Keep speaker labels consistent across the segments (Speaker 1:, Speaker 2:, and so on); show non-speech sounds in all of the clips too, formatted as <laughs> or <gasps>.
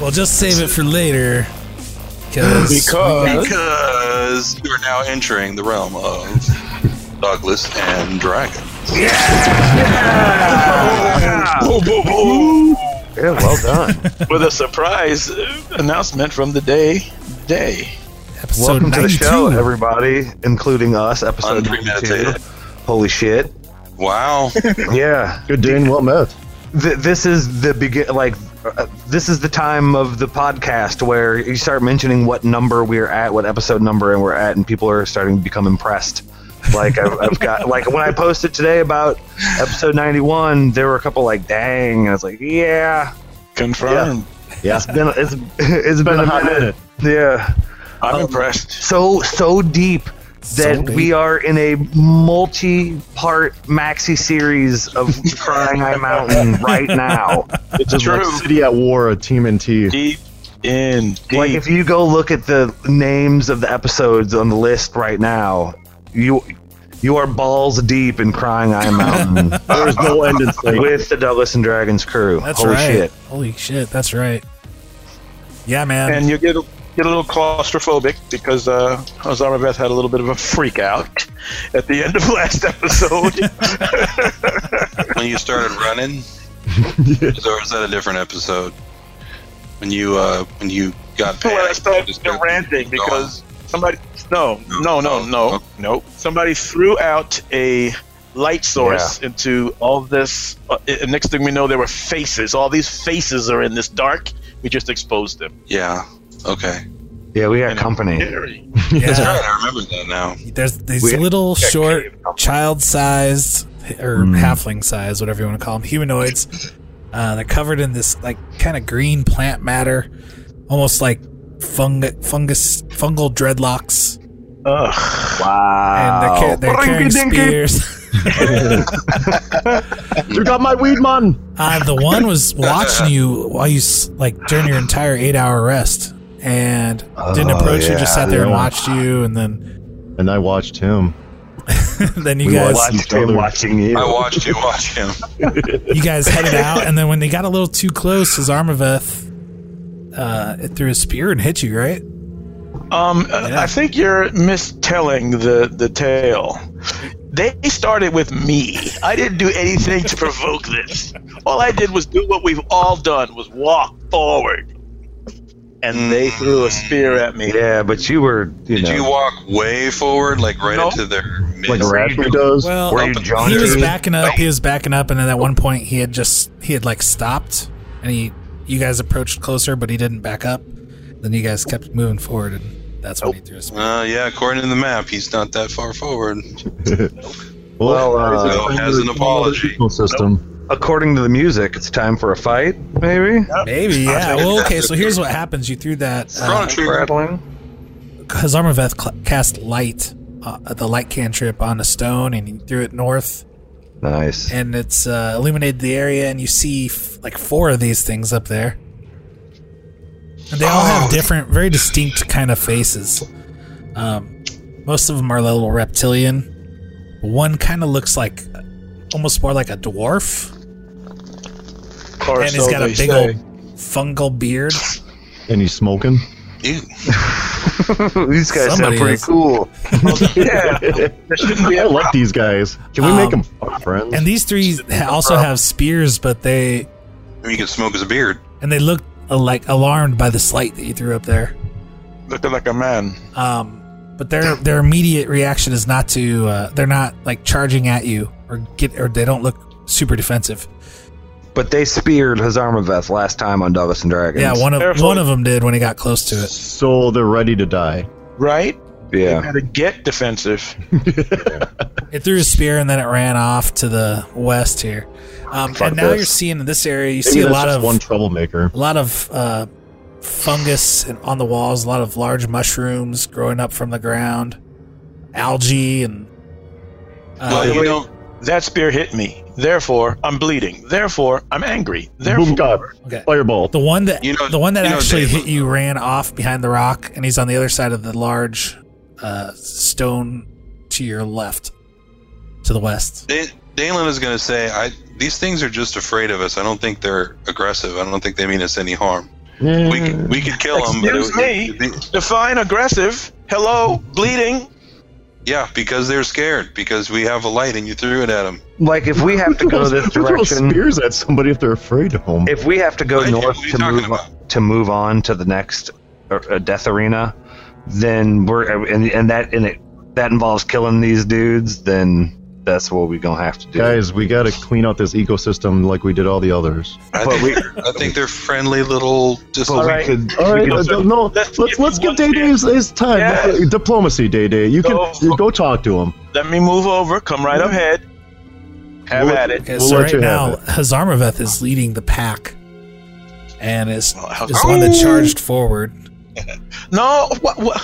Speaker 1: Well, just save it for later. Cause
Speaker 2: Because
Speaker 3: Because you are now entering the realm of Douglas and Dragon.
Speaker 4: Yeah, well done.
Speaker 2: with a surprise uh, announcement from the day day.
Speaker 1: episode
Speaker 4: Welcome to the
Speaker 1: 92.
Speaker 4: show, everybody, including us, episode 92.
Speaker 3: Unpremeditated.
Speaker 4: Holy shit.
Speaker 2: <laughs>
Speaker 3: Wow.
Speaker 4: Yeah.
Speaker 5: You're doing well met.
Speaker 4: Th- this is the begin like uh, this is the time of the podcast where you start mentioning what number we're at, what episode number and we're at and people are starting to become impressed. Like I've, I've got <laughs> like when I posted today about episode 91, there were a couple like dang and I was like, yeah,
Speaker 2: Confirmed.
Speaker 5: Yeah.
Speaker 4: it's been it's <laughs> it's been, a minute. Yeah.
Speaker 2: I'm
Speaker 4: Um,
Speaker 2: impressed.
Speaker 4: so so deep that
Speaker 1: So deep.
Speaker 4: we are in a multi-part maxi series
Speaker 1: <laughs>
Speaker 4: of Crying Eye Mountain right now.
Speaker 5: It's just like
Speaker 2: True.
Speaker 5: City at War, a team and T.
Speaker 2: Deep in deep.
Speaker 4: Like if you go look at the names of the episodes on the list right now, you you are balls deep in Crying Eye
Speaker 1: <laughs>
Speaker 4: Mountain
Speaker 5: There's no end in sight.
Speaker 4: with the Douglas and Dragons crew.
Speaker 1: That's
Speaker 4: Holy
Speaker 1: right.
Speaker 4: shit.
Speaker 1: Holy shit, that's right. Yeah, man.
Speaker 2: and you get a, get a little claustrophobic because uh, Ozama Beth had a little bit of a freak out at the end of <laughs> last episode.
Speaker 3: when you started
Speaker 2: <laughs>
Speaker 3: running, or is that a different episode? When you uh, when you got
Speaker 2: when I
Speaker 3: panicked,
Speaker 2: started
Speaker 3: just
Speaker 2: the
Speaker 3: got-
Speaker 2: ranting
Speaker 3: go on.
Speaker 2: because somebody no no no no
Speaker 3: No.
Speaker 2: no somebody threw out a light source into all this uh, and next thing we know there were faces all these faces are in this dark we just exposed them
Speaker 3: yeah, okay.
Speaker 4: Yeah, we got
Speaker 2: And-
Speaker 4: company.
Speaker 2: Scary.
Speaker 3: That's
Speaker 1: yeah.
Speaker 3: right. I remember that
Speaker 2: <laughs>
Speaker 3: now.
Speaker 1: There's these
Speaker 4: We-
Speaker 1: little
Speaker 2: Yeah,
Speaker 1: short,
Speaker 2: cave company.
Speaker 1: child-sized or
Speaker 4: Mm.
Speaker 1: halfling-sized, whatever you want to call them, humanoids. Uh, they're covered in this like kind of green plant matter, almost like fungi- fungus, fungal dreadlocks,
Speaker 2: Ugh.
Speaker 1: and they're,
Speaker 4: Wow.
Speaker 1: ca- they're carrying
Speaker 4: Rinky-dinky.
Speaker 1: spears. <laughs>
Speaker 5: You got my weed, man.
Speaker 1: Uh, the one
Speaker 4: <laughs>
Speaker 1: was watching you while you s- like during your entire eight-hour rest and didn't
Speaker 4: Oh,
Speaker 1: approach you, just
Speaker 4: yeah,
Speaker 1: sat there and
Speaker 5: yeah.
Speaker 1: watched you, and then <laughs>
Speaker 5: And I watched him.
Speaker 1: then you
Speaker 4: We
Speaker 1: guys
Speaker 4: watched him watching you.
Speaker 3: I watched you watch
Speaker 2: <laughs>
Speaker 3: him.
Speaker 1: you guys headed
Speaker 4: <laughs>
Speaker 1: out, and then when they got a little too close, his Armaveth uh, it threw a spear and hit you, right?
Speaker 2: Um, uh, I think you're mistelling the the tale. They started with me. I didn't do anything to provoke this. All I did was do what we've all done: was walk forward. And they threw a spear at me.
Speaker 4: Yeah, but you were, you
Speaker 3: Did you
Speaker 4: know,
Speaker 3: walk way forward, like right
Speaker 2: No.
Speaker 3: into their mid?
Speaker 5: Like a raptor does.
Speaker 1: Well,
Speaker 4: were you John
Speaker 1: he was
Speaker 4: Cena?
Speaker 1: backing up. He was backing up, and then at one point he had just he had like stopped, and he you guys approached closer, but he didn't back up. Then you guys kept moving forward, and that's when he threw a spear.
Speaker 3: Uh, yeah, according to the map, he's not that far forward.
Speaker 4: Well, uh,
Speaker 3: So has an apology.
Speaker 5: System.
Speaker 4: according to the music, it's time for a fight, maybe?
Speaker 1: Maybe, yeah. Well, okay. So here's what happens: you threw that
Speaker 3: Chrono Trigger.
Speaker 4: Rattling?
Speaker 1: because Armaveth cl- cast light, uh, the light cantrip on a stone, and he threw it north.
Speaker 4: Nice.
Speaker 1: and it's uh, illuminated the area, and you see f- like four of these things up there. And they all
Speaker 4: Oh.
Speaker 1: have different, very distinct kind of faces. Um, most of them are little reptilian. One kind of looks like uh, almost more like a dwarf,
Speaker 2: Or
Speaker 1: and he's
Speaker 2: so
Speaker 1: got a
Speaker 2: they
Speaker 1: big
Speaker 2: say.
Speaker 1: old fungal beard.
Speaker 5: And he's smoking.
Speaker 3: Ew.
Speaker 4: <laughs> These guys
Speaker 1: Somebody
Speaker 4: sound pretty
Speaker 1: is.
Speaker 4: cool.
Speaker 2: <laughs> Yeah, there shouldn't be
Speaker 5: I
Speaker 2: a
Speaker 5: like these guys. Can we make them
Speaker 1: Um,
Speaker 5: fuck friends?
Speaker 1: And these three also have spears, but they
Speaker 3: Maybe you can smoke his beard.
Speaker 1: and they look uh, like alarmed by the slight that you threw up there.
Speaker 2: looking like a man.
Speaker 1: Um, but their their immediate reaction is not to uh, they're not like charging at you or get or they don't look super defensive.
Speaker 4: But they speared Hazarmaveth last time on Douglas and Dragons.
Speaker 1: Yeah, one of
Speaker 2: Careful.
Speaker 1: one of them did when he got close to it.
Speaker 5: so they're ready to die.
Speaker 2: right?
Speaker 4: Yeah.
Speaker 2: Gotta get defensive.
Speaker 1: It threw a spear and then it ran off to the west here. Um,
Speaker 5: Fuck
Speaker 1: and now
Speaker 5: this.
Speaker 1: you're seeing in this area, you
Speaker 5: Maybe
Speaker 1: see a
Speaker 5: that's
Speaker 1: lot
Speaker 5: just
Speaker 1: of
Speaker 5: one troublemaker.
Speaker 1: a lot of uh, fungus and on the walls, a lot of large mushrooms growing up from the ground, algae and uh,
Speaker 3: Well, you know,
Speaker 2: That spear hit me. Therefore, I'm bleeding. Therefore, I'm angry. Therefore,
Speaker 5: Boom god.
Speaker 1: okay.
Speaker 5: Fireball.
Speaker 1: the one that
Speaker 3: You know-
Speaker 1: the one that
Speaker 3: you know,
Speaker 1: actually
Speaker 3: Dave-
Speaker 1: hit you ran off behind the rock, and he's on the other side of the large uh, stone to your left, to the west.
Speaker 3: Da- Dalen is going to say, "I these things are just afraid of us. I don't think they're aggressive. I don't think they mean us any harm.
Speaker 5: Yeah.
Speaker 3: We could, we could kill them.
Speaker 2: Excuse me? define aggressive. Hello, bleeding.
Speaker 3: yeah, because they're scared. Because we have a light and you threw it at them.
Speaker 4: Like if we have to
Speaker 5: <laughs>
Speaker 4: go this
Speaker 5: Who throws
Speaker 4: direction,
Speaker 5: spears at somebody if they're afraid of them.
Speaker 4: if we have to go
Speaker 3: What?
Speaker 4: north
Speaker 3: What are you
Speaker 4: to
Speaker 3: talking
Speaker 4: move on,
Speaker 3: about?
Speaker 4: to move on to the next uh, uh, death arena, then we're uh, and, and that and it that involves killing these dudes. Then that's what we're gonna have to do.
Speaker 5: Guys, we gotta clean out this ecosystem like we did all the others.
Speaker 3: I
Speaker 4: But
Speaker 3: think,
Speaker 4: we-
Speaker 3: they're- I think they're friendly little. Just
Speaker 4: But we
Speaker 2: Alright.
Speaker 4: could-
Speaker 5: All right,
Speaker 4: we could-
Speaker 5: uh, no, let's
Speaker 2: let's
Speaker 5: let's,
Speaker 2: give him
Speaker 5: give
Speaker 2: one
Speaker 5: Day Day his, his time.
Speaker 2: Yes.
Speaker 5: Uh, Diplomacy, Day Day. You can
Speaker 2: Go.
Speaker 5: you go talk to him.
Speaker 2: Let me move over. Come right up ahead. Have at it.
Speaker 1: Okay,
Speaker 5: We'll
Speaker 1: so
Speaker 5: let
Speaker 1: right
Speaker 5: you have
Speaker 1: now,
Speaker 5: it.
Speaker 1: Hazarmaveth is leading the pack, and is is
Speaker 2: Well,
Speaker 1: the one that charged forward.
Speaker 2: No, what? what?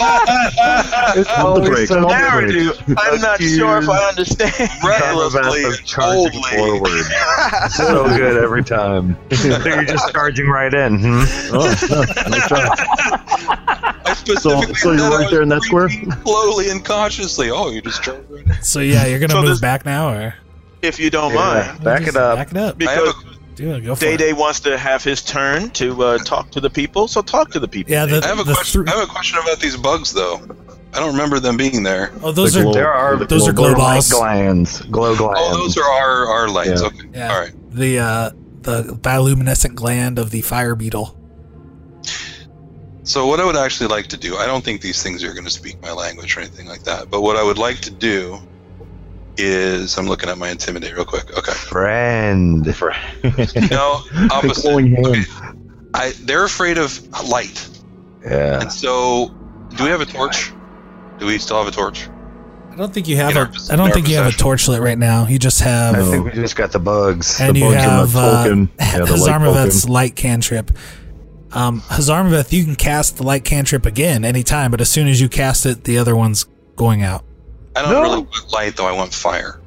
Speaker 5: It's all the break. Pump the
Speaker 2: narrative.
Speaker 5: brakes.
Speaker 2: I'm not sure if I understand. <laughs>
Speaker 3: relatively
Speaker 4: Zarmaveth is charging
Speaker 3: old lady.
Speaker 4: forward. <laughs> so good every time. <laughs> so you're just charging right in. Hmm?
Speaker 5: Oh, yeah, nice try.
Speaker 3: I specifically
Speaker 5: so you're
Speaker 3: said I
Speaker 5: right
Speaker 3: was
Speaker 5: there in that square?
Speaker 3: breathing Slowly and cautiously. Oh, you just drove right in.
Speaker 1: So yeah, you're gonna
Speaker 2: So
Speaker 1: move
Speaker 2: this-
Speaker 1: back now, or
Speaker 2: If you don't mind,
Speaker 4: Back it
Speaker 1: Just
Speaker 4: up.
Speaker 1: Back it up.
Speaker 3: I have
Speaker 2: because
Speaker 3: a,
Speaker 1: Do it. Go for
Speaker 2: Day
Speaker 1: it.
Speaker 2: Day wants to have his turn to uh, talk to the people, so talk to the people.
Speaker 1: Yeah, the,
Speaker 3: I have a
Speaker 1: the
Speaker 3: question.
Speaker 1: thr-
Speaker 3: I have a question about these bugs, though. I don't remember them being there.
Speaker 1: oh, those
Speaker 5: The
Speaker 1: are
Speaker 5: glow-
Speaker 4: There are
Speaker 5: the
Speaker 1: those are glow
Speaker 4: They're light
Speaker 1: balls.
Speaker 4: glands. Glow glands.
Speaker 3: Oh, those are our our lights.
Speaker 5: Yeah.
Speaker 3: Okay.
Speaker 1: Yeah.
Speaker 3: All right.
Speaker 1: the uh, the bioluminescent gland of the fire beetle.
Speaker 3: So what I would actually like to do, I don't think these things are going to speak my language or anything like that. But what I would like to do is, I'm looking at my intimidate real quick.
Speaker 4: <laughs>
Speaker 3: Okay.
Speaker 4: friend. <laughs>
Speaker 3: No,
Speaker 5: The
Speaker 3: opposite.
Speaker 5: glowing hand.
Speaker 3: Okay. I they're afraid of light,
Speaker 4: Yeah.
Speaker 3: and so do we have a torch? Do we still have a torch?
Speaker 1: I don't think you have
Speaker 3: In our
Speaker 1: a.
Speaker 3: pos-
Speaker 1: I don't
Speaker 3: in our
Speaker 1: think you have a
Speaker 3: possession.
Speaker 1: torch lit right now. You just have.
Speaker 4: I think we just got the bugs.
Speaker 1: Oh. and
Speaker 5: the
Speaker 1: you
Speaker 5: bugs in
Speaker 1: have
Speaker 5: the
Speaker 1: uh, <laughs>
Speaker 5: token. Yeah, the light
Speaker 1: Hazarmaveth's light cantrip. Um, Hazarmaveth, you can cast the light cantrip again anytime, but as soon as you cast it, the other one's going out.
Speaker 3: I don't
Speaker 4: No.
Speaker 3: really want light though. I want fire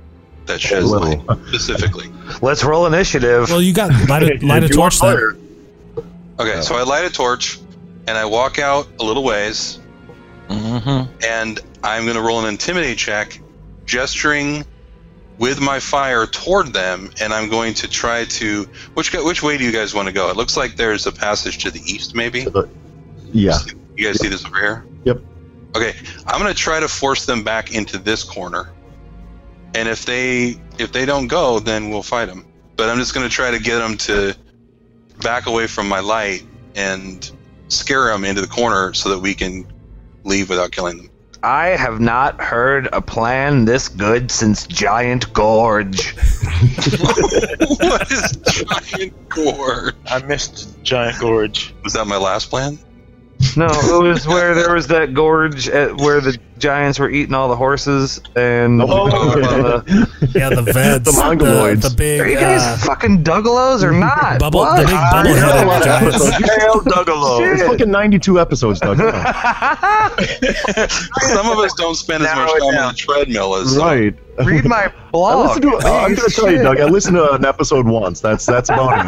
Speaker 3: that sheds
Speaker 5: well.
Speaker 3: light specifically.
Speaker 4: Let's roll initiative.
Speaker 1: Well, you got light a, light
Speaker 5: <laughs>
Speaker 1: a
Speaker 5: If you
Speaker 1: torch
Speaker 5: are
Speaker 1: then.
Speaker 5: fired,
Speaker 3: Okay, so I light a torch, and I walk out a little ways,
Speaker 2: Mm-hmm.
Speaker 3: and I'm going to roll an intimidate check, gesturing with my fire toward them, and I'm going to try to which go- which way do you guys want to go? It looks like there's a passage to the east, maybe.
Speaker 5: to the-
Speaker 3: <laughs>
Speaker 5: Yeah.
Speaker 3: You guys see this over here?
Speaker 5: Yep.
Speaker 3: Okay, I'm going to try to force them back into this corner, and if they if they don't go, then we'll fight them. But I'm just going to try to get them to back away from my light and scare them into the corner so that we can leave without killing them.
Speaker 4: I have not heard a plan this good since Giant Gorge.
Speaker 3: what is giant gore?
Speaker 2: I missed Giant Gorge.
Speaker 3: Was that my last plan?
Speaker 4: No, it was where there was that gorge at where the giants were eating all the horses <laughs>
Speaker 5: <laughs>
Speaker 4: and.
Speaker 5: Oh.
Speaker 4: Uh,
Speaker 5: <laughs>
Speaker 1: Yeah, the vets,
Speaker 5: The mongoloids.
Speaker 1: the, the big
Speaker 4: are you guys
Speaker 1: uh,
Speaker 4: fucking Duggalos
Speaker 1: <laughs>
Speaker 4: or not?
Speaker 1: bubble,
Speaker 4: What?
Speaker 1: the
Speaker 5: <laughs>
Speaker 1: big bubble-headed giants.
Speaker 2: <laughs> Hail Duggalo.
Speaker 5: It's fucking 92 episodes, Doug. <laughs> Come on.
Speaker 3: Some of us don't spend as
Speaker 4: Now
Speaker 3: much
Speaker 4: it
Speaker 3: time
Speaker 4: down.
Speaker 3: on the treadmill as some.
Speaker 5: right.
Speaker 4: <laughs> Read my
Speaker 5: I
Speaker 4: blog.
Speaker 5: listened to. it- I'm
Speaker 4: please.
Speaker 5: gonna tell you,
Speaker 4: Shit.
Speaker 5: Doug. I listened to an episode once. That's that's about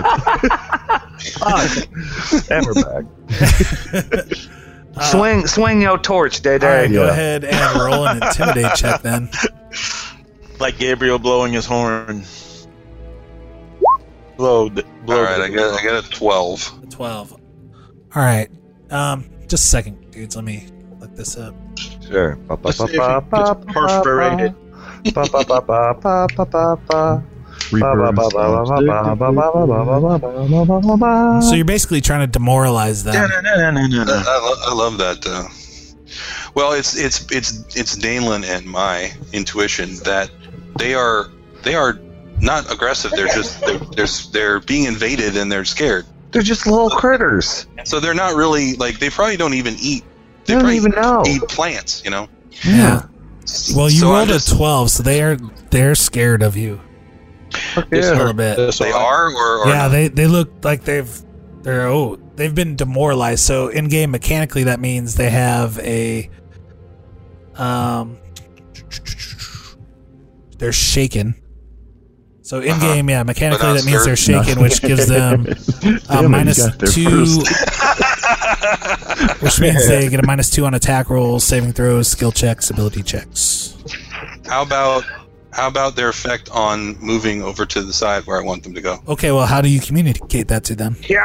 Speaker 5: it.
Speaker 4: And we're back. swing, swing your torch, Day
Speaker 1: All right,
Speaker 4: Day.
Speaker 1: go
Speaker 5: Yeah.
Speaker 1: ahead and roll an intimidate check then.
Speaker 2: Like Gabriel blowing his horn. Blow. the- blow
Speaker 3: All right, I
Speaker 2: the-
Speaker 3: got I got a twelve.
Speaker 1: Twelve. All right. Um, just a second, dudes. Let me look this up.
Speaker 4: Sure.
Speaker 2: Let's see if it gets perforated.
Speaker 1: So you're basically trying to demoralize them.
Speaker 3: I, I, lo- I love that. Uh, well, it's it's it's it's Danelin and my intuition that they are they are not aggressive. They're just they're they're, they're being invaded and they're scared.
Speaker 4: They're just little critters.
Speaker 3: So they're not really like they probably don't even eat.
Speaker 4: They don't
Speaker 3: probably
Speaker 4: even know.
Speaker 3: Eat plants, you know.
Speaker 1: Yeah. Well, you
Speaker 3: So I
Speaker 1: rolled
Speaker 3: just-
Speaker 1: a twelve, so they are they're scared of you
Speaker 2: Yeah.
Speaker 1: a little bit.
Speaker 3: they are or, or
Speaker 1: yeah, they they look like they've they're oh they've been demoralized. So in game mechanically, that means they have a um they're shaken. So in game, yeah, mechanically
Speaker 3: Uh-huh. But not
Speaker 1: that means they're
Speaker 3: scared.
Speaker 1: shaken, which gives them uh,
Speaker 3: <laughs>
Speaker 5: Damn it,
Speaker 1: minus
Speaker 5: you got there
Speaker 1: two,
Speaker 5: first.
Speaker 1: which means they get a minus two on attack rolls, saving throws, skill checks, ability checks.
Speaker 3: how about how about their effect on moving over to the side where I want them to go?
Speaker 1: Okay, well, how do you communicate that to them?
Speaker 2: Yeah.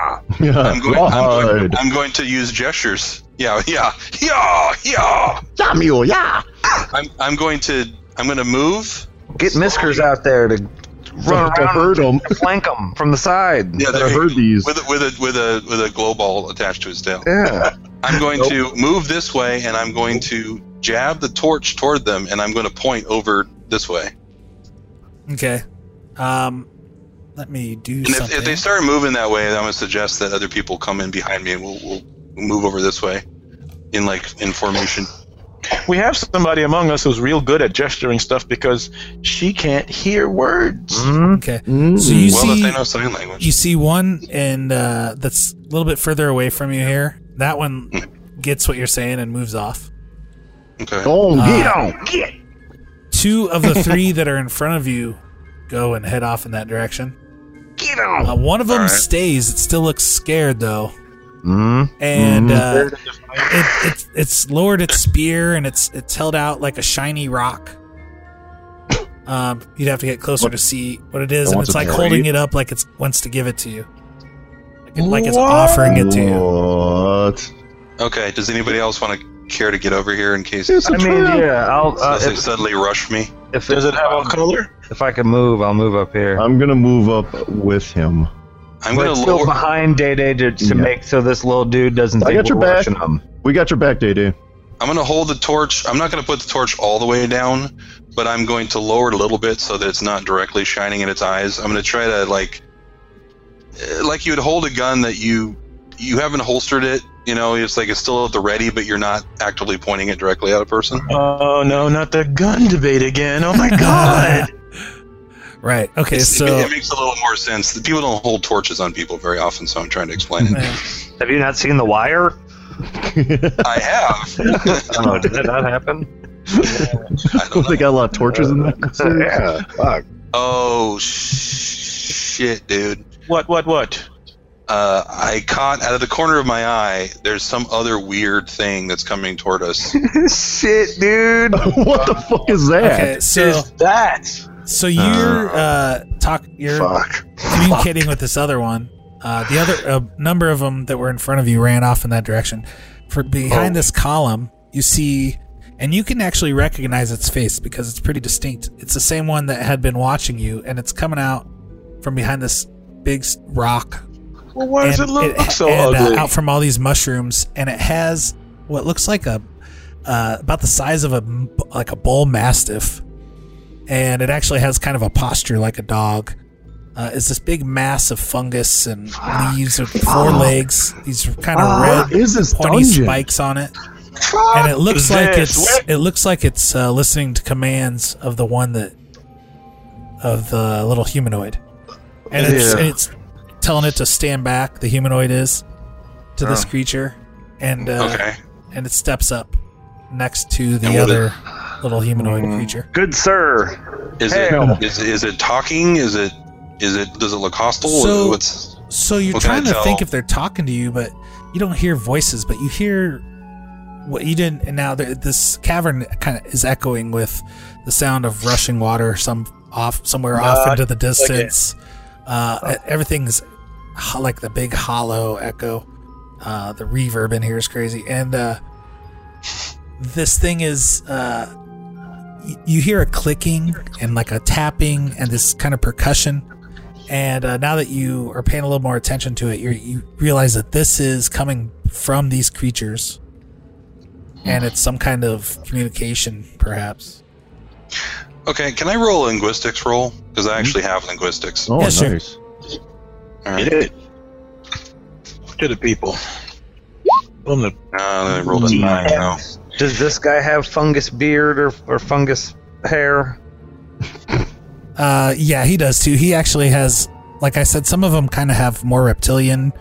Speaker 5: <laughs> Yeah,
Speaker 3: I'm going, I'm going,
Speaker 5: God.
Speaker 3: I'm going to use gestures. Yeah, yeah, yeah, yeah.
Speaker 5: Yeah, mule, yeah.
Speaker 3: I'm, I'm going to I'm going to move.
Speaker 4: Get Miskers out there to run
Speaker 5: To
Speaker 4: around,
Speaker 5: hurt them.
Speaker 4: flank them from the side.
Speaker 3: Yeah,
Speaker 5: I
Speaker 3: there-
Speaker 5: heard these.
Speaker 3: with a, with a with a with a glow ball attached to his tail.
Speaker 4: Yeah.
Speaker 3: I'm going to move this way, and I'm going to jab the torch toward them, and I'm going to point over this way.
Speaker 1: Okay, um, let me do
Speaker 3: And if,
Speaker 1: something.
Speaker 3: if they start moving that way, I'm going to suggest that other people come in behind me, and we'll, we'll move over this way in like in formation.
Speaker 2: We have somebody among us who's real good at gesturing stuff because she can't hear words.
Speaker 5: Hmm?
Speaker 1: okay, so you
Speaker 3: well, if
Speaker 1: see
Speaker 3: they know sign language,
Speaker 1: You see one, and uh, that's a little bit further away from you here. That one gets what you're saying and moves off.
Speaker 3: okay.
Speaker 5: Oh, yeah.
Speaker 1: Uh, Two of the
Speaker 5: <laughs>
Speaker 1: three that are in front of you go and head off in that direction. Uh, one of them
Speaker 3: Alright.
Speaker 1: stays. It still looks scared though,
Speaker 5: Mm-hmm.
Speaker 4: Mm.
Speaker 1: and uh, it, it, it's lowered its spear and it's it's held out like a shiny rock. Um, you'd have to get closer to see what it is,
Speaker 5: That
Speaker 1: and
Speaker 5: wants
Speaker 1: it's
Speaker 5: a
Speaker 1: like
Speaker 5: trade?
Speaker 1: holding it up like it's wants to give it to you, like, it, like it's offering it to you.
Speaker 5: What?
Speaker 3: Okay. Does anybody else want to care to get over here in case
Speaker 5: It's a
Speaker 4: I mean,
Speaker 5: trap.
Speaker 4: yeah. I'll, uh,
Speaker 3: unless they
Speaker 4: if,
Speaker 3: suddenly rush me?
Speaker 4: if,
Speaker 2: Does it have a color?
Speaker 4: if I can move, I'll move up here.
Speaker 5: I'm gonna move up with him.
Speaker 3: I'm
Speaker 4: but
Speaker 3: going to
Speaker 4: still
Speaker 3: lower.
Speaker 4: behind Day Day to, to
Speaker 5: Yeah.
Speaker 4: make so this little dude doesn't
Speaker 5: I
Speaker 4: think
Speaker 5: got your
Speaker 4: we're
Speaker 5: back.
Speaker 4: rushing him.
Speaker 5: We got your back, Day Day.
Speaker 3: I'm going to hold the torch. I'm not going to put the torch all the way down, but I'm going to lower it a little bit so that it's not directly shining in its eyes. I'm going to try to like, eh, like you would hold a gun that you you haven't holstered it. You know, it's like it's still at the ready, but you're not actively pointing it directly at a person.
Speaker 2: Oh no, not the gun debate again.
Speaker 1: <laughs>
Speaker 2: Oh my god.
Speaker 1: Right. Okay.
Speaker 3: It's-
Speaker 1: So
Speaker 3: <laughs> it, it makes a little more sense. The people don't hold torches on people very often, so I'm trying to explain it.
Speaker 4: Have you not seen The Wire?
Speaker 3: <laughs> I have.
Speaker 4: <laughs> Oh, did that not <laughs> happen?
Speaker 3: I don't
Speaker 5: they
Speaker 3: know.
Speaker 5: got a lot of torches <laughs> in there.
Speaker 4: yeah. Fuck.
Speaker 3: Oh sh- shit, dude.
Speaker 2: what? What? What?
Speaker 3: uh, I caught out of the corner of my eye. There's some other weird thing that's coming
Speaker 1: <laughs>
Speaker 3: toward us.
Speaker 4: Shit,
Speaker 5: <laughs>
Speaker 4: dude.
Speaker 5: what the fuck is that?
Speaker 1: okay. So
Speaker 2: Is that?
Speaker 1: so you're uh talk you're
Speaker 4: Fuck.
Speaker 1: communicating with this other one. Uh, the other a number of them that were in front of you ran off in that direction. For behind
Speaker 4: Oh.
Speaker 1: this column, you see, and you can actually recognize its face because it's pretty distinct. It's the same one that had been watching you, and it's coming out from behind this big s- rock
Speaker 2: Well, why does it
Speaker 1: and
Speaker 2: look so
Speaker 1: and, uh,
Speaker 2: ugly?
Speaker 1: out from all these mushrooms, and it has what looks like a uh, about the size of a m- like a bull mastiff, and it actually has kind of a posture like a dog. Uh, is this big mass of fungus and leaves with four legs? These kind of
Speaker 5: What
Speaker 1: red
Speaker 5: is this
Speaker 1: pointy
Speaker 5: dungeon?
Speaker 1: spikes on it, and it looks
Speaker 2: is
Speaker 1: like
Speaker 2: this?
Speaker 1: it's it looks like it's uh, listening to commands of the one that of the little humanoid, and it's,
Speaker 4: Yeah.
Speaker 1: and it's telling it to stand back. The humanoid is to this creature, and uh,
Speaker 3: Okay.
Speaker 1: and it steps up next to the
Speaker 3: And what
Speaker 1: other little humanoid creature.
Speaker 4: Good sir.
Speaker 3: Is
Speaker 4: Hell.
Speaker 3: it is, is it talking? Is it is it does it look hostile?
Speaker 1: So-
Speaker 3: What's
Speaker 1: So you're
Speaker 3: What can I
Speaker 1: trying to
Speaker 3: tell?
Speaker 1: think if they're talking to you, but you don't hear voices, but you hear what you didn't. And now there, this cavern kind of is echoing with the sound of rushing water, some off somewhere off into the distance. Uh, everything's ho- like the big hollow echo. Uh, the reverb in here is crazy, and uh, this thing is. Uh, y- you hear a clicking and like a tapping and this kind of percussion and uh, now that you are paying a little more attention to it, you you realize that this is coming from these creatures, and it's some kind of communication, perhaps.
Speaker 3: okay? Can I roll a linguistics roll? Because I actually have linguistics.
Speaker 5: Oh,
Speaker 1: Yeah, sure.
Speaker 5: nice.
Speaker 3: All right.
Speaker 2: to the people. On the
Speaker 3: Uh, I rolled a nine. No.
Speaker 4: Does this guy have fungus beard or, or fungus hair?
Speaker 1: Uh, yeah, he does too. He actually has, like I said, some of them kind of have more reptilian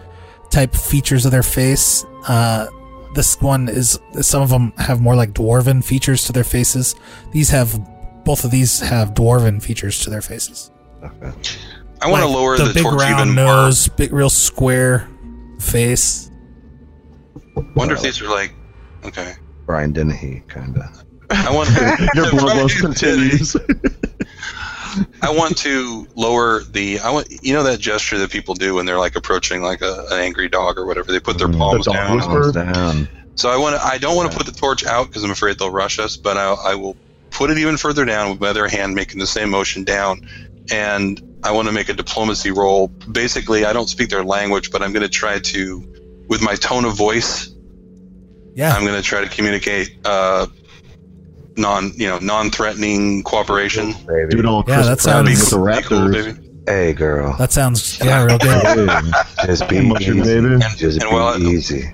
Speaker 1: type features of their face. Uh, this one is, some of them have more like dwarven features to their faces. These have, both of these have dwarven features to their faces.
Speaker 3: I want to
Speaker 1: Like,
Speaker 3: lower the,
Speaker 1: big
Speaker 3: torch
Speaker 1: round
Speaker 3: even
Speaker 1: nose, big real square face.
Speaker 3: more. Wonder if these are like. Okay.
Speaker 4: Brian Dennehy, kind of.
Speaker 3: <laughs> I want.
Speaker 5: <laughs> Your blood lust continues.
Speaker 3: I want to lower the. I want you know that gesture that people do when they're like approaching like a, an angry dog or whatever. They put their palms
Speaker 5: dog
Speaker 3: down.
Speaker 5: whisper. Whispered.
Speaker 4: down.
Speaker 3: So I want. to. I don't want to put the torch out because I'm afraid they'll rush us. But I, I will put it even further down with my other hand, making the same motion down, and I want to make a diplomacy roll. Basically, I don't speak their language, but I'm going to try to, with my tone of voice,
Speaker 1: Yeah.
Speaker 3: I'm going to try to communicate uh, non you know non-threatening cooperation.
Speaker 4: Baby.
Speaker 5: Dude, all
Speaker 1: Yeah,
Speaker 5: Chris
Speaker 1: that
Speaker 5: Pratt
Speaker 1: sounds-
Speaker 5: with the
Speaker 3: Be cool,
Speaker 5: Raptors.
Speaker 3: baby.
Speaker 4: Hey, girl.
Speaker 1: that sounds, yeah, real good.
Speaker 5: Hey,
Speaker 4: Just be
Speaker 5: hey, mushroom
Speaker 4: easy.
Speaker 5: baby.
Speaker 4: Just
Speaker 3: And while I-
Speaker 4: be easy.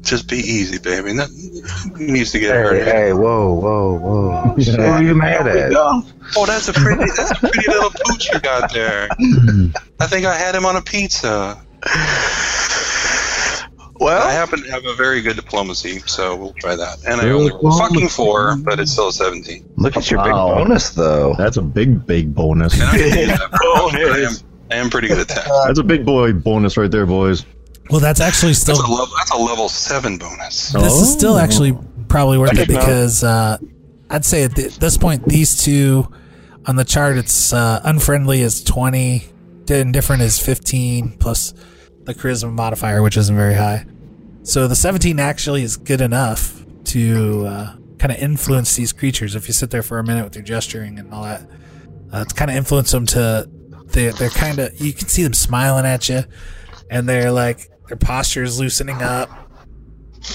Speaker 3: Just be easy, baby. Not, who needs to get
Speaker 4: Hey,
Speaker 3: hurt.
Speaker 4: hey, whoa, whoa, whoa. Who are you mad at?
Speaker 3: Oh, that's a pretty, that's a pretty little pooch you got there. I think I had him on a pizza. I
Speaker 2: well,
Speaker 3: happen to have a very good diplomacy, so we'll try that. And I
Speaker 5: Very
Speaker 3: only rolled a fucking
Speaker 5: diplomacy.
Speaker 3: four, but it's still a
Speaker 4: <laughs>
Speaker 3: seventeen.
Speaker 4: Look at your big
Speaker 5: Wow.
Speaker 4: bonus, though.
Speaker 5: That's a big, big bonus.
Speaker 3: And I, can do that.
Speaker 2: Oh,
Speaker 3: I,
Speaker 2: it
Speaker 3: am,
Speaker 2: is.
Speaker 3: I am pretty good at that.
Speaker 5: That's a big boy bonus right there, boys.
Speaker 1: Well, that's actually still
Speaker 3: <laughs> That's a level, that's a level seven bonus.
Speaker 1: This is still
Speaker 5: Oh.
Speaker 1: actually probably worth it
Speaker 2: Check it out.
Speaker 1: because uh, I'd say at th- this point these two on the chart it's uh, unfriendly is twenty, indifferent is fifteen plus the charisma modifier, which isn't very high. So the seventeen actually is good enough to uh, kind of influence these creatures. If you sit there for a minute with your gesturing and all that, uh, to kind of influence them to they they're kind of you can see them smiling at you, and they're like their posture is loosening up.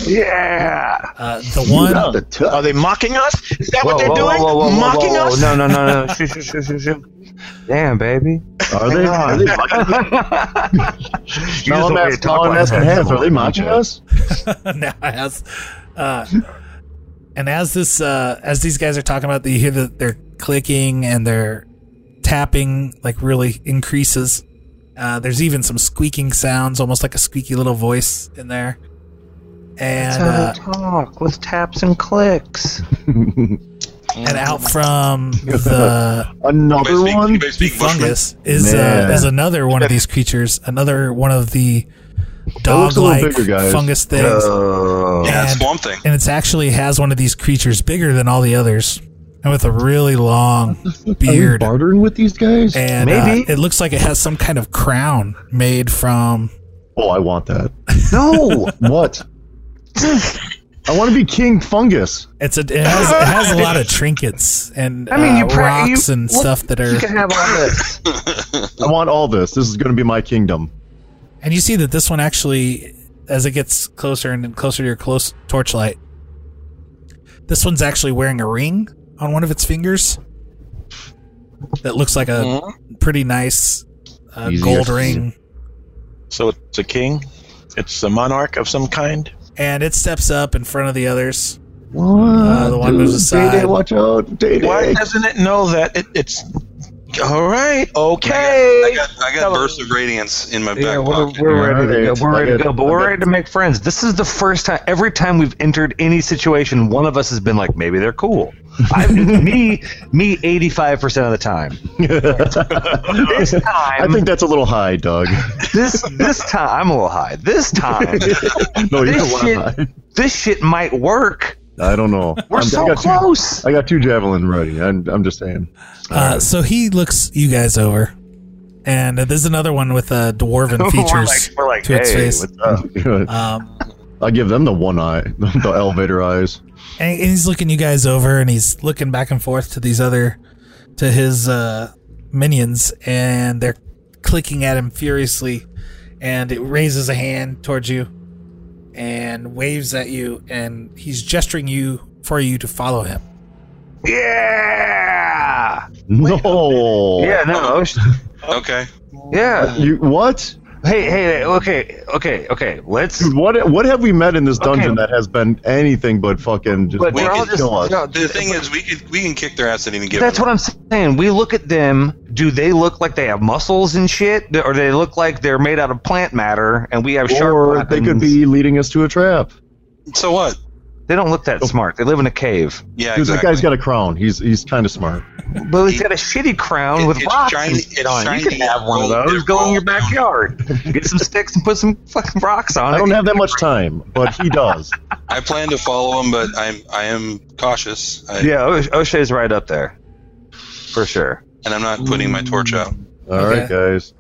Speaker 2: yeah.
Speaker 1: Uh, the one
Speaker 4: The t-
Speaker 2: Are they mocking us? Is that what they're doing? mocking us?
Speaker 4: No, no, no, no. shoot, shoot, shoot, shoot, shoot. <laughs> Damn, baby.
Speaker 5: Are they? Are they mocking us?
Speaker 2: <laughs>
Speaker 4: just
Speaker 5: Now
Speaker 4: the
Speaker 5: I'm
Speaker 4: way you
Speaker 5: asking- now
Speaker 4: talk
Speaker 5: I'm
Speaker 4: like
Speaker 5: asking
Speaker 4: that.
Speaker 5: half. Are they mocking us?
Speaker 1: <laughs> now as uh and as this uh as these guys are talking about you hear that they're clicking and they're tapping like really increases uh there's even some squeaking sounds almost like a squeaky little voice in there and uh,
Speaker 4: talk with taps and clicks.
Speaker 1: and out
Speaker 5: <laughs>
Speaker 1: from the
Speaker 5: Another
Speaker 3: Anybody speak,
Speaker 5: one?
Speaker 3: anybody speak Bushman?
Speaker 1: fungus is uh,
Speaker 5: Man.
Speaker 1: is another one of these creatures another one of the
Speaker 5: looks
Speaker 1: dog
Speaker 5: a little
Speaker 1: like
Speaker 5: bigger, guys. Uh,
Speaker 1: fungus things
Speaker 4: Oh.
Speaker 3: Yeah,
Speaker 1: And-
Speaker 3: Swamp Thing.
Speaker 1: and it's actually has one of these creatures bigger than all the others and with a really
Speaker 4: <laughs>
Speaker 1: long
Speaker 5: Are we
Speaker 1: beard
Speaker 5: bartering with these guys?
Speaker 1: and uh,
Speaker 4: Maybe.
Speaker 1: it looks like it has some kind of crown made from
Speaker 5: Oh, I want <laughs> that.
Speaker 4: No!
Speaker 5: What? I want to be King Fungus.
Speaker 1: it's a it has, it has a lot
Speaker 4: <laughs>
Speaker 1: of trinkets and
Speaker 4: I mean, you
Speaker 1: uh,
Speaker 4: pra-
Speaker 1: rocks
Speaker 4: you-
Speaker 1: and
Speaker 4: what-
Speaker 1: stuff that
Speaker 4: You
Speaker 1: are
Speaker 4: can have all this.
Speaker 5: I want all this. This is going to be my kingdom.
Speaker 1: and you see that this one actually as it gets closer and closer to your close torchlight this one's actually wearing a ring on one of its fingers that looks like a pretty nice uh,
Speaker 5: Easier.
Speaker 1: gold ring
Speaker 2: So it's a king. It's a monarch of some kind.
Speaker 1: and it steps up in front of the others.
Speaker 5: What?
Speaker 1: the one moves aside.
Speaker 5: Day-Day, watch out. Day-Day.
Speaker 2: Why doesn't it know that it, it's all right?
Speaker 3: I
Speaker 2: Okay.
Speaker 3: got, I got bursts of radiance in my back
Speaker 4: Yeah, we're,
Speaker 3: pocket.
Speaker 4: we're ready to
Speaker 5: Alright,
Speaker 4: go. We're ready to
Speaker 5: okay.
Speaker 4: go. But we're ready to make friends. This is the first time. Every time we've entered any situation, one of us has been like, maybe they're cool. I, me, me, eighty-five percent of the time. <laughs> This
Speaker 5: I
Speaker 4: time,
Speaker 5: think that's a little high, Doug.
Speaker 4: this this time, I'm a little high. This <laughs> time,
Speaker 5: No, you're a
Speaker 4: This
Speaker 5: lot
Speaker 4: shit-
Speaker 5: high.
Speaker 4: this shit might work.
Speaker 5: I don't know.
Speaker 4: We're
Speaker 5: I'm- I
Speaker 4: so
Speaker 5: got two-
Speaker 4: close.
Speaker 5: I got two javelin ready. I'm, I'm just saying.
Speaker 1: Uh, so he looks you guys over, and uh, there's another one with uh, dwarven features
Speaker 4: <laughs> we're like,
Speaker 1: to its face.
Speaker 5: Uh,
Speaker 1: Um,
Speaker 5: <laughs> I give them the one eye, <laughs> the elevator eyes.
Speaker 1: and, and he's looking you guys over, and he's looking back and forth to these other, to his uh, minions, and they're clicking at him furiously, and it raises a hand towards you, and waves at you, and he's gesturing you for you to follow him.
Speaker 4: yeah,
Speaker 5: No.
Speaker 4: yeah, no, oh, sh-
Speaker 3: Okay.
Speaker 4: yeah.
Speaker 5: You what?
Speaker 4: Hey, hey, hey, okay, okay, okay. Let's.
Speaker 5: Dude, what what have we met in this dungeon
Speaker 4: Okay.
Speaker 5: that has been anything but fucking just
Speaker 4: But
Speaker 3: we
Speaker 4: we're all
Speaker 3: can
Speaker 4: just.
Speaker 5: kill us?
Speaker 4: no,
Speaker 3: The thing is, we could, we can kick their ass and even give.
Speaker 4: That's what I'm saying. We look at them. Do they look like they have muscles and shit, or they look like they're made out of plant matter, and we have sharp?
Speaker 5: or they could
Speaker 4: weapons?
Speaker 5: be leading us to a trap.
Speaker 3: I'm. So what?
Speaker 4: They don't look
Speaker 5: Oh.
Speaker 4: that smart. They live in a cave,
Speaker 3: Yeah,
Speaker 5: Dude,
Speaker 3: exactly.
Speaker 5: that guy's got a crown. He's he's kind of smart.
Speaker 4: but he's got a shitty crown
Speaker 3: It-
Speaker 4: with
Speaker 3: it's
Speaker 4: rocks
Speaker 3: shiny-
Speaker 4: and shit
Speaker 3: it's
Speaker 4: on. it. You can
Speaker 3: shiny
Speaker 4: have one of
Speaker 3: gold-
Speaker 4: those.
Speaker 3: they're
Speaker 4: Go in your
Speaker 3: gold.
Speaker 4: backyard, get some sticks, and put some fucking rocks on it.
Speaker 5: I don't have that much time, but he
Speaker 4: <laughs>
Speaker 5: does.
Speaker 3: I plan to follow him, but I'm I am cautious. I,
Speaker 4: Yeah, O- O'Shea's right up there, for sure.
Speaker 3: and I'm not putting my torch <laughs> out.
Speaker 5: All right, guys.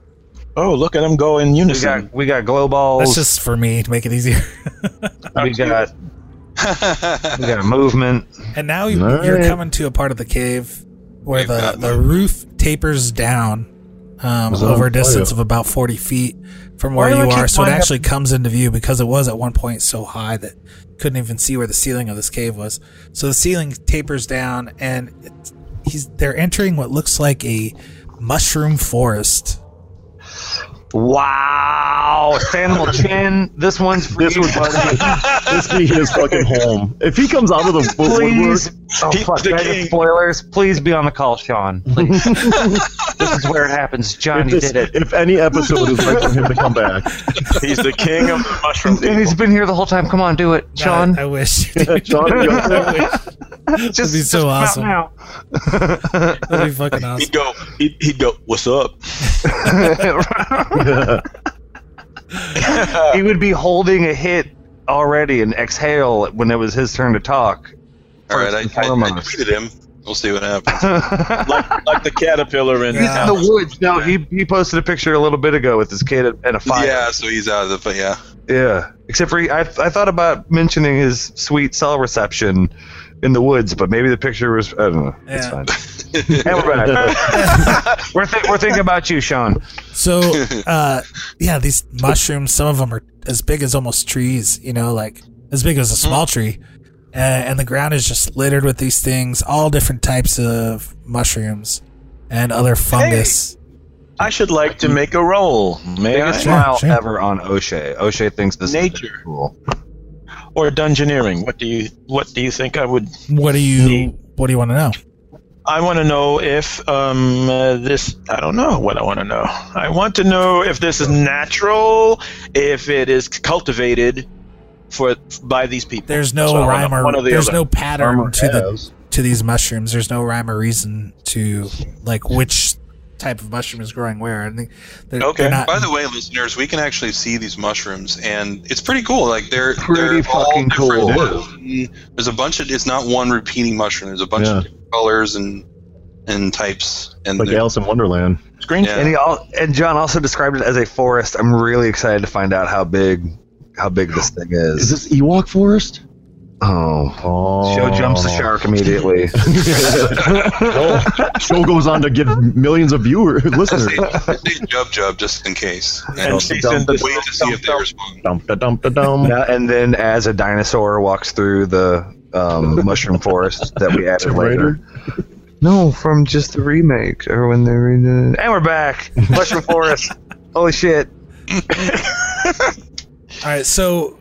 Speaker 2: Oh, look at them go in
Speaker 4: We
Speaker 2: unison.
Speaker 4: got we got glow
Speaker 1: That's
Speaker 4: balls.
Speaker 1: just for me to make it easier.
Speaker 4: we got we got movement.
Speaker 1: And now you,
Speaker 5: All
Speaker 1: you're
Speaker 5: right.
Speaker 1: coming to a part of the cave where
Speaker 3: We've
Speaker 1: the,
Speaker 3: got
Speaker 1: the roof tapers down um,
Speaker 5: Is that
Speaker 1: over
Speaker 5: on
Speaker 1: a distance
Speaker 5: fire?
Speaker 1: of about 40 feet from where
Speaker 4: Why do I
Speaker 1: you
Speaker 4: keep
Speaker 1: are. So it
Speaker 4: finding out-
Speaker 1: actually comes into view because it was at one point so high that couldn't even see where the ceiling of this cave was. So the ceiling tapers down and it's, he's they're entering what looks like a mushroom forest.
Speaker 4: Wow, <laughs> Samuel Chin, this one's for
Speaker 5: This
Speaker 4: you,
Speaker 5: would
Speaker 4: buddy.
Speaker 5: this be his fucking home. If he comes out of the wo- woodwork,
Speaker 4: Please, oh fuck,
Speaker 3: the
Speaker 4: that is
Speaker 3: king.
Speaker 4: spoilers. Please be on the call, Sean. <laughs> Please. this is where it happens.
Speaker 5: if,
Speaker 4: Johnny
Speaker 5: this,
Speaker 4: did it,
Speaker 5: if any episode is right for him to come back,
Speaker 2: <laughs> He's the king of the mushroom <laughs>
Speaker 4: and he's
Speaker 2: people.
Speaker 4: been here the whole time. Come on, do it, Sean.
Speaker 1: I, I wish. That'd
Speaker 5: John, you up there?
Speaker 4: just,
Speaker 1: be so
Speaker 4: just about
Speaker 1: awesome.
Speaker 4: now.
Speaker 1: be
Speaker 3: <laughs>
Speaker 1: fucking awesome.
Speaker 2: He'd go, he'd, he'd go, what's <laughs> up?
Speaker 4: <laughs> he would be holding a hit already and exhale when it was his turn to talk. <laughs>
Speaker 3: All right, I, I, I
Speaker 4: First and foremost.
Speaker 3: tweeted him. We'll see what happens.
Speaker 2: <laughs> Like, like the caterpillar in uh,
Speaker 1: Yeah.
Speaker 4: the woods. No, he, he posted a picture a little bit ago with his kid and a fire.
Speaker 3: Yeah, so he's out of the. But yeah,
Speaker 4: Yeah. Except for he, I, I thought about mentioning his sweet cell reception in the woods, but maybe the picture was I don't know. It's
Speaker 1: Yeah.
Speaker 4: fine. <laughs> Hey, we're, back. we're, thi- we're thinking about you, Sean.
Speaker 3: <laughs>
Speaker 1: So, uh, yeah, these mushrooms, some of them are as big as almost trees, you know, like as big as a
Speaker 3: Hmm.
Speaker 1: small tree. Uh, and the ground is just littered with these things, all different types of mushrooms and other fungus.
Speaker 2: I should like to make a roll. May I?
Speaker 4: Biggest smile
Speaker 1: sure.
Speaker 4: ever on O'Shea. O'Shea thinks this is
Speaker 2: Nature.
Speaker 4: cool.
Speaker 2: Or dungeoneering. What do you what do you think I would
Speaker 1: What do you What do you want to know?
Speaker 2: I want to know if um, uh, this. I don't know what I want to know. I want to know if this is natural, if it is cultivated for by these people.
Speaker 1: There's no
Speaker 2: So I wanna-
Speaker 1: rhyme or
Speaker 2: one or the
Speaker 1: there's
Speaker 2: other.
Speaker 1: no pattern
Speaker 5: Armor
Speaker 1: to
Speaker 5: has.
Speaker 1: the to these mushrooms. There's no rhyme or reason to like which type of mushroom is growing where. I think they're,
Speaker 2: Okay.
Speaker 1: they're not
Speaker 3: by the way, listeners, we can actually see these mushrooms, and it's pretty cool. Like they're
Speaker 4: Pretty
Speaker 3: they're all
Speaker 4: fucking
Speaker 3: different.
Speaker 4: cool.
Speaker 3: Mm, There's a bunch of. It's not one repeating mushroom. There's a bunch
Speaker 5: Yeah.
Speaker 3: of different colors and and types.
Speaker 5: <laughs>
Speaker 3: And
Speaker 5: like
Speaker 3: they're-
Speaker 5: Alice in Wonderland.
Speaker 2: Green
Speaker 3: yeah.
Speaker 4: And he all, and John also described it as a forest. I'm really excited to find out how big how big this thing
Speaker 5: Is this
Speaker 4: is.
Speaker 5: Ewok Forest?
Speaker 4: Oh.
Speaker 5: Oh,
Speaker 4: Show jumps the shark immediately. <laughs>
Speaker 5: No. <laughs> Show goes on to get millions of viewers, <laughs> listeners.
Speaker 3: I say Jub Jub just in case. And
Speaker 2: And she's in the
Speaker 3: wait to see if they respond.
Speaker 5: Dum da dum da dum.
Speaker 4: Yeah, and then as a dinosaur walks through the um, mushroom forest that we added
Speaker 5: Tomb
Speaker 4: later.
Speaker 5: Raider.
Speaker 4: No, from just the remake or when they redid it. And we're <laughs> back. Mushroom forest. Holy shit.
Speaker 1: All right, so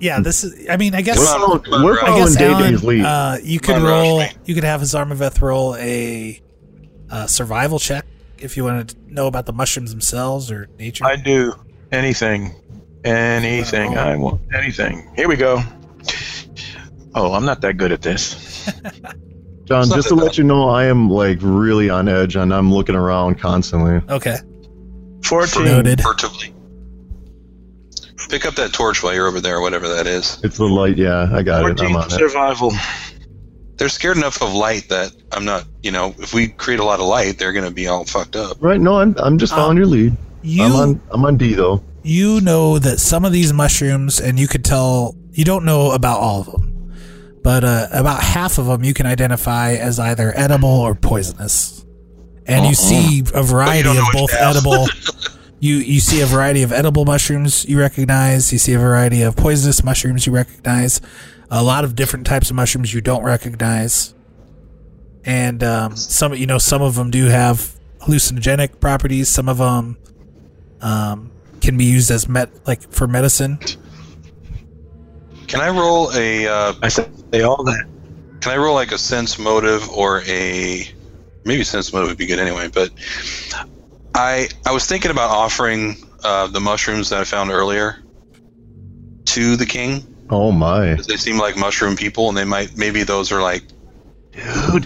Speaker 1: yeah, this is. I mean, I guess
Speaker 5: We're,
Speaker 3: Well,
Speaker 5: following- we're
Speaker 3: I
Speaker 1: I
Speaker 5: following
Speaker 1: guess
Speaker 5: Oh, Dave in
Speaker 1: Alan,
Speaker 5: his lead.
Speaker 1: uh, you could
Speaker 3: Come on,
Speaker 1: roll.
Speaker 3: Rosh.
Speaker 1: You could have Zarmaveth roll a, uh survival check if you wanted to know about the mushrooms themselves or nature.
Speaker 2: I do anything, anything I want, anything. Here we go. Oh, I'm not that good at this.
Speaker 5: John,
Speaker 3: It's not
Speaker 5: just
Speaker 3: that
Speaker 5: to
Speaker 3: bad.
Speaker 5: let you know, I am like really on edge, and I'm looking around constantly.
Speaker 1: okay,
Speaker 2: Fourteen.
Speaker 1: noted.
Speaker 3: Furtively. Pick up that torch while you're over there, whatever that is.
Speaker 5: It's the light. Yeah, I got it. I'm
Speaker 2: Fourteen
Speaker 5: on it.
Speaker 2: survival.
Speaker 3: They're scared enough of light that I'm not, you know, if we create a lot of light, they're going to be all fucked up.
Speaker 5: Right? No, I'm, I'm just following your lead. I'm
Speaker 1: You
Speaker 5: on I'm on D though.
Speaker 1: you know that some of these mushrooms, and you could tell you don't know about all of them, but uh, about half of them you can identify as either edible or poisonous, and you see a variety
Speaker 3: Uh-huh. don't
Speaker 1: of
Speaker 3: know
Speaker 1: both
Speaker 3: which half.
Speaker 1: edible.
Speaker 3: <laughs>
Speaker 1: You, you see a variety of edible mushrooms you recognize. You see a variety of poisonous mushrooms you recognize. A lot of different types of mushrooms you don't recognize, and um, some you know some of them do have hallucinogenic properties. Some of them um, can be used as met like for medicine.
Speaker 3: Can I roll a? Uh,
Speaker 2: I said they all that.
Speaker 3: can I roll like a sense motive or a? Maybe sense motive would be good anyway. But I I was thinking about offering uh, the mushrooms that I found earlier to the king
Speaker 5: Oh my!
Speaker 3: because they seem like mushroom people, and they might maybe those are like.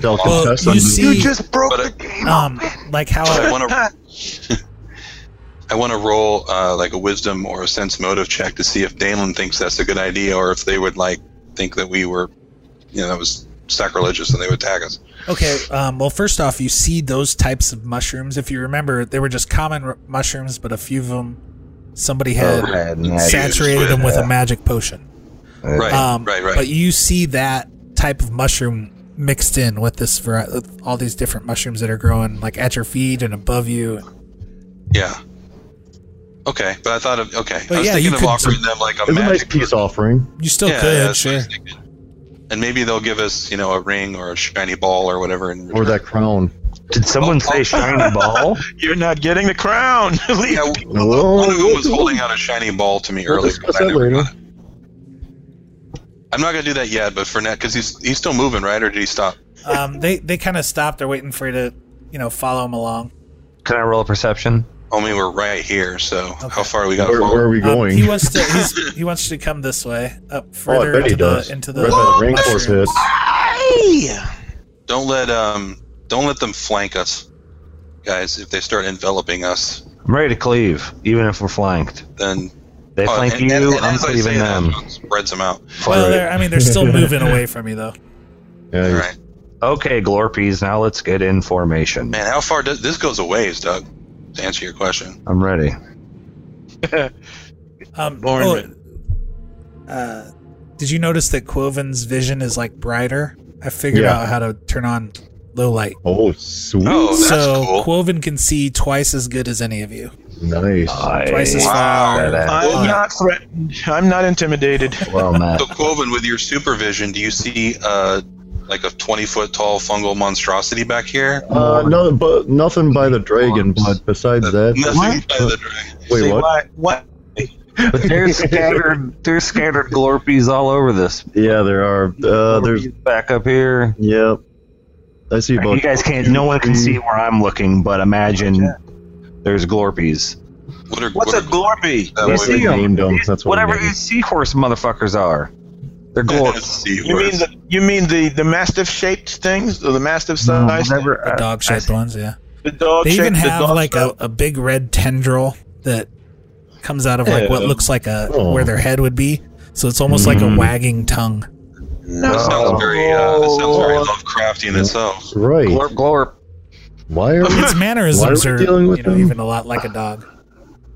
Speaker 5: Del
Speaker 3: Oh,
Speaker 1: Well,
Speaker 5: Contessa.
Speaker 1: you see,
Speaker 3: But I,
Speaker 1: um, like how
Speaker 3: but I want to. <laughs> I want to roll uh, like a wisdom or a sense motive check to see if Dalen thinks that's a good idea, or if they would like think that we were, you know, that was sacrilegious and they would attack us.
Speaker 1: Okay. Um, well, first off, you see those types of mushrooms. If you remember, they were just common r- mushrooms, but a few of them somebody had
Speaker 3: Oh,
Speaker 4: Red, yeah,
Speaker 1: saturated them with a magic potion.
Speaker 3: Right,
Speaker 1: Um,
Speaker 3: right, right.
Speaker 1: But you see that type of mushroom mixed in with this vari- with all these different mushrooms that are growing like at your feet and above you.
Speaker 3: Yeah. Okay, but I thought of okay.
Speaker 1: But
Speaker 3: I was
Speaker 1: yeah, you
Speaker 3: thinking of
Speaker 1: could-
Speaker 3: offering them like a
Speaker 5: It's a nice
Speaker 3: magic.
Speaker 5: peace offering.
Speaker 1: You still
Speaker 3: yeah, yeah,
Speaker 1: could,
Speaker 3: that's what
Speaker 1: sure.
Speaker 3: I was thinking. And maybe they'll give us, you know, a ring or a shiny ball or whatever. In
Speaker 5: Or
Speaker 3: return.
Speaker 5: that crown.
Speaker 4: Did someone say <laughs> shiny ball?
Speaker 2: You're not getting the <laughs> crown. Leave.
Speaker 3: Yeah, one of them was holding out a shiny ball to me
Speaker 5: We'll
Speaker 3: earlier.
Speaker 5: discuss
Speaker 3: but I
Speaker 5: that
Speaker 3: never
Speaker 5: later.
Speaker 3: got it. I'm not gonna do that yet, but for now, because he's he's still moving, right? Or did he stop?
Speaker 1: Um, they they kind of stopped. They're waiting for you to you know follow them along.
Speaker 4: Can I roll a perception?
Speaker 3: Only we're right here. So how far we got?
Speaker 5: Where,
Speaker 3: forward?
Speaker 5: where are we
Speaker 1: Um,
Speaker 5: going?
Speaker 1: he wants to he's, he wants you to come this way up
Speaker 5: oh, I
Speaker 1: further
Speaker 5: bet he
Speaker 1: into,
Speaker 5: does.
Speaker 1: the, into the Oh,
Speaker 5: right by the rainforest
Speaker 1: mushrooms.
Speaker 5: hit.
Speaker 3: Don't let um don't let them flank us, guys. If they start enveloping us,
Speaker 4: I'm ready to cleave, even if we're flanked.
Speaker 3: then
Speaker 4: They
Speaker 3: Oh,
Speaker 4: flank
Speaker 3: and-
Speaker 4: you,
Speaker 3: and- and
Speaker 4: I'm
Speaker 3: as I say
Speaker 4: cleaving
Speaker 3: that,
Speaker 4: them.
Speaker 3: it Spreads them out.
Speaker 1: Well,
Speaker 4: Alright.
Speaker 1: they're, I mean,
Speaker 5: <laughs>
Speaker 1: they're still moving away from you, though.
Speaker 5: Yeah,
Speaker 3: All
Speaker 5: he's-
Speaker 3: right,
Speaker 4: Okay, Glorpies, now let's get in formation.
Speaker 3: man. How far does this goes a ways, Doug? To answer your question,
Speaker 4: I'm ready.
Speaker 1: Um,
Speaker 2: Bournemouth.
Speaker 1: oh, uh, did you notice that Quoven's vision is like brighter? I figured
Speaker 5: Yeah.
Speaker 1: out how to turn on low light,
Speaker 5: Oh, sweet.
Speaker 3: Oh, that's
Speaker 1: so
Speaker 3: cool.
Speaker 1: Quoven can see twice as good as any of you.
Speaker 5: Nice.
Speaker 1: Twice as
Speaker 4: I-
Speaker 1: far.
Speaker 4: that-
Speaker 2: I'm
Speaker 1: Uh,
Speaker 2: not threatened. I'm not intimidated.
Speaker 4: well met.
Speaker 3: so Quoven, with your supervision, do you see uh like a twenty foot tall fungal monstrosity back here?
Speaker 5: uh, no, but nothing by the dragon. But besides that,
Speaker 3: Nothing by the dragon.
Speaker 5: wait,
Speaker 2: See,
Speaker 5: what?
Speaker 2: Why, why-
Speaker 4: <laughs> But there's scattered, there's scattered Glorpies all over this.
Speaker 5: Yeah, there are. Uh, there's.
Speaker 4: Glorpies back up here.
Speaker 5: Yep. I see both.
Speaker 4: You guys can't. No one can see where I'm looking, but imagine there's Glorpies.
Speaker 3: What are,
Speaker 2: what's
Speaker 3: what
Speaker 2: a
Speaker 3: are,
Speaker 2: glorpy?
Speaker 3: uh,
Speaker 4: You
Speaker 3: what
Speaker 4: see
Speaker 3: are-
Speaker 5: They
Speaker 4: them.
Speaker 5: named them, That's what
Speaker 4: Whatever
Speaker 5: it
Speaker 4: these
Speaker 5: is.
Speaker 4: seahorse motherfuckers are, they're Glorpies.
Speaker 3: see
Speaker 2: You mean
Speaker 3: words.
Speaker 2: the you mean the the mastiff shaped things or the mastiff size?
Speaker 4: Whatever-
Speaker 1: The dog shaped ones, yeah.
Speaker 2: the dog
Speaker 1: They even
Speaker 2: shaped. The
Speaker 1: have
Speaker 2: dog
Speaker 1: like a, a big red tendril that comes out of like what looks like a
Speaker 5: Oh. Hmm.
Speaker 1: where their head would be. So it's almost like a wagging tongue.
Speaker 3: That sounds very uh, that sounds very Lovecraftian in itself.
Speaker 5: Right.
Speaker 4: Glorp, glorp.
Speaker 5: Why are
Speaker 3: <laughs>
Speaker 5: we?
Speaker 1: Its mannerisms
Speaker 5: Why are
Speaker 1: are
Speaker 5: we dealing with
Speaker 1: you know,
Speaker 5: them?
Speaker 1: even a lot like a dog.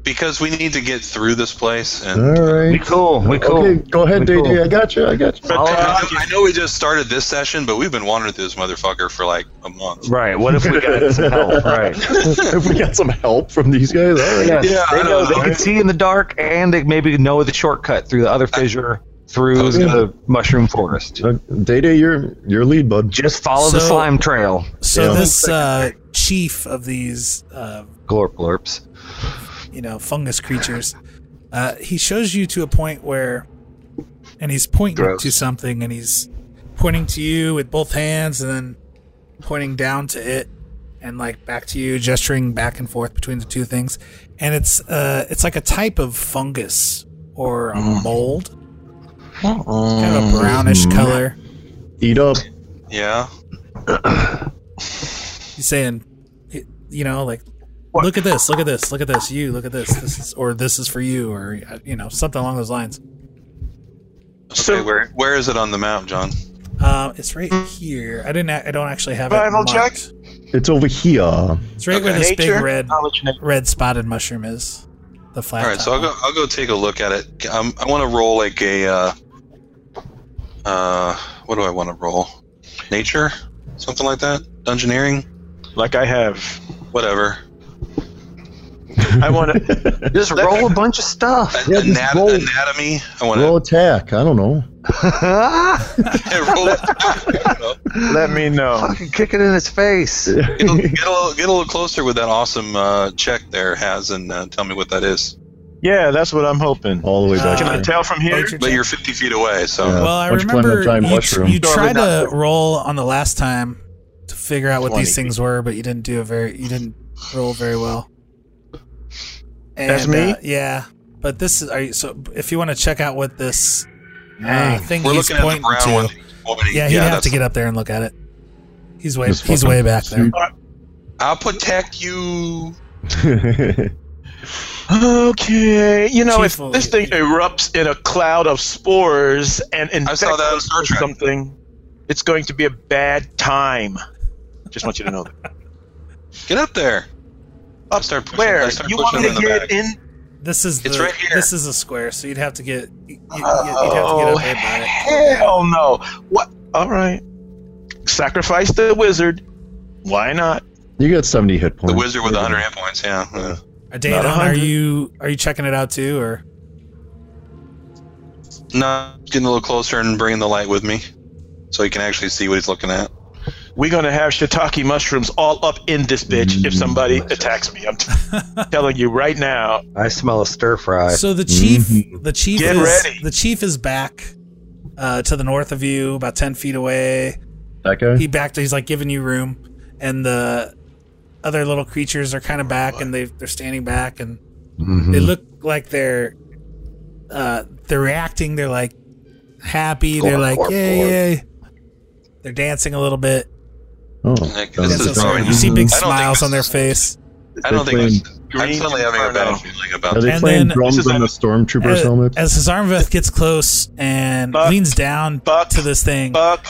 Speaker 3: Because we need to get through this place and.
Speaker 5: All
Speaker 4: We
Speaker 5: right.
Speaker 4: cool. We cool.
Speaker 5: Okay, go ahead,
Speaker 4: We
Speaker 5: DJ.
Speaker 4: cool.
Speaker 5: I got you. I got you.
Speaker 4: All
Speaker 3: I
Speaker 4: I-
Speaker 3: know, I know we just started this session, but we've been wandering through this motherfucker for like a month.
Speaker 4: Right. What if <laughs> we got some help? Right.
Speaker 5: if <laughs> we got some help from these guys, all right.
Speaker 4: Yes,
Speaker 3: Yeah, I
Speaker 4: they
Speaker 3: don't
Speaker 4: know
Speaker 3: know.
Speaker 4: they can see in the dark, and they maybe know the shortcut through the other fissure through
Speaker 3: was
Speaker 4: the mushroom forest.
Speaker 5: Uh, Day Day, you're your lead, bud.
Speaker 4: Just follow the
Speaker 1: So-
Speaker 4: slime trail.
Speaker 1: So
Speaker 5: Yeah.
Speaker 1: this uh, chief of these uh,
Speaker 4: Glorp glorps.
Speaker 1: you know, fungus creatures. Uh, he shows you to a point where, and he's pointing
Speaker 4: Gross.
Speaker 1: to something, and he's pointing to you with both hands, and then pointing down to it, and like back to you, gesturing back and forth between the two things. And it's uh, it's like a type of fungus or a mold, kind
Speaker 4: Um,
Speaker 1: of a brownish color.
Speaker 5: Eat up.
Speaker 3: Yeah.
Speaker 1: He's saying, it- you know, like. Look at this! Look at this! Look at this! You look at this! This is, or this is for you, or uh, you know, something along those lines.
Speaker 3: Okay,
Speaker 2: So-
Speaker 3: where where is it on the map, John?
Speaker 1: Um, it's right here. I didn't. a- I don't actually have
Speaker 2: Survival
Speaker 1: it.
Speaker 2: check?
Speaker 1: marked.
Speaker 5: It's over here.
Speaker 1: It's right where this
Speaker 2: nature. Oh.
Speaker 1: big red
Speaker 2: knowledge, and
Speaker 1: red spotted mushroom is. The flat.
Speaker 3: All right, so I'll go. I'll go take a look at it. Um, I want to roll like a. Uh, uh, what do I want to roll? Nature, something like that. Dungeoneering,
Speaker 2: Like I have.
Speaker 3: whatever.
Speaker 2: I want
Speaker 1: <laughs>
Speaker 2: to.
Speaker 4: Just roll a bunch of stuff.
Speaker 5: Yeah, just
Speaker 3: Anat-
Speaker 5: roll.
Speaker 3: Anatomy. I want
Speaker 5: Roll attack. I don't know.
Speaker 3: to <laughs>
Speaker 5: <laughs>
Speaker 3: roll.
Speaker 2: Let me know.
Speaker 4: Fucking kick it in its face.
Speaker 3: Get a, get, a little, get a little closer with that awesome uh, check there, Has, and uh, tell me what that is.
Speaker 2: Yeah, that's what I'm hoping.
Speaker 5: all the way back.
Speaker 2: Can I
Speaker 5: there.
Speaker 2: tell from here?
Speaker 1: Nature
Speaker 3: But
Speaker 1: check.
Speaker 3: you're 50 feet away, so
Speaker 5: Yeah.
Speaker 1: Well, I
Speaker 5: Much plant
Speaker 1: remember
Speaker 5: and giant
Speaker 1: you,
Speaker 5: mushroom.
Speaker 1: you tried
Speaker 2: Probably
Speaker 1: to roll on the last time to figure out what these
Speaker 6: 20.
Speaker 1: things were, but you didn't do a very you didn't roll very well. And,
Speaker 2: That's me?
Speaker 1: uh, yeah, but this is are you, so. If you want to check out what this uh, thing
Speaker 3: we're
Speaker 1: he's
Speaker 3: looking at the
Speaker 1: pointing
Speaker 3: brown
Speaker 1: to,
Speaker 3: one. that he's pointing-
Speaker 1: yeah, he'd have to
Speaker 3: that's-
Speaker 1: get up there and look at it. He's way
Speaker 5: This
Speaker 1: he's
Speaker 5: fucking
Speaker 1: way back there.
Speaker 3: I'll protect you.
Speaker 2: Okay, you know,
Speaker 1: Chief will-
Speaker 2: if this thing erupts in a cloud of spores and infects
Speaker 3: saw that on
Speaker 2: us
Speaker 3: Star
Speaker 2: with
Speaker 3: Trek.
Speaker 2: something, it's going to be a bad time. Just want you to know that.
Speaker 3: <laughs> Get up there.
Speaker 2: Up
Speaker 3: start pushing-
Speaker 2: where
Speaker 3: I start
Speaker 2: you
Speaker 3: pushing
Speaker 2: want
Speaker 3: him
Speaker 2: me to
Speaker 3: in the
Speaker 2: get
Speaker 3: back.
Speaker 2: in?
Speaker 1: This is the,
Speaker 3: It's right here.
Speaker 1: this is a square, so you'd have to get you, would
Speaker 2: Oh
Speaker 1: have to get up there.
Speaker 2: hell no! What? All right, sacrifice the wizard. Why not?
Speaker 5: <laughs> you got 70 hit points.
Speaker 3: The wizard with 100 hit points. Yeah. yeah.
Speaker 1: By it. Dayton,
Speaker 2: a
Speaker 1: Uh, are
Speaker 2: hundred.
Speaker 1: you are you checking it out too, or
Speaker 3: No, getting a little closer and bringing the light with me, so you can actually see what he's looking at.
Speaker 2: We're gonna have shiitake mushrooms all up in this bitch if somebody attacks me. I'm t- telling you right now.
Speaker 4: I smell a stir fry.
Speaker 1: So the
Speaker 5: Mm-hmm.
Speaker 1: chief, the chief
Speaker 2: Get
Speaker 1: is
Speaker 2: ready.
Speaker 1: the chief is back uh, to the north of you, about ten feet away.
Speaker 5: That guy?
Speaker 1: He backed. He's like giving you room, and the other little creatures are kind of back, and they they're standing back, and
Speaker 5: Mm-hmm.
Speaker 1: they look like they're uh, they're reacting. They're like happy. They're like yay yay. They're dancing a little bit.
Speaker 5: oh,
Speaker 3: Like,
Speaker 5: God.
Speaker 3: this
Speaker 1: So
Speaker 3: is probably-
Speaker 1: you see big
Speaker 3: I don't think
Speaker 1: smiles
Speaker 3: this
Speaker 1: on their
Speaker 3: is-
Speaker 1: face.
Speaker 3: I don't think
Speaker 5: playing
Speaker 3: this, I'm suddenly having a bad feeling
Speaker 5: Are
Speaker 3: about
Speaker 5: they
Speaker 1: And
Speaker 5: playing
Speaker 1: then-
Speaker 5: drums
Speaker 2: This is
Speaker 5: on the stormtrooper's
Speaker 1: As,
Speaker 5: helmet?
Speaker 1: Uh, as Hazarmaveth gets close and
Speaker 2: Buck.
Speaker 1: leans down
Speaker 2: Buck.
Speaker 1: to this thing,
Speaker 2: Fuck.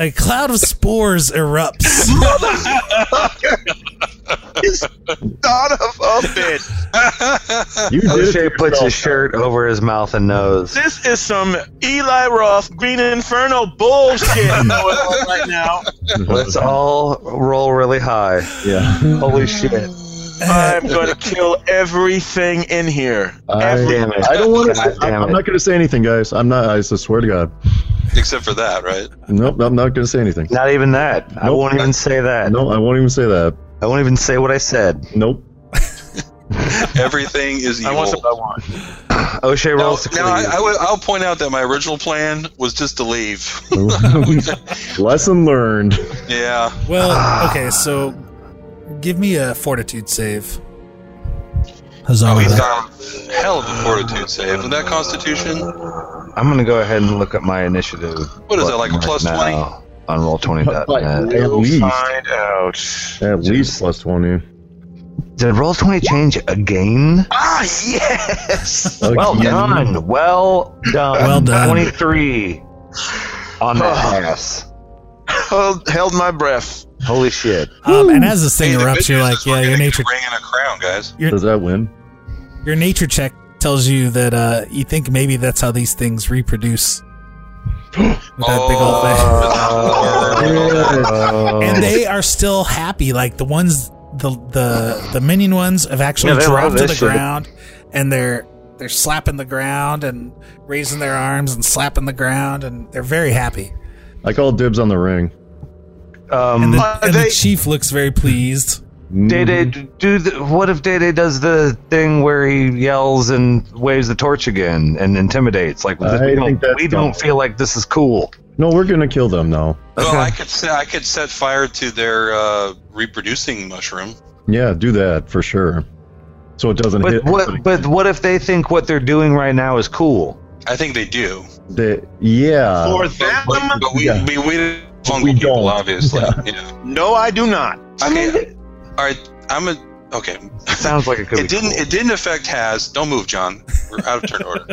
Speaker 1: A cloud of spores
Speaker 3: <laughs>
Speaker 1: erupts.
Speaker 2: Son of a
Speaker 3: it.
Speaker 2: bitch.
Speaker 5: You did
Speaker 4: O'Shea
Speaker 5: it.
Speaker 4: puts his shirt over his mouth and nose.
Speaker 2: This is some Eli Roth Green Inferno bullshit going on right now.
Speaker 5: <laughs>
Speaker 4: Let's all roll really high.
Speaker 5: Yeah.
Speaker 4: Holy shit.
Speaker 2: I'm going to kill everything in here.
Speaker 5: I,
Speaker 4: Damn it.
Speaker 5: I don't want to.
Speaker 4: God damn
Speaker 5: I'm
Speaker 4: it.
Speaker 5: not going to say anything, guys. I'm not. I swear to God.
Speaker 3: <laughs> Except for that, right?
Speaker 5: Nope. I'm not going to say anything.
Speaker 4: Not even that. I
Speaker 5: Nope.
Speaker 4: won't even say that.
Speaker 5: No, I won't even say that.
Speaker 4: I won't even say what I said.
Speaker 5: Nope. <laughs>
Speaker 3: Everything is evil.
Speaker 2: I want some. I want.
Speaker 4: O'Shea
Speaker 3: Now,
Speaker 4: rolls to
Speaker 3: now I,
Speaker 4: cleave.
Speaker 3: I would, I'll point out that my original plan was just to leave.
Speaker 5: Lesson learned.
Speaker 3: yeah.
Speaker 1: well, okay, so give me a fortitude save.
Speaker 3: Oh, he's
Speaker 1: Huzzah.
Speaker 3: got a hell of a fortitude save. With that constitution,
Speaker 4: I'm going to go ahead and look up my initiative.
Speaker 3: What is that, like a plus 20?
Speaker 4: On roll 20.
Speaker 5: But at least,
Speaker 2: Find out.
Speaker 5: at least plus twenty.
Speaker 4: Did roll 20 change again?
Speaker 2: Ah, yes!
Speaker 4: Well
Speaker 5: Again.
Speaker 4: done. Well done.
Speaker 1: Well done.
Speaker 4: 23 on the ass.
Speaker 2: held, held my breath.
Speaker 4: Holy shit.
Speaker 1: Um, and as this
Speaker 3: hey,
Speaker 1: thing
Speaker 3: the
Speaker 1: erupts,
Speaker 3: good
Speaker 1: you're
Speaker 3: news
Speaker 1: like,
Speaker 3: is we're
Speaker 1: yeah,
Speaker 3: gonna
Speaker 1: your
Speaker 3: keep
Speaker 1: nature
Speaker 3: bringing a crown, guys.
Speaker 5: Does that win?
Speaker 1: your nature check tells you that uh, you think maybe that's how these things
Speaker 3: <gasps>
Speaker 1: reproduce. With that big
Speaker 3: Oh,
Speaker 1: old
Speaker 3: <laughs>
Speaker 1: thing.
Speaker 4: Uh, Oh.
Speaker 1: And they are still happy. Like the ones, the the the minion ones have actually
Speaker 4: Yeah, they love
Speaker 1: dropped to the
Speaker 4: this shit.
Speaker 1: ground, and they're they're slapping the ground and raising their arms and slapping the ground, and they're very happy.
Speaker 5: I call dibs on the ring.
Speaker 1: And,
Speaker 4: Um,
Speaker 1: the,
Speaker 2: Are
Speaker 1: and
Speaker 2: they-
Speaker 1: the chief looks very pleased.
Speaker 4: Day Day,
Speaker 5: Mm-hmm.
Speaker 4: do the, what if Day Day does the thing where he yells and waves the torch again and intimidates? Like
Speaker 5: I
Speaker 4: we,
Speaker 5: think
Speaker 4: don't,
Speaker 5: that's
Speaker 4: we don't
Speaker 5: dumb.
Speaker 4: feel like this is cool.
Speaker 5: No, we're gonna kill them now.
Speaker 3: Well, I could set, I could set fire to their uh, reproducing mushroom.
Speaker 5: Yeah, do that for sure. So it doesn't
Speaker 4: But
Speaker 5: hit.
Speaker 4: what? But what if they think what they're doing right now is cool?
Speaker 3: I think they do.
Speaker 5: the, yeah.
Speaker 2: For them?
Speaker 3: But, but we,
Speaker 5: yeah.
Speaker 3: we we don't fungal
Speaker 5: We
Speaker 3: people,
Speaker 5: don't.
Speaker 3: obviously.
Speaker 5: Yeah.
Speaker 3: Yeah.
Speaker 2: No, I do not.
Speaker 4: I mean,
Speaker 3: Okay. All right. I'm a okay.
Speaker 4: Sounds like it could.
Speaker 3: It
Speaker 4: be
Speaker 3: didn't.
Speaker 4: cool.
Speaker 3: It didn't affect Has. Don't move, John. We're out of turn order.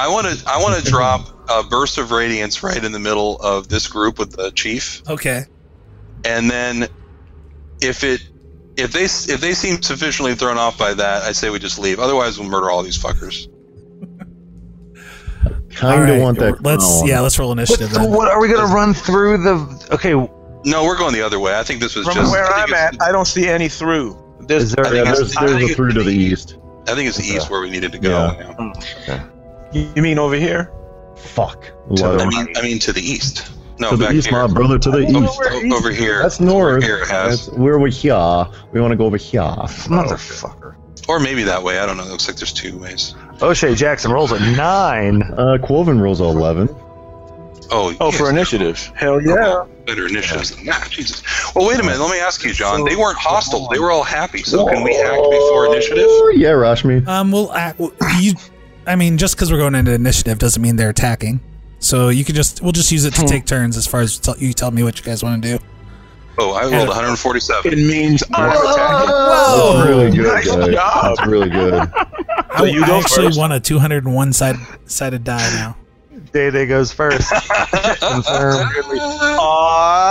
Speaker 3: I want to. I want to drop a burst of radiance right in the middle of this group with the chief,
Speaker 1: Okay.
Speaker 3: and then if it, if they, if they seem sufficiently thrown off by that, I say we just leave. Otherwise, we'll murder all these fuckers.
Speaker 5: Kind of
Speaker 1: Alright,
Speaker 5: want that.
Speaker 1: Let's
Speaker 5: crown.
Speaker 1: yeah, let's roll initiative.
Speaker 4: So
Speaker 1: Then.
Speaker 4: what are we gonna run through the? Okay,
Speaker 3: No, we're going the other way. I think this was
Speaker 2: From
Speaker 3: just.
Speaker 2: where
Speaker 3: I
Speaker 2: I'm
Speaker 3: think
Speaker 2: at,
Speaker 3: it's-
Speaker 2: I don't see any through.
Speaker 4: is
Speaker 2: There's,
Speaker 4: there?
Speaker 3: I
Speaker 5: Yeah,
Speaker 3: think
Speaker 5: there's
Speaker 3: I think
Speaker 5: there's a
Speaker 3: it's
Speaker 5: through to the east.
Speaker 3: I think it's the east where we needed to go.
Speaker 5: Yeah.
Speaker 3: now.
Speaker 2: you mean over here?
Speaker 5: Fuck.
Speaker 3: I
Speaker 5: Love it.
Speaker 3: mean, I mean to the east. No,
Speaker 5: To the
Speaker 3: back
Speaker 5: east,
Speaker 3: here.
Speaker 5: my brother. To the
Speaker 3: Over-
Speaker 5: east.
Speaker 3: Over here.
Speaker 5: That's north.
Speaker 3: Over here, Has.
Speaker 5: That's where we here. Uh, We want to go over here.
Speaker 4: Motherfucker.
Speaker 3: Or maybe that way. I don't know. It looks like there's two ways.
Speaker 4: O'Shea Jackson rolls a nine.
Speaker 5: Uh, Quoven rolls a 11.
Speaker 3: Oh,
Speaker 2: Oh,
Speaker 3: yes,
Speaker 2: for initiative. Hell yeah.
Speaker 3: better initiatives than that. Jesus. Well, wait a minute. Let me ask you, John. They weren't hostile. They were all happy. So can we act before initiative?
Speaker 5: Oh, yeah, Rashmi.
Speaker 1: Um, well, I, well, you, I mean, just because we're going into initiative doesn't mean they're attacking. So you could just, we'll just use it to take turns as far as tell, you tell me what you guys want to do.
Speaker 3: Oh, I rolled 147.
Speaker 2: It means I'm
Speaker 1: Whoa!
Speaker 5: That's really good,
Speaker 2: Nice
Speaker 5: guys.
Speaker 2: job.
Speaker 5: That's really good.
Speaker 1: I,
Speaker 2: you
Speaker 1: I
Speaker 2: go
Speaker 1: actually
Speaker 2: first.
Speaker 1: want a 201 side, sided die now.
Speaker 4: Day Day goes
Speaker 3: <laughs>
Speaker 4: first. Confirm.
Speaker 2: Aw,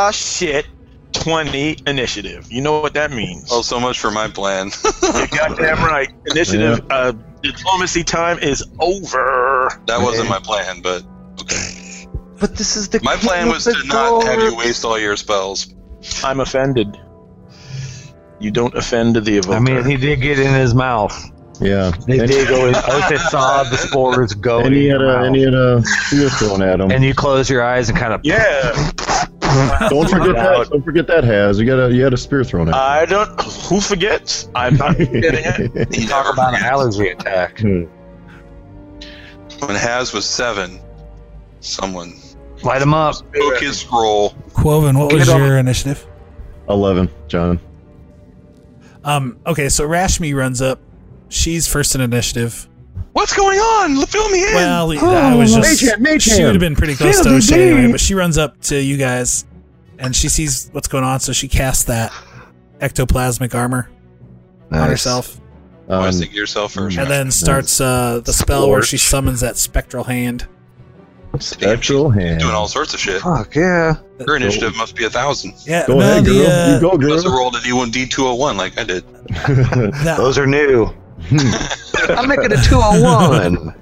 Speaker 2: Ah, shit. 20 initiative. You know what that means.
Speaker 3: Oh, so much for my plan. <laughs>
Speaker 2: You're goddamn right. Initiative, uh, diplomacy time is over.
Speaker 3: that wasn't my plan, but okay.
Speaker 4: But this is the
Speaker 3: My
Speaker 4: king
Speaker 3: plan
Speaker 4: of
Speaker 3: was
Speaker 4: the
Speaker 3: to not have you
Speaker 4: gods.
Speaker 3: waste all your spells.
Speaker 2: I'm offended. You don't offend the evoker.
Speaker 4: I mean, he did get in his mouth.
Speaker 5: Yeah.
Speaker 4: They
Speaker 5: And,
Speaker 4: did go. I saw the spores go.
Speaker 5: and he
Speaker 4: in
Speaker 5: had
Speaker 4: your
Speaker 5: a, and he
Speaker 4: mouth.
Speaker 5: had a spear thrown at him.
Speaker 4: And you close your eyes and kind of.
Speaker 2: yeah,
Speaker 5: Don't
Speaker 3: Oh
Speaker 5: forget that.
Speaker 4: Out.
Speaker 5: Don't forget that, Has. You got a, you had a spear thrown at
Speaker 2: I don't. Who forgets? I'm not
Speaker 3: Uh,
Speaker 5: him.
Speaker 2: forgetting it.
Speaker 3: You
Speaker 4: Talk
Speaker 3: never
Speaker 4: about an
Speaker 3: forget.
Speaker 4: allergy attack.
Speaker 5: <laughs>
Speaker 3: When Haz was seven, someone
Speaker 4: Light him up.
Speaker 3: took his scroll.
Speaker 1: Quoven, what was
Speaker 4: Get on.
Speaker 1: your initiative?
Speaker 5: 11, John.
Speaker 1: Um, okay, so Rashmi runs up. She's first in initiative.
Speaker 3: What's going on? Fill me in.
Speaker 1: Well, I was just.
Speaker 5: Mage hand, mage
Speaker 1: she
Speaker 5: hand.
Speaker 1: would have been pretty close to
Speaker 5: Fill me
Speaker 1: O'Shea anyway,
Speaker 5: in.
Speaker 1: but she runs up to you guys and she sees what's going on, so she casts that ectoplasmic armor on
Speaker 4: Nice.
Speaker 1: herself
Speaker 3: Oh, I
Speaker 5: Um,
Speaker 3: was thinking yourself first.
Speaker 1: and then starts uh, the spell where she summons that spectral hand.
Speaker 3: Damn, she's
Speaker 5: spectral hand.
Speaker 3: doing all sorts of shit.
Speaker 4: Fuck yeah.
Speaker 3: Her initiative must be a thousand.
Speaker 1: Yeah,
Speaker 5: Go
Speaker 1: no,
Speaker 5: ahead,
Speaker 1: the,
Speaker 5: girl.
Speaker 1: uh,
Speaker 5: you go,
Speaker 3: Must have
Speaker 5: girl.
Speaker 3: rolled a D1, D201 like I did.
Speaker 1: that-
Speaker 4: Those are new.
Speaker 1: Hmm.
Speaker 4: I'm making a
Speaker 1: <laughs>
Speaker 4: 201.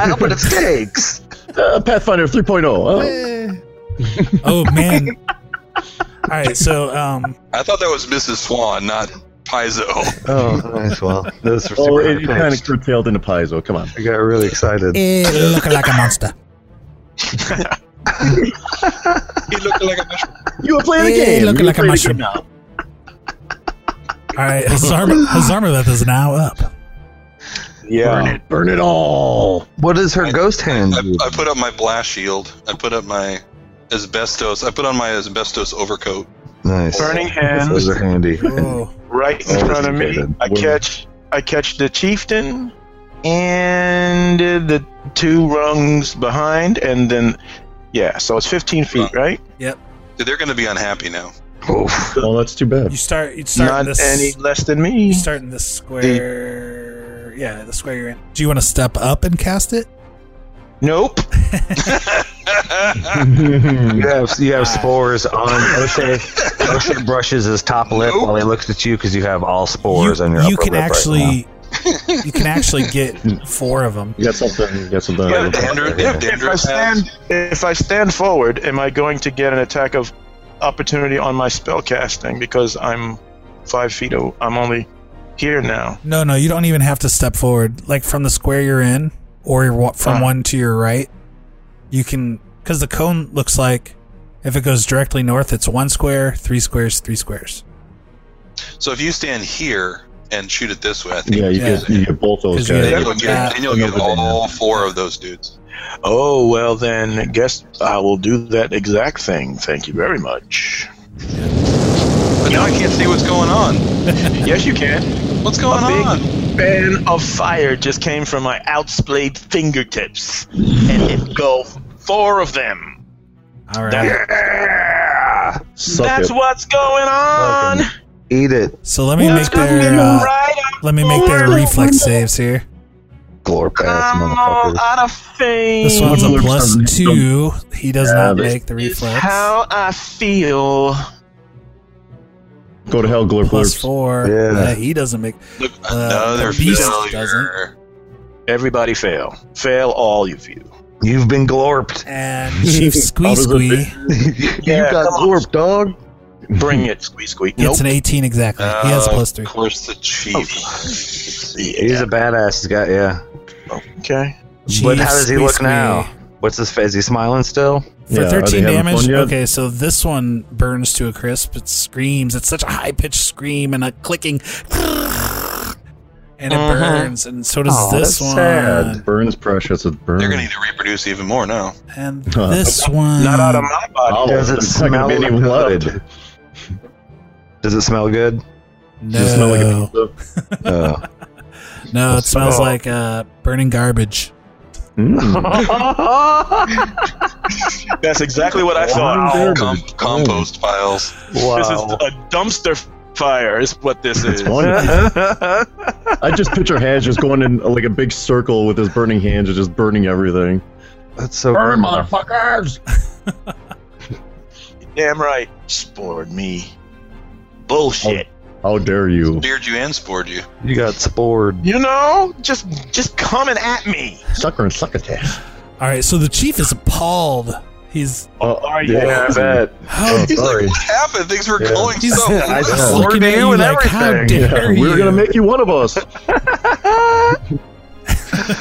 Speaker 4: I don't put the stakes.
Speaker 5: Uh, Pathfinder 3.0. Oh.
Speaker 1: oh man. All right, so um,
Speaker 3: I thought that was Mrs. Swan, not Paizo.
Speaker 4: Oh, nice. Well, those are super
Speaker 5: Oh, it
Speaker 4: high
Speaker 5: kind of
Speaker 4: pitched.
Speaker 5: curtailed into Paizo. Come on.
Speaker 4: I got really excited.
Speaker 1: eh, look like a monster.
Speaker 3: he looked like a mushroom.
Speaker 5: You were playing the
Speaker 1: Eh,
Speaker 5: game.
Speaker 1: looking
Speaker 5: You were
Speaker 1: like a
Speaker 5: playing the
Speaker 1: mushroom.
Speaker 5: game now.
Speaker 1: <laughs> All right, Hazarmaveth Hazarmaveth is now up.
Speaker 2: Yeah.
Speaker 5: Burn it all.
Speaker 4: What is her ghost hand?
Speaker 3: I,
Speaker 4: do?
Speaker 3: I put up my blast shield. I put up my asbestos. I put on my asbestos overcoat.
Speaker 4: nice.
Speaker 2: Burning
Speaker 4: Those
Speaker 2: hands
Speaker 4: are handy.
Speaker 1: Oh,
Speaker 2: right in
Speaker 4: Oh,
Speaker 2: front of me.
Speaker 4: okay,
Speaker 2: I
Speaker 4: then.
Speaker 2: catch. I catch the chieftain and the two rungs behind, and then yeah. So it's 15 feet, right?
Speaker 3: Dude, they're going to be unhappy <laughs> now.
Speaker 4: Oof.
Speaker 5: Oh, that's too
Speaker 1: you
Speaker 5: bad.
Speaker 1: start you start in
Speaker 2: Not
Speaker 1: this
Speaker 2: any less than
Speaker 1: you
Speaker 2: me.
Speaker 1: start in this square. Yeah, the square you're in. Do you want to step up and cast it? <laughs>
Speaker 2: Nope.
Speaker 4: <laughs> You have you have spores on O'Shea. O'Shea brushes his top lip
Speaker 3: Nope.
Speaker 4: while he looks at you because you have all spores
Speaker 1: you
Speaker 4: on your
Speaker 1: you
Speaker 4: upper
Speaker 1: can
Speaker 4: lip right now.
Speaker 1: actually you can actually
Speaker 4: <laughs>
Speaker 1: get four of them.
Speaker 5: You got something. You got something.
Speaker 3: They have dandruff- they have
Speaker 2: If I
Speaker 3: dandruff pads.
Speaker 2: stand, if I stand forward, am I going to get an attack of opportunity on my spell casting because I'm five feet? o- I'm only here now.
Speaker 1: No, no, you don't even have to step forward. Like from the square you're in, or wa- from
Speaker 2: Ah.
Speaker 1: one to your right, you can because the cone looks like if it goes directly north, it's one square, three squares, three squares.
Speaker 3: So if you stand here and shoot it this way, I think
Speaker 5: Yeah, you,
Speaker 1: Yeah.
Speaker 5: Get, you get both those
Speaker 1: 'Cause you
Speaker 5: guys.
Speaker 1: get-
Speaker 3: then you'll
Speaker 1: Yeah.
Speaker 3: get, then you'll get all four of those dudes.
Speaker 2: Oh well, then I guess I will do that exact thing. Thank you very much.
Speaker 3: But now I can't see what's going on.
Speaker 2: yes, you can.
Speaker 3: What's going
Speaker 2: A big-
Speaker 3: on?
Speaker 2: Fan of fire just came from my outsplayed fingertips, and it go four of them.
Speaker 1: All right.
Speaker 2: That-
Speaker 5: Suck
Speaker 2: That's
Speaker 5: it.
Speaker 2: what's going on.
Speaker 4: Eat it,
Speaker 1: So let me make their uh,
Speaker 2: Right
Speaker 1: let me make their reflex saves here.
Speaker 4: glorp ass
Speaker 2: Come on,
Speaker 4: motherfucker.
Speaker 2: out of fame.
Speaker 1: This one's a
Speaker 5: Looks
Speaker 1: plus
Speaker 5: like-
Speaker 1: two. He does
Speaker 5: Yeah,
Speaker 1: not
Speaker 5: this-
Speaker 1: make the
Speaker 2: is
Speaker 1: reflex.
Speaker 2: how I feel.
Speaker 5: Go to hell, Glorp.
Speaker 1: Plus
Speaker 5: Glorps.
Speaker 1: four.
Speaker 4: Yeah.
Speaker 1: Yeah, he doesn't make.
Speaker 3: Look,
Speaker 1: Uh,
Speaker 3: another
Speaker 1: the beast
Speaker 3: failure.
Speaker 2: Everybody fail. Fail all of you.
Speaker 4: You've been glorped.
Speaker 1: And Chief Squee
Speaker 5: does it
Speaker 1: Squee
Speaker 2: Yeah,
Speaker 4: you got
Speaker 2: come on.
Speaker 4: glorped, dog.
Speaker 2: Bring it, squeak squeak.
Speaker 1: gets
Speaker 2: Nope.
Speaker 1: an 18 exactly. he has
Speaker 3: Uh,
Speaker 1: plus
Speaker 3: Of
Speaker 1: three.
Speaker 3: course, the chief.
Speaker 4: He's a badass. He's got yeah.
Speaker 2: Okay.
Speaker 1: Chief
Speaker 4: but how does he
Speaker 1: Squee
Speaker 4: look
Speaker 1: Squee.
Speaker 4: now? What's his face? Is he smiling still?
Speaker 5: Yeah,
Speaker 1: For
Speaker 5: are
Speaker 1: 13
Speaker 5: they having
Speaker 1: damage?
Speaker 5: fun yet?
Speaker 1: Okay, so this one burns to a crisp. It screams. It's such a high pitched scream and a clicking. <laughs> and it burns, and so does
Speaker 4: Aw,
Speaker 1: this
Speaker 4: that's
Speaker 1: one,
Speaker 4: sad.
Speaker 5: Burns precious. It burns.
Speaker 3: They're gonna need to reproduce even more now.
Speaker 1: and
Speaker 5: Huh.
Speaker 1: this one.
Speaker 2: Not out of my body.
Speaker 5: Oh,
Speaker 4: Does it
Speaker 5: there's not gonna be
Speaker 4: smell
Speaker 5: any
Speaker 4: good?
Speaker 5: left.
Speaker 4: <laughs> Does it
Speaker 5: <laughs>
Speaker 4: smell good?
Speaker 5: Does it smell like
Speaker 1: no,
Speaker 5: a pizza?
Speaker 4: Uh,
Speaker 1: no, it smells
Speaker 4: Oh.
Speaker 1: like uh, burning garbage.
Speaker 5: Mm.
Speaker 2: That's exactly what I
Speaker 5: Wow.
Speaker 2: thought.
Speaker 3: Com- compost piles.
Speaker 2: This is
Speaker 4: wow.
Speaker 2: a dumpster fire. Is what this
Speaker 5: It's
Speaker 2: is.
Speaker 5: funny. I just picture Hands just going in uh, like a big circle with his burning hands and just burning everything.
Speaker 4: That's so
Speaker 5: Burn,
Speaker 4: gross.
Speaker 5: motherfuckers!
Speaker 2: Damn right. Oh. Spored me. Bullshit.
Speaker 5: How dare you?
Speaker 3: Speared you and spored you.
Speaker 4: You got spored.
Speaker 2: You know, just just coming at me.
Speaker 5: Sucker and succotash.
Speaker 1: All right, so the chief is appalled. He's
Speaker 5: Oh,
Speaker 4: Yeah, I bet.
Speaker 1: how
Speaker 3: He's
Speaker 4: Sorry.
Speaker 3: like, what happened? Things were going
Speaker 1: he's
Speaker 3: so well."
Speaker 1: just
Speaker 4: know.
Speaker 1: looking at
Speaker 4: We're
Speaker 1: you
Speaker 4: doing
Speaker 1: like how
Speaker 4: everything.
Speaker 1: dare
Speaker 5: we
Speaker 1: you?
Speaker 5: are gonna make you one of us.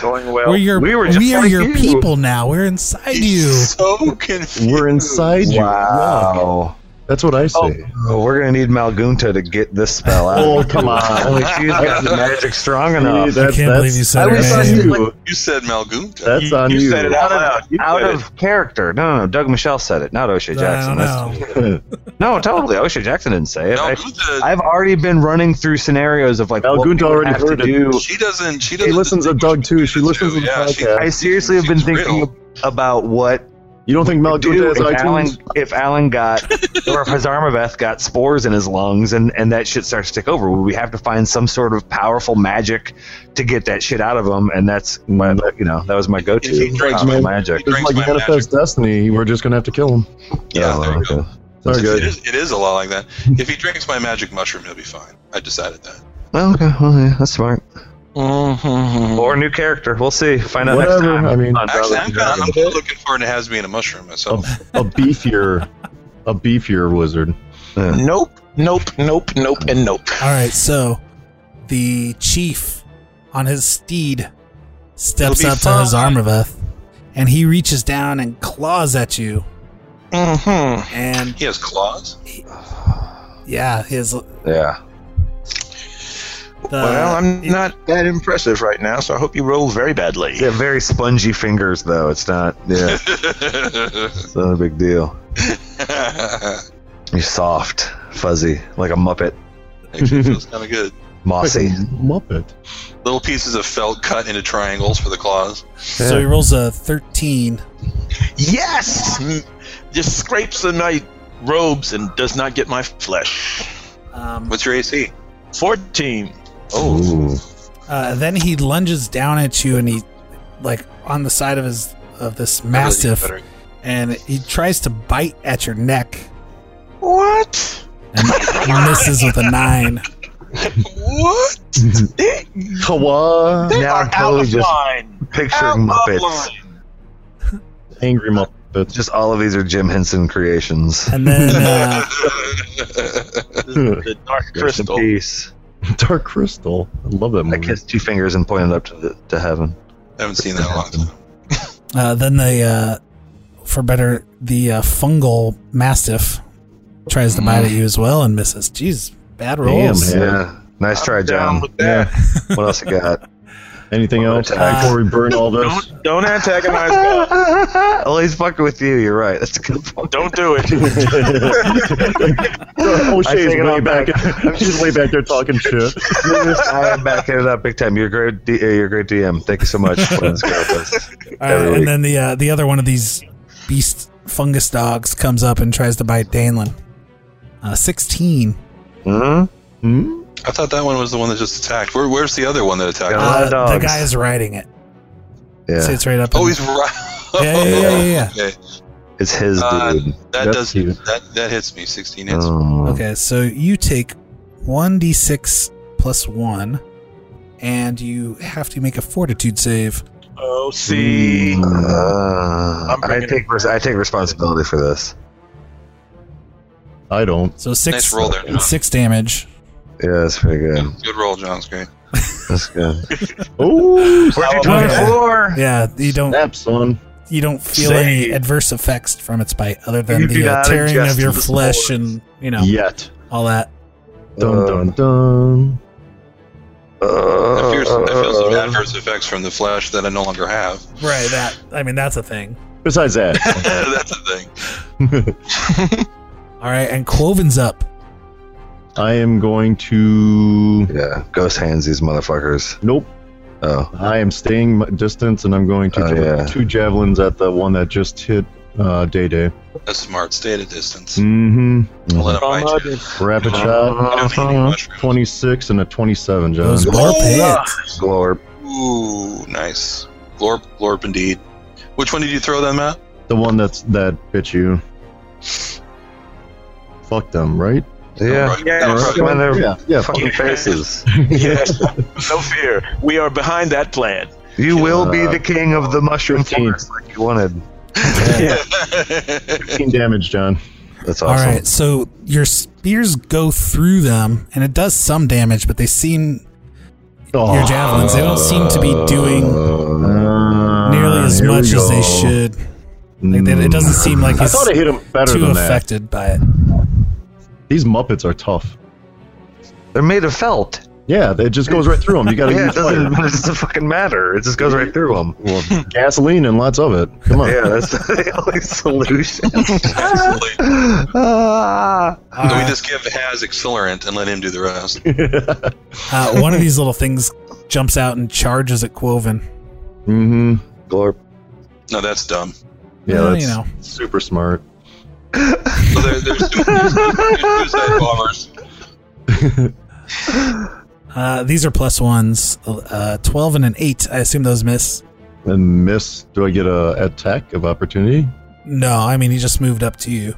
Speaker 2: Going well.
Speaker 1: We're your,
Speaker 4: we
Speaker 1: we
Speaker 4: were just
Speaker 1: are
Speaker 4: like
Speaker 1: your
Speaker 4: you.
Speaker 1: people now. We're inside
Speaker 3: He's
Speaker 1: you.
Speaker 3: <laughs> so confused.
Speaker 5: We're inside you.
Speaker 4: Wow.
Speaker 5: That's what I say.
Speaker 4: Oh, we're gonna need Malgunta to get this spell
Speaker 5: <laughs>
Speaker 4: out.
Speaker 5: Oh, come on.
Speaker 4: <laughs> Only she's got the
Speaker 5: <laughs>
Speaker 4: magic strong
Speaker 5: See,
Speaker 4: enough.
Speaker 1: I
Speaker 5: that-
Speaker 1: can't
Speaker 5: that's-
Speaker 1: believe you said
Speaker 4: I
Speaker 1: her
Speaker 4: was
Speaker 1: name.
Speaker 4: on
Speaker 5: you.
Speaker 3: You said Malgunta.
Speaker 5: That's on you.
Speaker 2: said it out loud. You
Speaker 4: Out
Speaker 2: said
Speaker 5: <laughs>
Speaker 2: it.
Speaker 4: of character. No, no, no. Doug Michelle said it, not O'Shea
Speaker 1: I
Speaker 4: Jackson.
Speaker 1: don't know.
Speaker 4: No, totally. O'Shea Jackson didn't say it. I,
Speaker 3: Malgunta.
Speaker 4: I've already been running through scenarios of like what
Speaker 5: Malgunta
Speaker 4: we
Speaker 5: already
Speaker 4: have to
Speaker 5: heard it.
Speaker 4: do.
Speaker 3: she doesn't. She doesn't.
Speaker 5: She listens to Doug too. She listens to the
Speaker 3: Yeah, she-
Speaker 5: podcast.
Speaker 4: I seriously have been
Speaker 3: It's
Speaker 4: thinking
Speaker 3: real.
Speaker 4: about what
Speaker 5: <laughs> you don't think Mel
Speaker 4: do
Speaker 5: Gunta
Speaker 4: if
Speaker 5: has
Speaker 4: Alan,
Speaker 5: iTunes?
Speaker 4: if Alan <laughs> got or if Hazarmaveth got spores in his lungs and, and that shit starts to take over. We have to find some sort of powerful magic to get that shit out of him, and that's my you know that was my go
Speaker 3: If he
Speaker 4: to
Speaker 3: drinks
Speaker 5: my-
Speaker 4: magic.
Speaker 3: he
Speaker 5: It's
Speaker 3: drinks
Speaker 5: like
Speaker 3: my
Speaker 5: Manifest
Speaker 3: magic.
Speaker 5: Destiny. We're just gonna have to kill him.
Speaker 3: Yeah, there you
Speaker 4: okay.
Speaker 3: go.
Speaker 5: Very
Speaker 3: It
Speaker 5: Oh, good.
Speaker 3: is, it is a lot like that. If he drinks my magic mushroom, he'll be fine. I decided that.
Speaker 4: Well, okay, well, yeah, that's smart. Or new character, we'll see. Find out next
Speaker 5: Whatever.
Speaker 4: time.
Speaker 5: I mean,
Speaker 4: on
Speaker 3: Actually,
Speaker 4: Drowsy
Speaker 3: I'm kind
Speaker 4: Dragon.
Speaker 3: of I'm looking forward to has me in a mushroom myself.
Speaker 5: a beefier, a beefier wizard.
Speaker 2: Nope, nope, nope, nope, and nope.
Speaker 1: All right, so the chief on his steed steps
Speaker 3: It'll be
Speaker 1: up to his
Speaker 3: fine.
Speaker 1: Armaveth, and he reaches down and claws at you.
Speaker 2: Mm-hmm.
Speaker 1: And
Speaker 3: He has claws. <laughs>
Speaker 1: yeah, his the,
Speaker 4: Yeah.
Speaker 2: well, I'm not that impressive right now, so I hope you roll very badly.
Speaker 4: Yeah, very spongy fingers though. It's not. <laughs> Yeah, it's not a big deal.
Speaker 3: Actually,
Speaker 4: You're soft, fuzzy, like a muppet,
Speaker 3: it feels kind of good.
Speaker 4: mossy.
Speaker 5: Like a Muppet.
Speaker 3: Little pieces of felt cut into triangles for the claws.
Speaker 1: so he rolls a thirteen.
Speaker 2: Yes, Mm, <laughs> just scrapes in my robes and does not get my flesh.
Speaker 1: Um,
Speaker 3: What's your <laughs> AC?
Speaker 2: Fourteen. Oh.
Speaker 4: Ooh.
Speaker 1: Uh, then he lunges down at you, and he, like, on the side of his of this mastiff,
Speaker 3: Better.
Speaker 1: and he tries to bite at your neck
Speaker 2: What?
Speaker 1: and he misses with a nine.
Speaker 2: What? <laughs> they
Speaker 5: Kawa,
Speaker 2: they
Speaker 4: Now
Speaker 2: are
Speaker 4: I'm
Speaker 2: out
Speaker 4: totally
Speaker 2: of
Speaker 4: just
Speaker 2: line. Out
Speaker 4: Picturing
Speaker 2: of
Speaker 4: Muppets.
Speaker 2: line.
Speaker 5: angry Muppet. <laughs>
Speaker 4: Just all of these are Jim Henson creations.
Speaker 1: And then uh,
Speaker 2: The dark
Speaker 4: Rest in
Speaker 2: crystal.
Speaker 4: peace.
Speaker 5: Dark Crystal. I love that
Speaker 4: I
Speaker 5: movie.
Speaker 4: kissed two fingers and pointed up to the, to heaven.
Speaker 3: haven't seen that in a long time.
Speaker 1: uh, then the uh, for better the uh, fungal mastiff tries to bite at you as well and misses. Jeez, bad rolls.
Speaker 5: Mm. Damn, Yeah.
Speaker 4: Yeah. Nice try,
Speaker 2: Down
Speaker 4: John.
Speaker 2: with that.
Speaker 1: <laughs>
Speaker 4: What else you got? <laughs>
Speaker 5: Anything else
Speaker 4: Uh,
Speaker 5: before we burn all this?
Speaker 2: Don't don't antagonize God. <laughs>
Speaker 4: well, he's fucking with you. You're right. That's
Speaker 1: <laughs>
Speaker 4: a good point.
Speaker 2: Don't do it.
Speaker 4: <laughs> I
Speaker 5: O'Shea's
Speaker 4: take it
Speaker 5: Oh, way
Speaker 4: all
Speaker 5: back.
Speaker 4: back.
Speaker 5: She's way back there talking shit.
Speaker 4: I am backing it up big time. You're a great. D- uh, you're a great DM. Thank you so
Speaker 1: <laughs>
Speaker 4: much. for this great list.
Speaker 1: All right, and then the uh, the other one of these beast fungus dogs comes up and tries to bite Danelin. Uh, Sixteen.
Speaker 4: Mhm.
Speaker 5: Hmm?
Speaker 3: I thought that one was the one that just attacked. Where, where's the other one that attacked?
Speaker 4: Yeah. A lot of
Speaker 1: Uh, the
Speaker 4: dogs.
Speaker 1: guy is riding it. See,
Speaker 4: Yeah,
Speaker 1: it's right up.
Speaker 3: Oh,
Speaker 1: in-
Speaker 3: he's right.
Speaker 1: Yeah, yeah, yeah, yeah,
Speaker 3: <laughs> Okay.
Speaker 4: it's his
Speaker 3: Uh,
Speaker 4: dude.
Speaker 3: That
Speaker 5: That's
Speaker 3: does
Speaker 5: cute.
Speaker 3: that that hits me. Sixteen hits.
Speaker 4: Oh.
Speaker 1: Okay, so you take 1d6 plus 1, and you have to make a fortitude save.
Speaker 2: Oh, see.
Speaker 4: Uh,
Speaker 2: I'm
Speaker 4: I
Speaker 2: bringing
Speaker 4: take. res- I take responsibility for this.
Speaker 5: I don't.
Speaker 1: So 6
Speaker 3: Nice roll there, John.
Speaker 1: 6 damage.
Speaker 4: Yeah, that's pretty good.
Speaker 3: Good roll, John. It's great.
Speaker 4: That's good.
Speaker 5: Oh,
Speaker 1: Okay. Yeah, you don't
Speaker 5: snap, son.
Speaker 1: you don't feel any
Speaker 2: Save.
Speaker 1: adverse effects from its bite other than
Speaker 4: You do
Speaker 1: the uh,
Speaker 4: not
Speaker 1: tearing
Speaker 4: ingest
Speaker 1: of your
Speaker 4: the
Speaker 1: flesh
Speaker 4: spores.
Speaker 1: and, you know,
Speaker 5: Yet.
Speaker 1: all that.
Speaker 5: Dun
Speaker 4: Uh,
Speaker 5: dun dun.
Speaker 3: I fear, I feel some adverse effects from the flash that I no longer have. <laughs>
Speaker 1: Right. That. I mean, that's a thing.
Speaker 5: Besides that,
Speaker 3: That's a thing.
Speaker 1: All right. And Cloven's up.
Speaker 5: I am going to.
Speaker 4: Yeah, ghost hands these motherfuckers.
Speaker 5: Nope.
Speaker 4: Oh,
Speaker 5: I am staying my distance, and I'm going to
Speaker 4: Oh,
Speaker 5: throw
Speaker 4: yeah.
Speaker 5: two javelins at the one that just hit uh, Day Day.
Speaker 3: That's smart. Stay at a distance.
Speaker 5: Mm-hmm.
Speaker 3: I'll let him bite you.
Speaker 5: Rapid shot,
Speaker 3: I don't eat any mushrooms.
Speaker 5: 26 and a 27, John.
Speaker 1: Those both hit.
Speaker 4: glorp.
Speaker 3: Ooh, nice. Glorp, glorp indeed. Which one did you throw them at?
Speaker 5: The one that's that bit you. Fuck them, right?
Speaker 4: Yeah.
Speaker 3: Right.
Speaker 2: Yeah,
Speaker 3: Right.
Speaker 2: fuck
Speaker 4: Come in their
Speaker 5: Yeah, yeah. fuck
Speaker 4: fucking faces.
Speaker 2: Yes, <laughs> no fear. We are behind that plan.
Speaker 4: You will be
Speaker 5: Uh,
Speaker 4: the king of the mushroom
Speaker 5: 15.
Speaker 4: forest like you wanted.
Speaker 5: Oh, 15 damage, John.
Speaker 4: That's
Speaker 1: All
Speaker 4: awesome.
Speaker 1: right. So your spears go through them, and it does some damage, but they seem
Speaker 5: Oh,
Speaker 1: your javelins. They don't seem to be doing
Speaker 5: uh,
Speaker 1: nearly as
Speaker 5: here we
Speaker 1: much as
Speaker 5: go.
Speaker 1: they should. Like, they- it doesn't seem like
Speaker 5: I
Speaker 1: he's
Speaker 5: thought I hit him better
Speaker 1: too
Speaker 5: than that.
Speaker 1: affected by it.
Speaker 5: These Muppets are tough.
Speaker 4: They're made of felt.
Speaker 5: Yeah, it just goes right through them. You got to
Speaker 4: <laughs> Yeah, it
Speaker 5: use fire.
Speaker 4: doesn't, it doesn't fucking matter. It just goes right through them.
Speaker 5: Well, gasoline and lots of it. Come on.
Speaker 4: <laughs> Yeah, that's the only solution.
Speaker 3: <laughs> Absolutely.
Speaker 4: <laughs> Ah.
Speaker 3: So we
Speaker 1: Uh,
Speaker 3: just give Haz accelerant and let him do the rest.
Speaker 1: uh, one of these little things jumps out and charges at Quoven.
Speaker 5: Mm-hmm.
Speaker 4: glorp.
Speaker 3: No, that's dumb.
Speaker 5: Yeah,
Speaker 1: Well,
Speaker 5: that's
Speaker 1: you know.
Speaker 5: super smart.
Speaker 3: So there, there's two, there's two
Speaker 1: <laughs>
Speaker 3: suicide bombers.
Speaker 1: Uh, these are plus ones, uh, twelve and an eight. I assume those miss.
Speaker 5: And miss. Do I get a attack of opportunity?
Speaker 1: No, I mean he just moved up to you.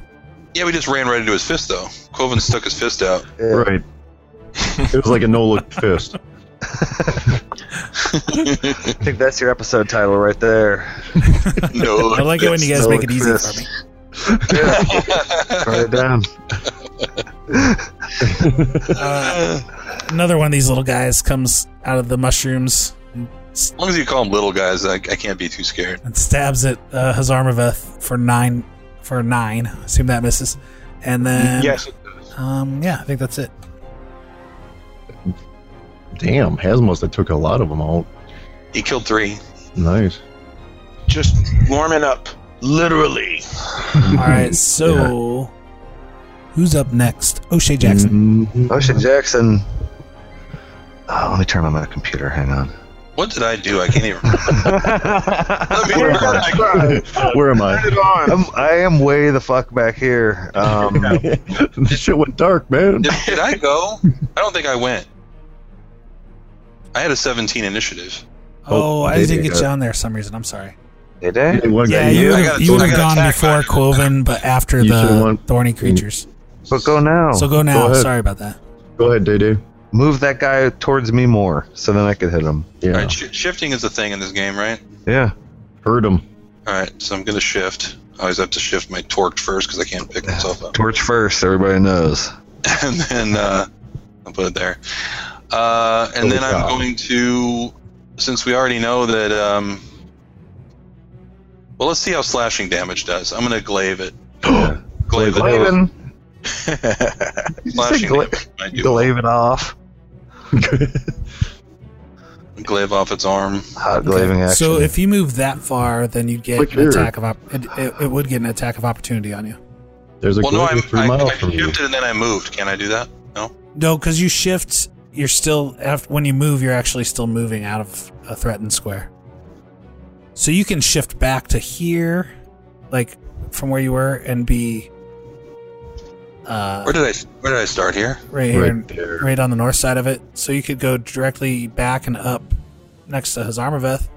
Speaker 3: Yeah, we just ran right into his fist though. Quoven stuck his fist out. <laughs>
Speaker 5: Right. it was like a no look fist.
Speaker 4: I think that's your episode title right there.
Speaker 1: <laughs>
Speaker 3: No,
Speaker 1: I like it when you guys
Speaker 4: no
Speaker 1: make it easy for
Speaker 4: exist.
Speaker 1: me.
Speaker 4: <laughs> Write it down.
Speaker 1: Uh, another one of these little guys comes out of the mushrooms
Speaker 3: As long as you call them little guys, I, I can't be too scared.
Speaker 1: and stabs at uh, Hazarmaveth for nine. For nine, assume that misses, and then
Speaker 2: Yes.
Speaker 1: um, yeah, I think that's it.
Speaker 5: Damn, Hasmos that took a lot of them out.
Speaker 3: He killed three.
Speaker 5: Nice.
Speaker 2: Just warming up. Literally.
Speaker 1: All right, so who's up next? O'Shea Jackson.
Speaker 5: Mhm.
Speaker 4: Ocean Jackson. Oh, let me turn on my computer. Hang <laughs> on.
Speaker 3: What did I do? I can't even.
Speaker 1: <laughs>
Speaker 3: Remember. Let me
Speaker 4: Where am
Speaker 3: remember.
Speaker 4: I?
Speaker 3: I-
Speaker 5: <laughs> Where am I?
Speaker 4: I'm, I am way the fuck back here. Um,
Speaker 5: <laughs> this shit went dark, man.
Speaker 3: Did, did I go? I don't think I went. I had a 17 initiative.
Speaker 1: Oh,
Speaker 4: Oh,
Speaker 1: I
Speaker 4: they
Speaker 1: didn't
Speaker 4: did
Speaker 1: get
Speaker 4: go.
Speaker 1: you on there for some reason. I'm sorry.
Speaker 4: did I?
Speaker 5: It went-
Speaker 1: Yeah,
Speaker 3: you-
Speaker 1: you would
Speaker 3: I gotta-
Speaker 1: have you would
Speaker 3: I
Speaker 1: have
Speaker 3: gotta
Speaker 1: gone
Speaker 3: attack
Speaker 1: before
Speaker 3: back.
Speaker 1: Quoven, but after
Speaker 5: You
Speaker 1: the
Speaker 5: should've went-
Speaker 1: thorny creatures.
Speaker 4: But Oh, go now.
Speaker 1: So go now.
Speaker 5: ahead.
Speaker 1: sorry about that.
Speaker 5: Go ahead, Day Day.
Speaker 4: Move that guy towards me more, so then I could hit him.
Speaker 5: Yeah.
Speaker 3: All right, sh- shifting is a thing in this game, right?
Speaker 4: Yeah.
Speaker 5: Hurt him.
Speaker 3: All right, so I'm gonna shift. I always have to shift my torque first because I can't pick myself up.
Speaker 4: Torch first. Everybody knows.
Speaker 3: <laughs> and then uh, I'll put it there. Uh, and then I'm going to, since we already know that. Um, well, let's see how slashing damage does. I'm going to
Speaker 5: <gasps>
Speaker 3: glaive it. glaive it. <laughs>
Speaker 4: Glavin.
Speaker 3: Slashing
Speaker 4: gla-
Speaker 3: damage. I do.
Speaker 4: Glaive it off.
Speaker 3: Glaive off its arm.
Speaker 4: Hot glaving action.
Speaker 1: So if you move that far, then you'd get
Speaker 5: Click
Speaker 1: an
Speaker 5: here.
Speaker 1: attack of op- it, it, it would get an attack of opportunity on you.
Speaker 5: There's a
Speaker 3: well, no,
Speaker 5: glaive
Speaker 3: I,
Speaker 5: three
Speaker 3: I,
Speaker 5: miles
Speaker 3: I
Speaker 5: from you.
Speaker 3: shifted and then I moved. Can I do that? No.
Speaker 1: No, because you shift, you're still after, when you move, you're actually still moving out of a threatened square. So you can shift back to here, like from where you were, and be uh,
Speaker 3: Where did I? Where did I start here?
Speaker 1: right here,
Speaker 5: Right there.
Speaker 1: right on the north side of it. So you could go directly back and up next to Hazarmaveth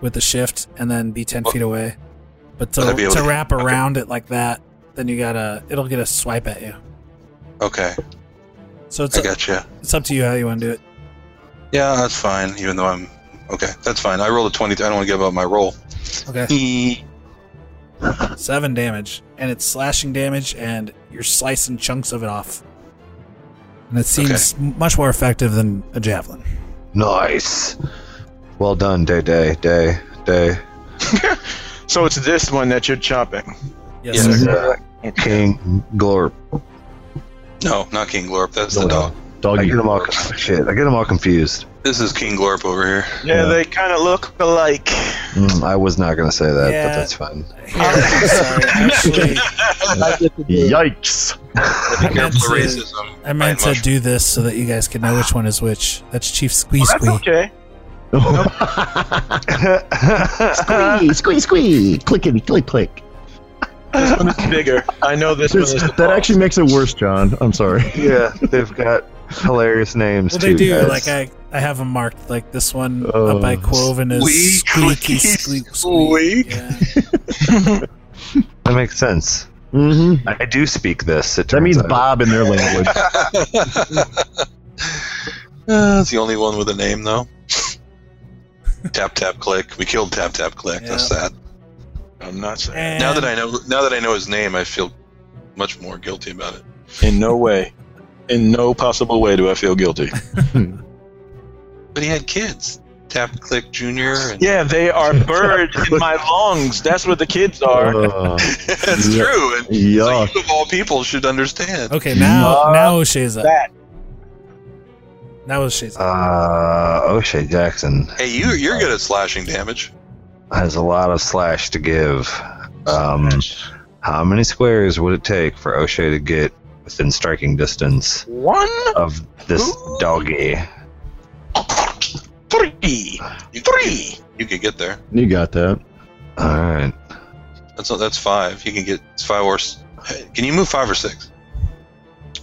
Speaker 1: with the shift, and then be ten feet away. But to,
Speaker 3: I'd Oh. be
Speaker 1: to,
Speaker 3: able to-
Speaker 1: wrap
Speaker 3: okay.
Speaker 1: around it like that, then you gotta it'll get a swipe at you.
Speaker 3: Okay,
Speaker 1: So it's
Speaker 3: I gotcha.
Speaker 1: it's up to you how you want to do it.
Speaker 3: Yeah, that's fine. Even though I'm okay, that's fine. I rolled a twenty. I don't want to give up my roll.
Speaker 1: Okay. Seven damage, and it's slashing damage, and you're slicing chunks of it off. And it seems m much more effective than a javelin.
Speaker 4: nice. Well done, day, day, day, day.
Speaker 2: So it's this one that you're chopping.
Speaker 1: Yes,
Speaker 4: <laughs>
Speaker 3: Yes,
Speaker 1: sir.
Speaker 4: Uh, King Glorp.
Speaker 3: No, not King Glorp. That's the
Speaker 5: No,
Speaker 3: dog.
Speaker 5: Doggy.
Speaker 4: I get them all. Shit, I get them all confused.
Speaker 3: This is King Glorp over here.
Speaker 2: Yeah, they kind of look alike.
Speaker 4: Mm, I was not going to say that, but
Speaker 1: Yeah.
Speaker 4: that's fine.
Speaker 1: Here, <laughs> sorry, actually,
Speaker 3: <laughs>
Speaker 5: Yikes! <laughs>
Speaker 1: I meant
Speaker 3: Careful of
Speaker 1: to,
Speaker 3: racism.
Speaker 1: I meant to
Speaker 3: Mushroom.
Speaker 1: do this so that you guys can know which one is which. That's Chief Squee
Speaker 2: That's
Speaker 1: Squee.
Speaker 2: okay.
Speaker 7: Squeeze, squeeze, squeeze. Clickety, click, click.
Speaker 2: This one is bigger. I know this one
Speaker 5: There's-
Speaker 2: is. the
Speaker 5: that
Speaker 2: boss.
Speaker 5: actually makes it worse, John. I'm sorry.
Speaker 4: yeah, they've got hilarious names
Speaker 1: Well,
Speaker 4: too.
Speaker 1: they do.
Speaker 4: guys.
Speaker 1: Like I, I have them marked. Like this one
Speaker 5: Oh.
Speaker 1: up by Quoven is
Speaker 3: Squeaky,
Speaker 1: squeaky, squeak, squeak. Yeah.
Speaker 4: that makes sense.
Speaker 5: Mm-hmm.
Speaker 4: I do speak this. It
Speaker 5: That means
Speaker 4: turns out.
Speaker 5: Bob in their
Speaker 4: <laughs>
Speaker 5: language.
Speaker 3: Uh, it's the only one with a name, <laughs> though. tap tap click. We killed tap tap click. That's sad.
Speaker 2: I'm not saying.
Speaker 1: And
Speaker 3: Now that I know, now that I know his name, I feel much more guilty about it.
Speaker 2: In no way, in no possible way, do I feel guilty.
Speaker 3: But he had kids. Tap click <laughs> Junior. And
Speaker 2: Yeah, they <laughs> are birds in my lungs. That's what the kids are.
Speaker 5: Uh,
Speaker 3: that's
Speaker 5: Yeah.
Speaker 3: true. And
Speaker 5: yuck.
Speaker 3: you of all people should understand.
Speaker 1: okay, now
Speaker 2: Not
Speaker 1: now O'Shea's up.
Speaker 2: that.
Speaker 1: Now O'Shea's up.
Speaker 4: Uh, O'Shea Jackson
Speaker 3: Hey, you you're good at slashing damage.
Speaker 4: has a lot of slash to give. Um, how many squares would it take for O'Shea to get within striking distance
Speaker 2: One,
Speaker 4: of this doggy?
Speaker 2: three,
Speaker 3: You,
Speaker 2: three.
Speaker 3: You, could get there.
Speaker 5: You got that.
Speaker 4: All right.
Speaker 3: That's that's five. You can get it's five or. s- Can you move five or six?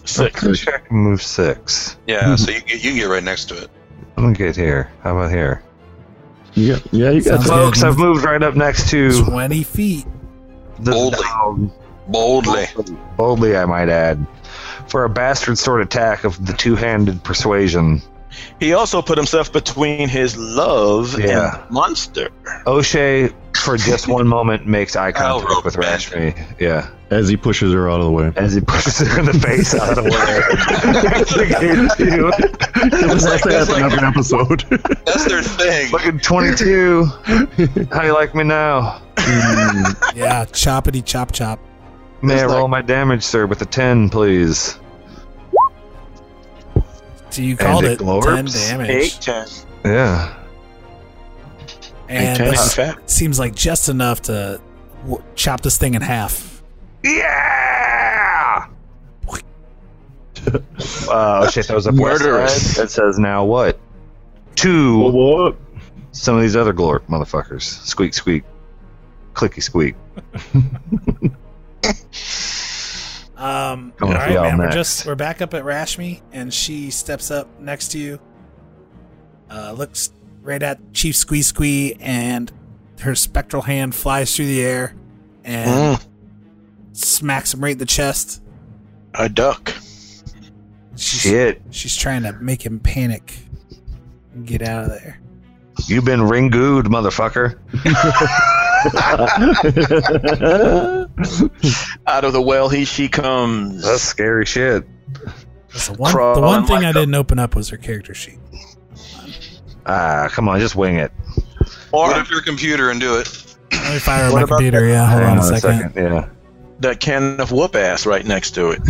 Speaker 2: Six.
Speaker 4: O'Shea can move six.
Speaker 3: <laughs> Yeah. so you can get, you can get right next to it.
Speaker 4: I'm gonna get here. How about here?
Speaker 5: You got, yeah, you got that.
Speaker 1: Sounds good.
Speaker 4: Folks, I've moved right up next to
Speaker 1: Twenty feet.
Speaker 4: the
Speaker 3: Boldly.
Speaker 4: dog.
Speaker 3: Boldly.
Speaker 4: Boldly, I might add. For a bastard sword attack of the two handed persuasion.
Speaker 2: He also put himself between his love
Speaker 4: Yeah.
Speaker 2: and the monster.
Speaker 4: O'Shea, for just one moment, makes eye
Speaker 3: I'll rope
Speaker 4: contact with Rashmi. Yeah.
Speaker 5: As he pushes her out of the way.
Speaker 4: As he pushes her in the face out of
Speaker 5: <laughs>
Speaker 4: the way. <laughs>
Speaker 5: It was like that
Speaker 3: that's
Speaker 5: in
Speaker 3: like-
Speaker 5: every episode.
Speaker 3: That's their thing.
Speaker 4: Fucking 22. How you like me now?
Speaker 1: Yeah, choppity chop chop.
Speaker 4: May I roll my damage, sir, with a 10, please?
Speaker 1: So you called
Speaker 4: it
Speaker 1: it ten
Speaker 4: glorps.
Speaker 1: damage,
Speaker 2: Eight, ten.
Speaker 4: Yeah.
Speaker 1: and
Speaker 2: ten, in
Speaker 1: this
Speaker 2: fact.
Speaker 1: seems like just enough to w- chop this thing in half.
Speaker 4: Yeah! Uh, O'Shea throws up
Speaker 2: Murderous.
Speaker 4: That says now what? Two.
Speaker 5: what?
Speaker 4: some of these other glorp motherfuckers. Squeak, squeak, clicky, squeak.
Speaker 1: Um, all
Speaker 4: Coming for
Speaker 1: right,
Speaker 4: y'all
Speaker 1: man. We're
Speaker 4: next.
Speaker 1: just we're back up at Rashmi, and she steps up next to you. Uh, looks right at Chief Squee Squee, and her spectral hand flies through the air
Speaker 4: Mm.
Speaker 2: Mm.
Speaker 1: and smacks him right in the chest.
Speaker 2: A duck.
Speaker 1: She's,
Speaker 4: Shit,
Speaker 1: she's trying to make him panic and get out of there.
Speaker 4: you've been ringooed, motherfucker.
Speaker 2: Out of the well he she comes.
Speaker 4: That's scary shit.
Speaker 1: That's the one, the
Speaker 2: Crawling
Speaker 1: one thing
Speaker 2: like
Speaker 1: I
Speaker 2: a-
Speaker 1: didn't open up was her character sheet.
Speaker 4: Ah, come on, just wing it.
Speaker 3: Put
Speaker 2: or
Speaker 3: up your computer and do it.
Speaker 1: Let me fire up
Speaker 2: What
Speaker 1: my
Speaker 2: about
Speaker 1: computer. Yeah, hold on a second.
Speaker 4: Yeah.
Speaker 2: that can of whoop ass right next to it.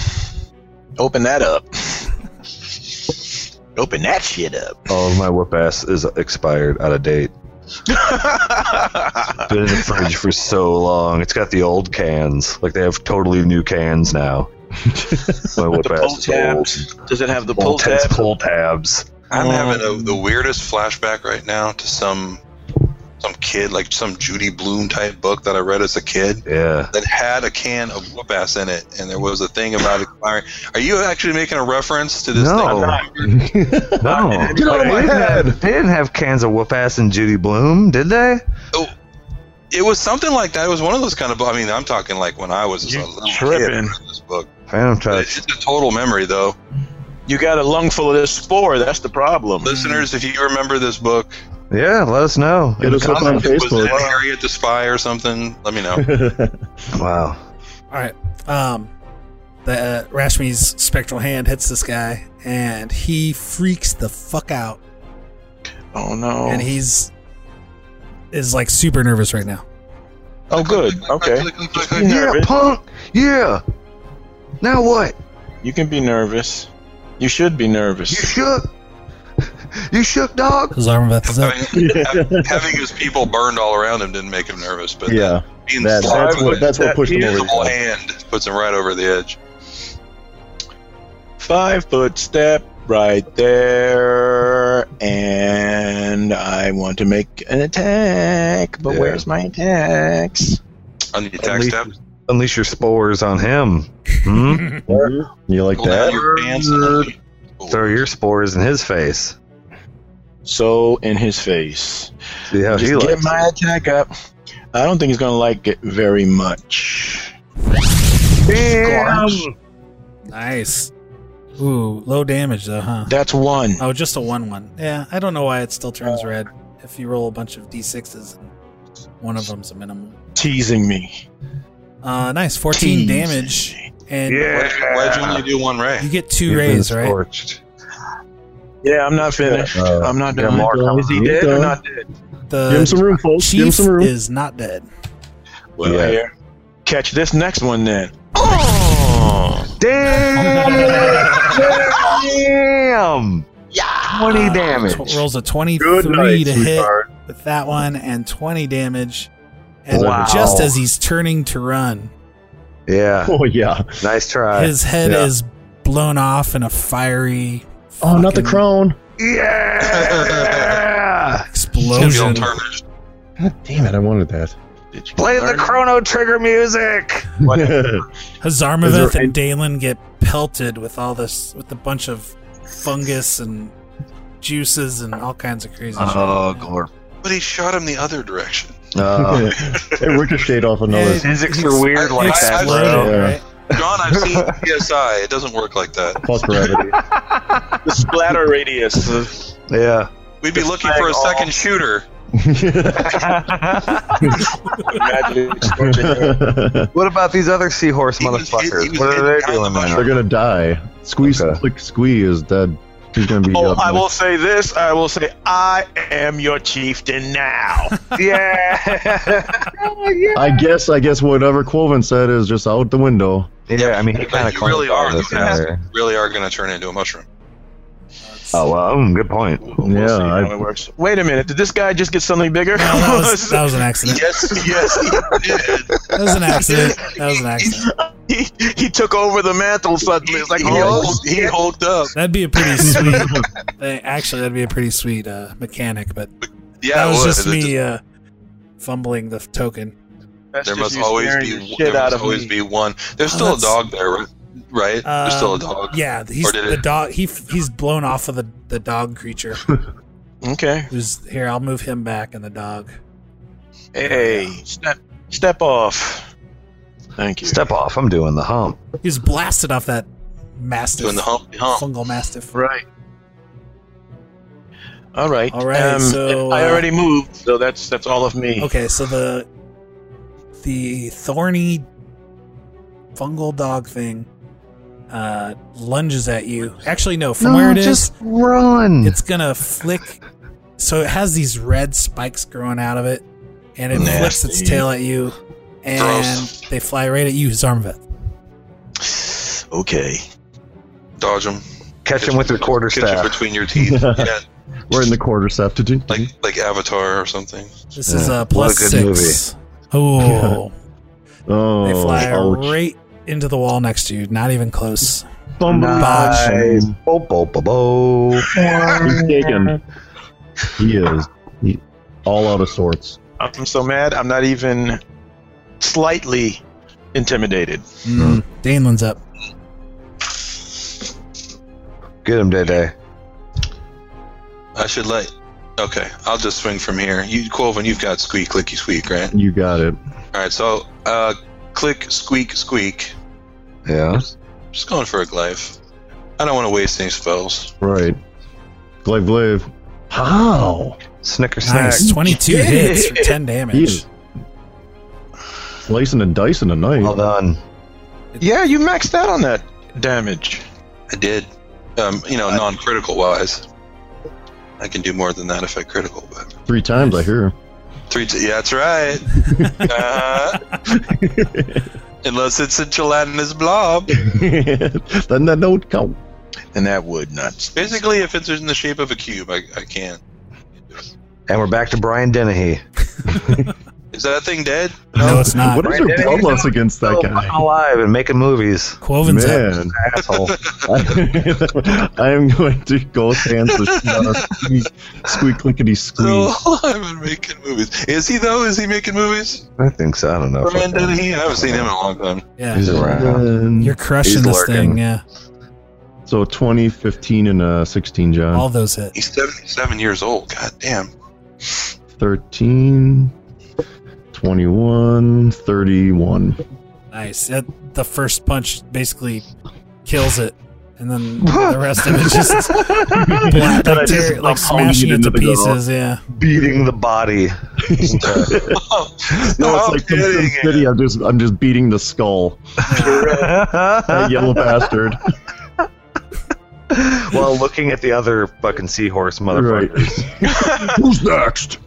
Speaker 2: Open that up. Open that shit up. <laughs>
Speaker 4: All of my whoop ass is expired, out of date. Been in the fridge for so long. It's got the old cans. Like they have totally new cans <laughs> now. my whoop
Speaker 2: the pull
Speaker 4: ass is old.
Speaker 2: tabs. Does it have the
Speaker 4: Pull
Speaker 2: pull
Speaker 4: tabs.
Speaker 2: tab?
Speaker 4: Pull tabs.
Speaker 3: I'm
Speaker 2: Um,
Speaker 3: having a, the weirdest flashback right now to some some kid, like some Judy Bloom type book that I read as a kid
Speaker 4: Yeah.
Speaker 3: that had a can of whoop ass in it, and there was a thing about expiring. Are you actually making a reference to this
Speaker 4: No.
Speaker 3: thing?
Speaker 4: No.
Speaker 2: Get out of
Speaker 4: they,
Speaker 2: my
Speaker 4: didn't have, they didn't have cans of whoop ass and Judy Bloom, did they?
Speaker 3: It was something like that. It was one of those kind of. I mean, I'm talking like when I was a little kid. I
Speaker 2: tripping.
Speaker 3: read This book.
Speaker 4: Phantom
Speaker 3: But
Speaker 4: Touch.
Speaker 3: It's a total memory, though.
Speaker 2: You got a lung full of this spore. That's the problem.
Speaker 3: Listeners, if you remember this book,
Speaker 4: Yeah, let us know.
Speaker 5: Hit us up on
Speaker 3: if it was in
Speaker 5: Facebook.
Speaker 3: Harriet the Spy or something, let me know.
Speaker 4: Wow.
Speaker 1: All right. Um, the uh, Rashmi's spectral hand hits this guy, and he freaks the fuck out,
Speaker 2: Oh no.
Speaker 1: and he's is like super nervous right now.
Speaker 2: oh good. Okay.
Speaker 3: Click, click, click, click.
Speaker 4: Yeah,
Speaker 2: nervous.
Speaker 4: punk. Yeah. Now what?
Speaker 2: You can be nervous. You should be
Speaker 4: You
Speaker 2: nervous.
Speaker 4: shook. You shook, dog.
Speaker 1: His arm about to
Speaker 5: <laughs>
Speaker 3: I mean, ha- having his people burned all around him didn't make him nervous, but
Speaker 5: Yeah,
Speaker 3: being
Speaker 5: that,
Speaker 3: slapped
Speaker 5: that's
Speaker 3: with
Speaker 5: what that's what pushed him
Speaker 3: a
Speaker 5: over the
Speaker 3: usable
Speaker 5: top.
Speaker 3: hand puts him right over the edge.
Speaker 2: Five foot step right there, and I want to make an attack. But
Speaker 4: Yeah.
Speaker 2: where's my attacks?
Speaker 3: On the attack
Speaker 4: least-
Speaker 3: step,
Speaker 4: Unleash your spores on him. Hmm?
Speaker 5: You like
Speaker 3: pull down
Speaker 5: that?
Speaker 3: your pants. and-
Speaker 4: Throw your spores in his face.
Speaker 2: So in his face.
Speaker 4: See how he
Speaker 2: Just get
Speaker 4: likes.
Speaker 2: my attack up. I don't think he's gonna like it very much.
Speaker 1: <laughs> Nice. Ooh, low damage though, huh?
Speaker 2: That's one.
Speaker 1: Oh, just a one one. Yeah, I don't know why it still turns red if you roll a bunch of d6s. and One of them's a minimum.
Speaker 2: Teasing me.
Speaker 1: Uh, nice, fourteen
Speaker 2: Tease.
Speaker 1: damage, and
Speaker 3: Why'd you- Why'd you only do one
Speaker 1: you
Speaker 3: ray?
Speaker 1: get two rays, right?
Speaker 4: Scorched.
Speaker 2: Yeah, I'm not finished.
Speaker 5: Uh,
Speaker 2: I'm not
Speaker 4: Yeah,
Speaker 2: done.
Speaker 4: Mark, how
Speaker 2: Is he
Speaker 5: you
Speaker 2: dead or
Speaker 5: done?
Speaker 2: not dead?
Speaker 5: Give him some
Speaker 1: The
Speaker 5: room, folks. Give him
Speaker 1: chief
Speaker 5: some room.
Speaker 1: is not dead.
Speaker 2: Well,
Speaker 5: Yeah.
Speaker 2: here. Catch this next one <laughs> then.
Speaker 4: Damn! Twenty damage.
Speaker 1: Uh, Tw- rolls a twenty-three to hit with that one, and twenty damage. And
Speaker 4: Wow.
Speaker 1: just as he's turning to run,
Speaker 4: Yeah.
Speaker 5: Oh yeah.
Speaker 4: Nice try.
Speaker 1: his head
Speaker 4: Uh, yeah.
Speaker 1: is blown off in a fiery.
Speaker 5: Oh, not the
Speaker 1: fucking
Speaker 5: crown.
Speaker 3: <laughs>
Speaker 4: yeah.
Speaker 1: explosion.
Speaker 5: Damn it! I wanted that.
Speaker 4: Play the Chrono Trigger music.
Speaker 5: <laughs> Is there
Speaker 1: Hazarmaveth
Speaker 5: any-
Speaker 1: and Dalen get pelted with all this, with a bunch of fungus and juices and all kinds of crazy
Speaker 4: Oh, Glorp.
Speaker 3: But he shot him the other direction.
Speaker 4: Oh.
Speaker 5: it ricocheted off
Speaker 1: shit.
Speaker 5: another.
Speaker 4: Physics are weird
Speaker 1: it
Speaker 4: like
Speaker 3: that,
Speaker 1: exploded,
Speaker 5: bro. Yeah.
Speaker 1: right?
Speaker 3: John, I've seen
Speaker 5: <laughs>
Speaker 3: PSI. It doesn't work like that.
Speaker 5: Plus gravity. <laughs>
Speaker 2: The splatter radius. <laughs>
Speaker 4: yeah. <laughs>
Speaker 3: We'd be looking for a second shooter.
Speaker 2: Magic.
Speaker 4: What about these other seahorse
Speaker 3: He was-
Speaker 4: motherfuckers?
Speaker 3: he was
Speaker 4: what are
Speaker 3: hidden
Speaker 4: they doing,
Speaker 3: behind the
Speaker 5: They're
Speaker 4: man?
Speaker 5: gonna die. Squeeze,
Speaker 4: Okay.
Speaker 5: click, squee is dead. He's gonna be.
Speaker 2: Oh,
Speaker 5: up
Speaker 2: I
Speaker 5: next.
Speaker 2: will say this. I will say, I am your
Speaker 3: <laughs>
Speaker 2: chieftain now.
Speaker 4: yeah.
Speaker 5: I guess. I guess whatever Quoven said is just out the window.
Speaker 4: Yeah, I mean, he kind
Speaker 3: But
Speaker 4: of
Speaker 3: you really are. You really are going to turn into
Speaker 1: <laughs>
Speaker 3: a mushroom.
Speaker 4: Oh, well, mm, good point.
Speaker 5: yeah.
Speaker 2: see how
Speaker 5: I,
Speaker 2: it works. Wait a minute. Did this guy just get something bigger?
Speaker 1: No, that, was, that was an
Speaker 4: <laughs>
Speaker 1: accident.
Speaker 2: <laughs> yes, yes.
Speaker 1: That was an accident. That was an accident.
Speaker 2: He, he took over the mantle suddenly. It's like,
Speaker 3: He,
Speaker 2: oh,
Speaker 3: hulked, he hulked up.
Speaker 1: That'd be a pretty sweet. eh, Actually, that'd be a pretty sweet uh, mechanic, but
Speaker 3: Yeah,
Speaker 1: that
Speaker 3: it
Speaker 1: was
Speaker 3: would.
Speaker 1: just
Speaker 3: It
Speaker 1: me uh,
Speaker 3: just-
Speaker 1: fumbling the token.
Speaker 2: that's
Speaker 3: there
Speaker 2: just
Speaker 3: must
Speaker 2: you
Speaker 3: always
Speaker 2: scaring the
Speaker 3: be
Speaker 2: shit
Speaker 3: there
Speaker 2: out
Speaker 3: must
Speaker 2: of
Speaker 3: always
Speaker 2: me.
Speaker 3: be one. There's
Speaker 1: Oh,
Speaker 3: still a
Speaker 1: that's- Um,
Speaker 3: dog there, right? Right? There's still a dog.
Speaker 1: Yeah, he's
Speaker 3: Or did
Speaker 1: the
Speaker 3: it-
Speaker 1: dog. He f- he's blown off of the the dog creature.
Speaker 2: Okay.
Speaker 1: Who's here? I'll move him back and the dog.
Speaker 2: Hey, step, step off. Thank you.
Speaker 4: Step off. I'm doing the hump.
Speaker 1: He's blasted off that mastiff.
Speaker 3: Doing the humpty hump.
Speaker 1: Fungal mastiff.
Speaker 2: Right. All right.
Speaker 1: All right,
Speaker 2: Um,
Speaker 1: so,
Speaker 2: I
Speaker 1: uh,
Speaker 2: already moved, so that's that's all of me.
Speaker 1: Okay, so the the thorny fungal dog thing uh, lunges at you. Actually, no. From where it is,
Speaker 4: just run.
Speaker 1: it's gonna flick. So it has these red spikes growing out of it, and it flips its
Speaker 2: Nasty.
Speaker 1: tail at you, and
Speaker 3: Gross.
Speaker 1: they fly right at you, Zarmveth.
Speaker 2: Okay.
Speaker 3: Dodge him.
Speaker 4: Catch him with your quarter
Speaker 3: Catch him
Speaker 4: staff.
Speaker 3: between your
Speaker 4: <laughs>
Speaker 3: teeth. yeah,
Speaker 5: we're in the quarter step. Did you?
Speaker 3: like like Avatar or something.
Speaker 1: This is a
Speaker 4: what
Speaker 1: plus
Speaker 4: a good
Speaker 1: six. Oh,
Speaker 5: oh,
Speaker 1: they fly
Speaker 5: ouch.
Speaker 1: right into the wall next to you. Not even close.
Speaker 4: Nice. Bo, bo, bo, bo.
Speaker 5: He's taken. He is he, all out of sorts.
Speaker 2: I'm so mad. I'm not even slightly intimidated.
Speaker 1: Mm. Danelin's up.
Speaker 4: Get him, Day Day.
Speaker 3: I should let. Okay, I'll just swing from here. You, Quoven, you've got squeak, clicky squeak, right?
Speaker 5: You got it.
Speaker 3: All right, so uh, click, squeak, squeak.
Speaker 4: Yeah.
Speaker 3: Just going for a glaive. I don't want to waste any spells.
Speaker 5: Right. Glaive, glaive. How?
Speaker 4: Snicker snack.
Speaker 1: Nice. Twenty-two hits for ten damage.
Speaker 5: Jeez. Slicing and dicing a knife.
Speaker 4: Well done.
Speaker 2: Yeah, you maxed out on that damage.
Speaker 3: I did. Um, you know, non-critical wise. I can do more than that if I critical, but
Speaker 5: Three times, I hear. <laughs>
Speaker 3: three. T- yeah, that's right.
Speaker 1: <laughs>
Speaker 3: Uh, unless it's a gelatinous blob.
Speaker 5: then that don't count.
Speaker 2: and that wood <laughs> nuts.
Speaker 3: Basically, if it's in the shape of a cube, I, I can't.
Speaker 4: And we're back to Brian Dennehy.
Speaker 3: Is that thing dead?
Speaker 1: No, it's not.
Speaker 5: What is your blood loss against that
Speaker 4: Still
Speaker 5: guy?
Speaker 4: alive and making movies.
Speaker 1: Quoven's up.
Speaker 5: Man,
Speaker 3: <laughs>
Speaker 4: Asshole.
Speaker 5: I, am going to ghost hands the shit out of squeak, squeak clickety squeak.
Speaker 3: Still <laughs> alive and making movies. Is he though? Is he making movies?
Speaker 4: I think so. I don't know. if
Speaker 3: Brian
Speaker 4: I can-
Speaker 3: Dennehy? I haven't seen him in a long time.
Speaker 1: Yeah.
Speaker 4: He's around.
Speaker 5: And-
Speaker 1: You're crushing
Speaker 4: He's
Speaker 1: this
Speaker 4: lurking.
Speaker 1: thing. Yeah.
Speaker 5: so 20, 15, and uh, 16, John.
Speaker 1: All those hit.
Speaker 3: He's 77 years old. God damn.
Speaker 5: 13, 21, 31.
Speaker 1: Nice. That, the first punch basically kills it, and then the rest of it just black,
Speaker 5: Then I just
Speaker 1: like, tear, like
Speaker 5: lump holding
Speaker 1: smashing
Speaker 5: it
Speaker 1: it to
Speaker 5: into the ground.
Speaker 1: pieces. Yeah. <laughs>
Speaker 4: Beating the body.
Speaker 5: No, it's
Speaker 3: Stop
Speaker 5: like from Sin
Speaker 3: kidding.
Speaker 5: City. I'm just, I'm just beating the skull. That
Speaker 1: <laughs>
Speaker 5: yellow bastard.
Speaker 4: While looking at the other fucking seahorse motherfuckers.
Speaker 5: <laughs> Who's next?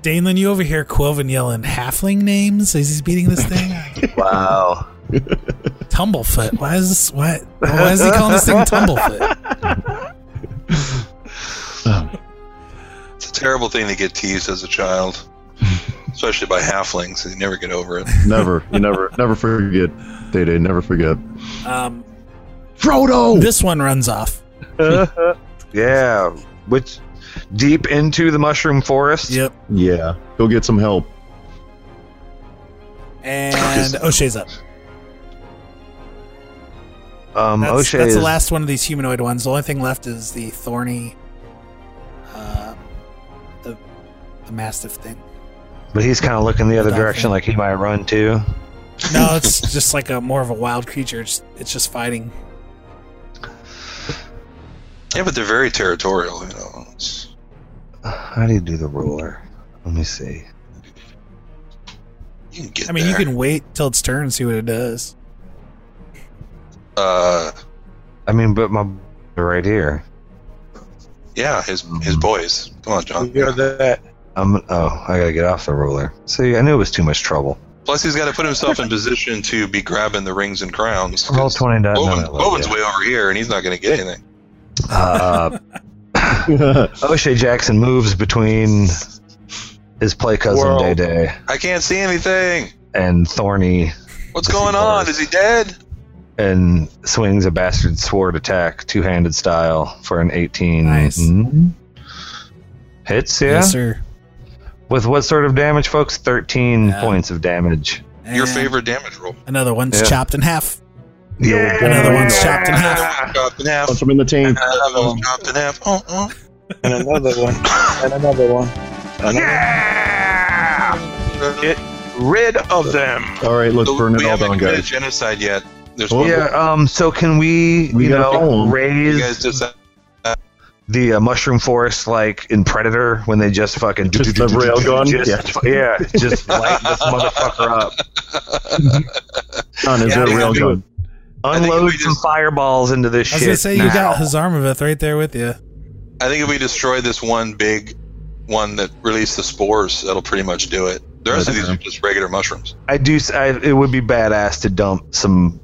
Speaker 1: Danelin, you over here, Quoven yelling halfling names as he's beating this thing.
Speaker 4: Wow.
Speaker 1: Tumblefoot. Why is this? Why? Why is he calling this thing Tumblefoot?
Speaker 3: It's a terrible thing to get teased as a child, especially by halflings. You never get over it.
Speaker 5: Never, you never, never forget. Day Day, never forget.
Speaker 1: Um,
Speaker 5: Frodo.
Speaker 1: this one runs off.
Speaker 4: Yeah. Which deep into the mushroom forest.
Speaker 1: Yep.
Speaker 5: yeah, go get some help.
Speaker 1: And O'Shea's up.
Speaker 4: Um,
Speaker 1: That's,
Speaker 4: O'Shea
Speaker 1: that's
Speaker 4: is
Speaker 1: the last one of these humanoid ones. The only thing left is the thorny, uh, the the mastiff thing.
Speaker 4: But he's kind of looking the other
Speaker 1: Dolphin.
Speaker 4: direction, like he might run too.
Speaker 1: No, it's just like a more of a wild creature. It's, it's just fighting.
Speaker 3: Yeah, but they're very territorial, you know. It's,
Speaker 4: How do you do the ruler? Let me see.
Speaker 3: you can get
Speaker 1: I mean,
Speaker 3: there.
Speaker 1: you can wait till its turn and see what it does.
Speaker 3: Uh,
Speaker 4: I mean, but my right here.
Speaker 3: yeah, his his boys. Come on, John.
Speaker 2: You know that.
Speaker 4: I'm. Oh, I gotta get off the ruler. See, I knew it was too much trouble.
Speaker 3: Plus, he's got to put himself in position to be grabbing the rings and crowns.
Speaker 4: Roll
Speaker 3: 'cause
Speaker 4: twenty dice.
Speaker 3: Bowen- Bowen's way over here, and he's not going to get anything.
Speaker 4: Uh,
Speaker 5: That's
Speaker 4: <laughs> O'Shea Jackson moves between his play cousin
Speaker 2: World.
Speaker 4: Day Day
Speaker 3: I can't see anything.
Speaker 4: and Thorny,
Speaker 3: What's going on? Is he dead?
Speaker 4: and swings a bastard sword attack, two-handed style, for an eighteen.
Speaker 1: Nice.
Speaker 4: Mhm. Hits, yeah.
Speaker 1: Yes, sir.
Speaker 4: With what sort of damage, folks? Thirteen
Speaker 1: Yeah.
Speaker 4: points of damage.
Speaker 3: Your
Speaker 1: And
Speaker 3: favorite damage roll.
Speaker 1: Another one's
Speaker 4: Yeah.
Speaker 1: chopped in half.
Speaker 4: Yeah.
Speaker 1: Another one's chopped in half.
Speaker 3: Chopped in half.
Speaker 5: Punch him in the tank.
Speaker 3: Another one's chopped in half. Oh, oh.
Speaker 2: And another one. And another one. Another Get rid of them.
Speaker 5: All right, let's
Speaker 3: So
Speaker 5: burn it
Speaker 3: we
Speaker 5: all
Speaker 3: haven't
Speaker 5: down,
Speaker 3: committed
Speaker 5: guys.
Speaker 3: genocide yet. There's
Speaker 5: Oh,
Speaker 3: one
Speaker 4: Yeah. Um. So can we,
Speaker 5: We
Speaker 4: you
Speaker 5: gotta follow
Speaker 4: know,
Speaker 5: 'em.
Speaker 3: you
Speaker 4: raise
Speaker 3: guys decide.
Speaker 4: the uh, mushroom forest like in Predator when they <laughs> just fucking
Speaker 5: Just the rail gun?
Speaker 4: Just, yeah. just light this motherfucker up.
Speaker 5: John, is there a
Speaker 3: Yeah, I think
Speaker 5: railgun?
Speaker 3: I think
Speaker 4: Unload
Speaker 3: we
Speaker 4: some
Speaker 3: just-
Speaker 4: fireballs into this
Speaker 1: I was
Speaker 4: shit.
Speaker 1: gonna say you
Speaker 4: now.
Speaker 1: got Hazarmaveth right there with you.
Speaker 3: I think if we destroy this one big one that released the spores, that'll pretty much do it. The rest of these are just regular mushrooms.
Speaker 4: I do. s I it would be badass to dump some.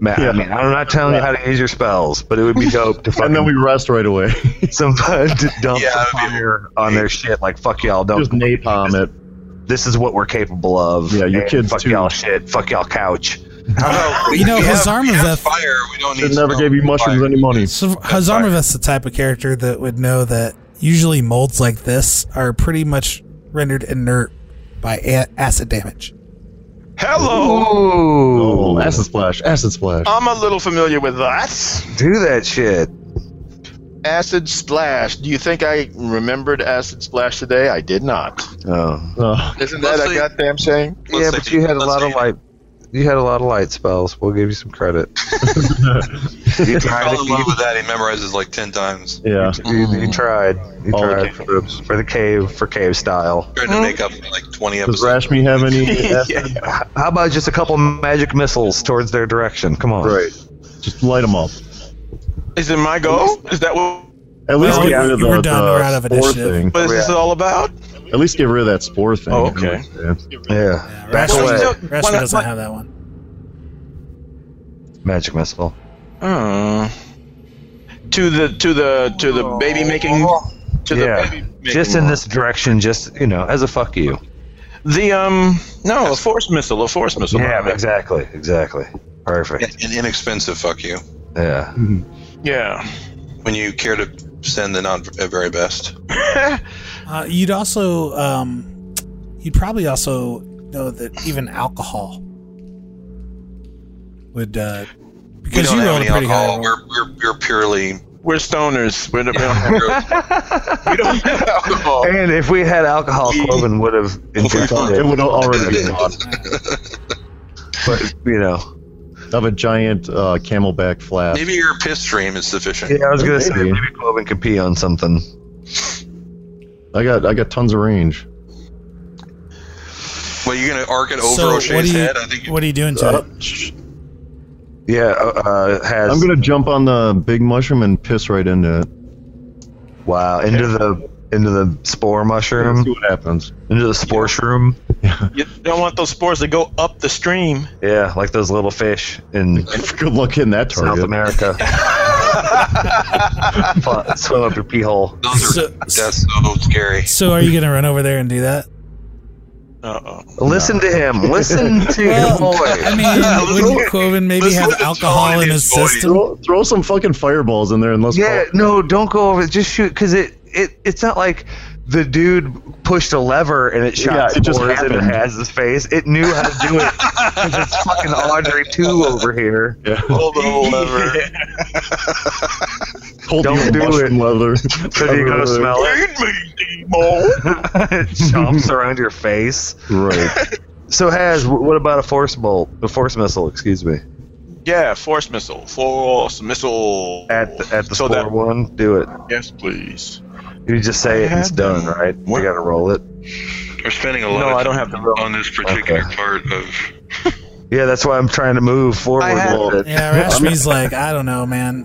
Speaker 4: Ma-
Speaker 5: Yeah.
Speaker 4: I mean, I'm not telling you how to use your spells, but it would be dope
Speaker 5: <laughs>
Speaker 4: to
Speaker 5: And
Speaker 4: fucking
Speaker 5: then we rest right away. <laughs>
Speaker 4: some
Speaker 3: <laughs>
Speaker 4: to dump
Speaker 3: Yeah,
Speaker 4: some
Speaker 3: that would be-
Speaker 4: fire on their shit. Like fuck y'all, don't
Speaker 5: Just napalm it.
Speaker 4: this is what we're capable of.
Speaker 5: Yeah, your
Speaker 4: and
Speaker 5: kids
Speaker 4: Fuck
Speaker 5: too.
Speaker 4: y'all shit. Fuck y'all couch.
Speaker 1: You know,
Speaker 3: We have- we have
Speaker 1: Hazarmaveth.
Speaker 3: fire. We don't need.
Speaker 5: It never
Speaker 3: smoke.
Speaker 5: gave you mushrooms
Speaker 3: Fire.
Speaker 5: any money.
Speaker 1: So Hazarmaveth's the type of character that would know that usually molds like this are pretty much rendered inert by a- acid damage.
Speaker 2: Hello.
Speaker 5: Oh,
Speaker 4: Ooh,
Speaker 5: acid splash, acid splash.
Speaker 2: I'm a little familiar with that.
Speaker 4: do that shit.
Speaker 8: Acid Splash. Do you think I remembered Acid Splash today? I did not.
Speaker 4: Oh,
Speaker 5: Oh,
Speaker 8: Isn't that
Speaker 3: Let's
Speaker 8: a
Speaker 3: see.
Speaker 8: goddamn shame?
Speaker 3: Let's
Speaker 4: yeah,
Speaker 3: say-
Speaker 4: but you had a
Speaker 3: let's
Speaker 4: lot
Speaker 3: say
Speaker 4: of light. You had a lot of light spells. We'll give you
Speaker 5: <laughs>
Speaker 4: some credit. you
Speaker 3: He
Speaker 4: tried.
Speaker 3: fell in love
Speaker 4: You,
Speaker 3: with that. He memorizes like ten times,
Speaker 5: yeah.
Speaker 4: you,
Speaker 3: Mm.
Speaker 4: you tried. You
Speaker 5: All the
Speaker 4: tried for, for the cave for cave style.
Speaker 3: trying to make up like twenty
Speaker 5: Does
Speaker 3: episodes.
Speaker 5: Rashmi have any
Speaker 1: <laughs>
Speaker 5: acid?
Speaker 4: How about just a couple magic missiles towards their direction? Come on.
Speaker 5: Right. Just light them up.
Speaker 2: Is it my goal? Is that what,
Speaker 5: At least
Speaker 1: Well,
Speaker 5: get rid of the,
Speaker 1: we're done.
Speaker 5: the
Speaker 1: We're out of
Speaker 5: spore
Speaker 1: initiative.
Speaker 5: thing.
Speaker 8: Oh,
Speaker 2: what is this all about?
Speaker 5: At least get rid of that spore thing.
Speaker 2: Oh, okay.
Speaker 5: Yeah.
Speaker 4: Yeah.
Speaker 1: Yeah,
Speaker 4: Back
Speaker 1: Rashmi-
Speaker 4: away.
Speaker 1: Rashmi
Speaker 2: Why not-
Speaker 1: doesn't
Speaker 2: why-
Speaker 1: have that one.
Speaker 4: Magic missile.
Speaker 2: Oh. to the to the to the baby making to the
Speaker 4: yeah.
Speaker 2: baby making
Speaker 4: Just in
Speaker 2: one.
Speaker 4: this direction, just you know, as a fuck you.
Speaker 2: the um no a force missile a force missile
Speaker 4: Yeah, exactly, exactly. Perfect.
Speaker 3: An inexpensive fuck you
Speaker 4: Yeah.
Speaker 2: yeah
Speaker 3: when you care to send the not v- very best.
Speaker 1: Uh, you'd also, um, you'd probably also know that even alcohol would, uh,
Speaker 3: We
Speaker 1: because
Speaker 3: don't
Speaker 1: you
Speaker 3: have
Speaker 1: rolled
Speaker 3: any
Speaker 1: a pretty high roll.
Speaker 3: alcohol. We're, we're, we're purely.
Speaker 2: we're stoners we're the <laughs>
Speaker 3: we don't have alcohol.
Speaker 4: And if we had alcohol, Cloven Oh. would have
Speaker 5: It
Speaker 4: infected,
Speaker 5: would already be gone.
Speaker 4: but you know.
Speaker 5: Have a giant uh, camelback flat.
Speaker 3: Maybe your piss stream is sufficient.
Speaker 4: Yeah, I was gonna say
Speaker 5: Maybe.
Speaker 4: maybe Cloven could pee on something.
Speaker 5: I got I got tons of range.
Speaker 3: Well, you're gonna arc it over
Speaker 1: so what
Speaker 3: O'Shea's
Speaker 1: are you,
Speaker 3: head. I think. uh,
Speaker 1: what are you doing to it?
Speaker 4: Yeah, uh, uh, has
Speaker 5: I'm gonna jump on the big mushroom and piss right into it.
Speaker 4: wow into the into the spore
Speaker 5: Let's see
Speaker 4: mushroom
Speaker 5: what happens. <laughs>
Speaker 4: into the spore shroom.
Speaker 2: you don't want those spores to go up the stream
Speaker 4: Yeah, like those little fish in
Speaker 5: Good luck hitting that
Speaker 4: South
Speaker 5: target.
Speaker 4: America.
Speaker 5: <laughs>
Speaker 4: <laughs> Fu- Swim up your pee hole.
Speaker 3: Those are,
Speaker 1: So-
Speaker 3: that's so scary.
Speaker 1: So are you going to run over there and do that?
Speaker 2: uh oh
Speaker 4: Listen to him.
Speaker 1: <laughs>
Speaker 4: Listen to your
Speaker 1: I
Speaker 3: <laughs>
Speaker 4: boy.
Speaker 1: mean, wouldn't Quoven maybe
Speaker 3: listen
Speaker 1: have
Speaker 3: to the
Speaker 1: alcohol
Speaker 3: tone
Speaker 1: in
Speaker 3: in
Speaker 1: his
Speaker 3: his voice.
Speaker 1: system?
Speaker 5: Throw, throw some fucking fireballs in there and let's
Speaker 4: Yeah,
Speaker 5: call-
Speaker 4: no, don't go over. Just shoot, because it, it it's not like the dude pushed a lever and it shot
Speaker 5: Yeah, it just
Speaker 4: spores in
Speaker 5: happened.
Speaker 4: Haz's face. It knew how to do it. 'Cause it's fucking Audrey two
Speaker 5: <laughs>
Speaker 4: over here. <laughs>
Speaker 3: Pull the whole <laughs> lever.
Speaker 5: hold
Speaker 4: don't
Speaker 5: your
Speaker 4: do
Speaker 5: mushroom
Speaker 4: it.
Speaker 5: leather.
Speaker 4: <laughs> So you go smell it. <laughs> it chomps around your face. <laughs>
Speaker 5: Right.
Speaker 4: So Haz, wh- what about a force bolt? A force missile, excuse me.
Speaker 2: yeah force missile force missile
Speaker 4: At the, at the
Speaker 2: so
Speaker 4: score
Speaker 2: that
Speaker 4: one, do it.
Speaker 2: yes please
Speaker 4: You just say it and it's done, right? We gotta roll it.
Speaker 3: We're spending a lot
Speaker 2: no
Speaker 3: of
Speaker 2: I don't have the rope.
Speaker 3: on this particular
Speaker 4: Okay.
Speaker 3: part of.
Speaker 4: Yeah, that's why I'm trying to move forward
Speaker 2: I
Speaker 4: a
Speaker 2: had-
Speaker 4: little bit. <laughs>
Speaker 1: Yeah, Rashmi's like, I don't know, man.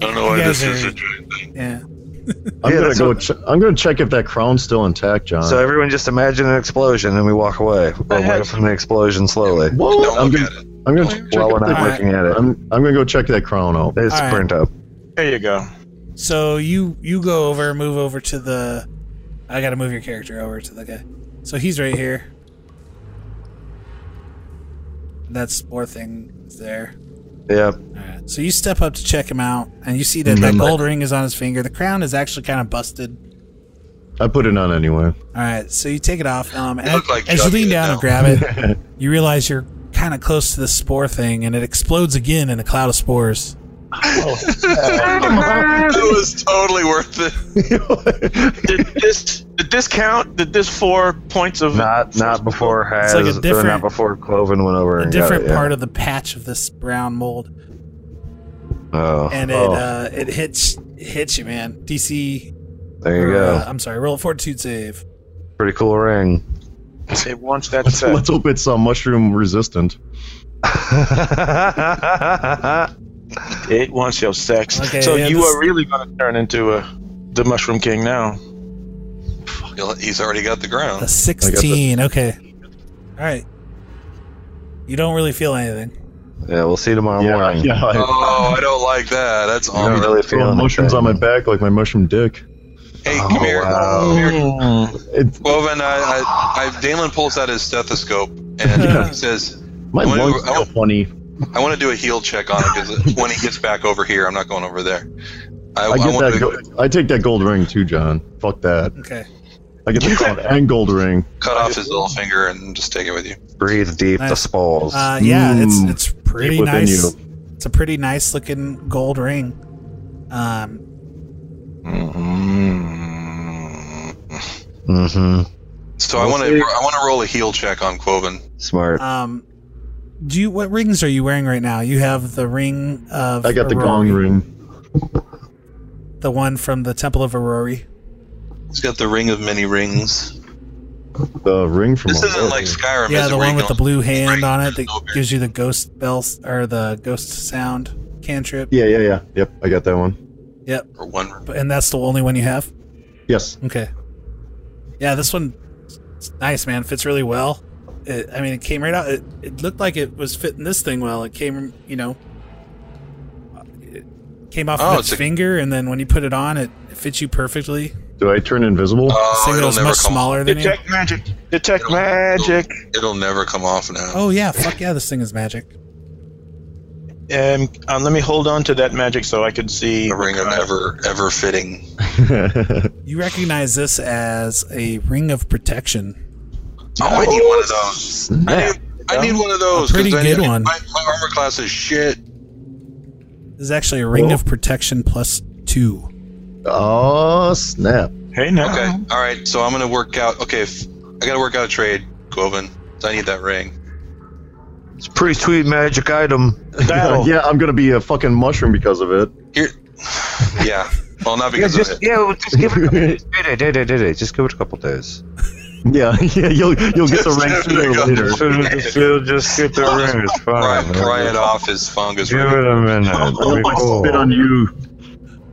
Speaker 3: I don't know why
Speaker 1: You guys
Speaker 3: this is
Speaker 1: are-
Speaker 3: a giant thing.
Speaker 1: Yeah.
Speaker 5: I'm
Speaker 4: Yeah,
Speaker 5: gonna
Speaker 4: that's
Speaker 5: go.
Speaker 4: what-
Speaker 5: Ch- I'm gonna check if that crown's still intact, John.
Speaker 4: So everyone just imagine an explosion and we walk away. Or
Speaker 2: I had-
Speaker 4: away from the explosion slowly.
Speaker 5: Whoa,
Speaker 3: Don't
Speaker 5: I'm
Speaker 3: look
Speaker 5: gonna,
Speaker 3: at it.
Speaker 5: I'm gonna check
Speaker 4: While we're
Speaker 5: if
Speaker 4: not
Speaker 5: that-
Speaker 1: Alright.
Speaker 4: looking at it.
Speaker 5: I'm, I'm gonna go check that crown out.
Speaker 4: It's
Speaker 1: Alright.
Speaker 4: burnt up.
Speaker 2: there you go
Speaker 1: So you you go over, move over to the. I got to move your character over to the guy. So he's right here. That spore thing is there.
Speaker 4: Yeah.
Speaker 1: Alright, So you step up to check him out, and you see that that gold ring is on his finger. The crown is actually kind of busted.
Speaker 5: I put it on anyway.
Speaker 1: All right, so you take it off, um, and
Speaker 3: You look like
Speaker 1: as you
Speaker 3: Chucky
Speaker 1: lean down
Speaker 3: now.
Speaker 1: and grab
Speaker 3: <laughs>
Speaker 1: it, you realize you're kind of close to the spore thing, and it explodes again in a cloud of spores.
Speaker 3: It was totally worth it.
Speaker 2: did this did this count did this four points of
Speaker 4: Not not before Haz
Speaker 1: like a
Speaker 4: or
Speaker 1: different-
Speaker 4: not before Cloven went over
Speaker 1: A
Speaker 4: and
Speaker 1: different
Speaker 4: got it, yeah.
Speaker 1: part of the patch of this brown mold,
Speaker 4: Oh.
Speaker 1: and it
Speaker 5: Oh.
Speaker 1: uh, it hits hits you, man. DC.
Speaker 4: there you
Speaker 1: or,
Speaker 4: go.
Speaker 1: uh, I'm sorry. Roll a fortitude save.
Speaker 4: Pretty cool ring. <laughs>
Speaker 2: it wants that
Speaker 5: Let's,
Speaker 2: set.
Speaker 5: let's hope it's uh, mushroom resistant.
Speaker 2: It wants your sex.
Speaker 1: Okay,
Speaker 2: so
Speaker 1: yeah,
Speaker 2: you
Speaker 1: this-
Speaker 2: are really going to turn into a the Mushroom King now.
Speaker 3: He'll- He's already got the
Speaker 1: A
Speaker 3: ground.
Speaker 1: 16. Okay. All right. You don't really feel anything.
Speaker 4: yeah, we'll see you tomorrow morning.
Speaker 5: yeah. I,
Speaker 3: Oh, I don't like that. That's
Speaker 4: I don't
Speaker 3: awful.
Speaker 4: really
Speaker 5: throw
Speaker 4: feel
Speaker 5: mushrooms on
Speaker 4: anything.
Speaker 5: my back like my mushroom dick.
Speaker 3: Hey, come here.
Speaker 4: wow.
Speaker 3: Come here.
Speaker 1: Mm.
Speaker 5: It's
Speaker 3: Woven, I, I, I, Dalen pulls out his stethoscope and he says,
Speaker 5: my
Speaker 3: I wanna-
Speaker 5: lungs
Speaker 3: I
Speaker 5: feel
Speaker 3: wanna-
Speaker 5: funny.
Speaker 3: I want to do a heel check on him because when he gets back over here, I'm not going over there. I,
Speaker 5: I get
Speaker 3: want
Speaker 5: that.
Speaker 3: to
Speaker 5: Go- I take that gold ring too, John. Fuck that.
Speaker 1: Okay.
Speaker 5: I get the crown and gold ring.
Speaker 3: cut off his little finger and just take it with you.
Speaker 4: Breathe deep, the
Speaker 1: Nice.
Speaker 4: spores.
Speaker 1: Uh, yeah, it's
Speaker 5: Mm.
Speaker 1: it's pretty
Speaker 5: Deep within
Speaker 1: nice.
Speaker 5: you.
Speaker 1: It's a pretty nice looking gold ring. Um,
Speaker 4: mm-hmm.
Speaker 3: So I want to I want to roll a heel check on Quoven.
Speaker 4: Smart.
Speaker 1: um, do you what rings are you wearing right now? You have the ring of
Speaker 5: I got the gong
Speaker 1: Aurori,
Speaker 5: ring.
Speaker 1: the one from the Temple of Aurori.
Speaker 3: He's got the ring of many rings.
Speaker 5: The ring from.
Speaker 3: This
Speaker 5: my
Speaker 3: isn't
Speaker 5: wallet.
Speaker 3: like Skyrim.
Speaker 1: Yeah,
Speaker 3: is it,
Speaker 1: the
Speaker 3: where
Speaker 1: one
Speaker 3: you
Speaker 1: with the
Speaker 3: can-
Speaker 1: blue hand
Speaker 3: ring
Speaker 1: on it that
Speaker 3: over.
Speaker 1: gives you the ghost bells or the ghost sound cantrip.
Speaker 5: Yeah, yeah, yeah. Yep, I got that one.
Speaker 1: Yep,
Speaker 3: Or one.
Speaker 1: but- and that's the only one you have.
Speaker 5: Yes.
Speaker 1: Okay. Yeah, this one, it's nice man. Fits really well. It, I mean, it came right out. It, it looked like it was fitting this thing well. It came, you know, it Came off
Speaker 3: Oh,
Speaker 1: of its
Speaker 3: it's a-
Speaker 1: finger, and then when you put it on, it fits you perfectly.
Speaker 5: Do I turn invisible?
Speaker 3: Oh,
Speaker 1: Single
Speaker 3: it'll
Speaker 1: is
Speaker 3: never
Speaker 1: much
Speaker 3: come
Speaker 1: smaller than you.
Speaker 2: Detect magic. Detect magic.
Speaker 3: Off. It'll never come off now.
Speaker 1: Oh yeah, fuck yeah, this thing is magic.
Speaker 2: Um, uh, let me hold on to that magic so I can see.
Speaker 3: A ring of ever ever fitting.
Speaker 1: You recognize this as a ring of protection.
Speaker 3: Oh, I need one of those. I
Speaker 4: Snap.
Speaker 3: need, I need one of those.
Speaker 1: A pretty
Speaker 3: 'cause I need-
Speaker 1: good one.
Speaker 3: My, my armor class is shit.
Speaker 1: This is actually a ring of protection plus two.
Speaker 5: oh snap!
Speaker 2: Hey, now.
Speaker 1: Uh-huh.
Speaker 3: Okay.
Speaker 2: <laughs>
Speaker 3: All right. So I'm gonna work out. Okay. If, I gotta work out a trade, Quoven. So I need that ring.
Speaker 4: It's a pretty sweet magic item.
Speaker 5: <laughs>
Speaker 2: That'll-
Speaker 5: Yeah, I'm gonna be a fucking mushroom because of it.
Speaker 3: Here. Yeah. Well, not
Speaker 4: Yeah,
Speaker 3: because of
Speaker 4: just
Speaker 3: it.
Speaker 4: yeah, well, just give
Speaker 5: <laughs>
Speaker 4: it. A, did it, did it, did it. Just give it a couple days.
Speaker 5: Yeah, <laughs> yeah, you'll you'll get the rank sooner or later.
Speaker 4: So we'll just, we'll just get the ring. It's
Speaker 3: Pry,
Speaker 4: fine.
Speaker 3: pry it off his fungus
Speaker 4: Give
Speaker 3: ring.
Speaker 4: it a minute. It'll be
Speaker 5: <laughs> I'll
Speaker 4: cool.
Speaker 5: spit on you.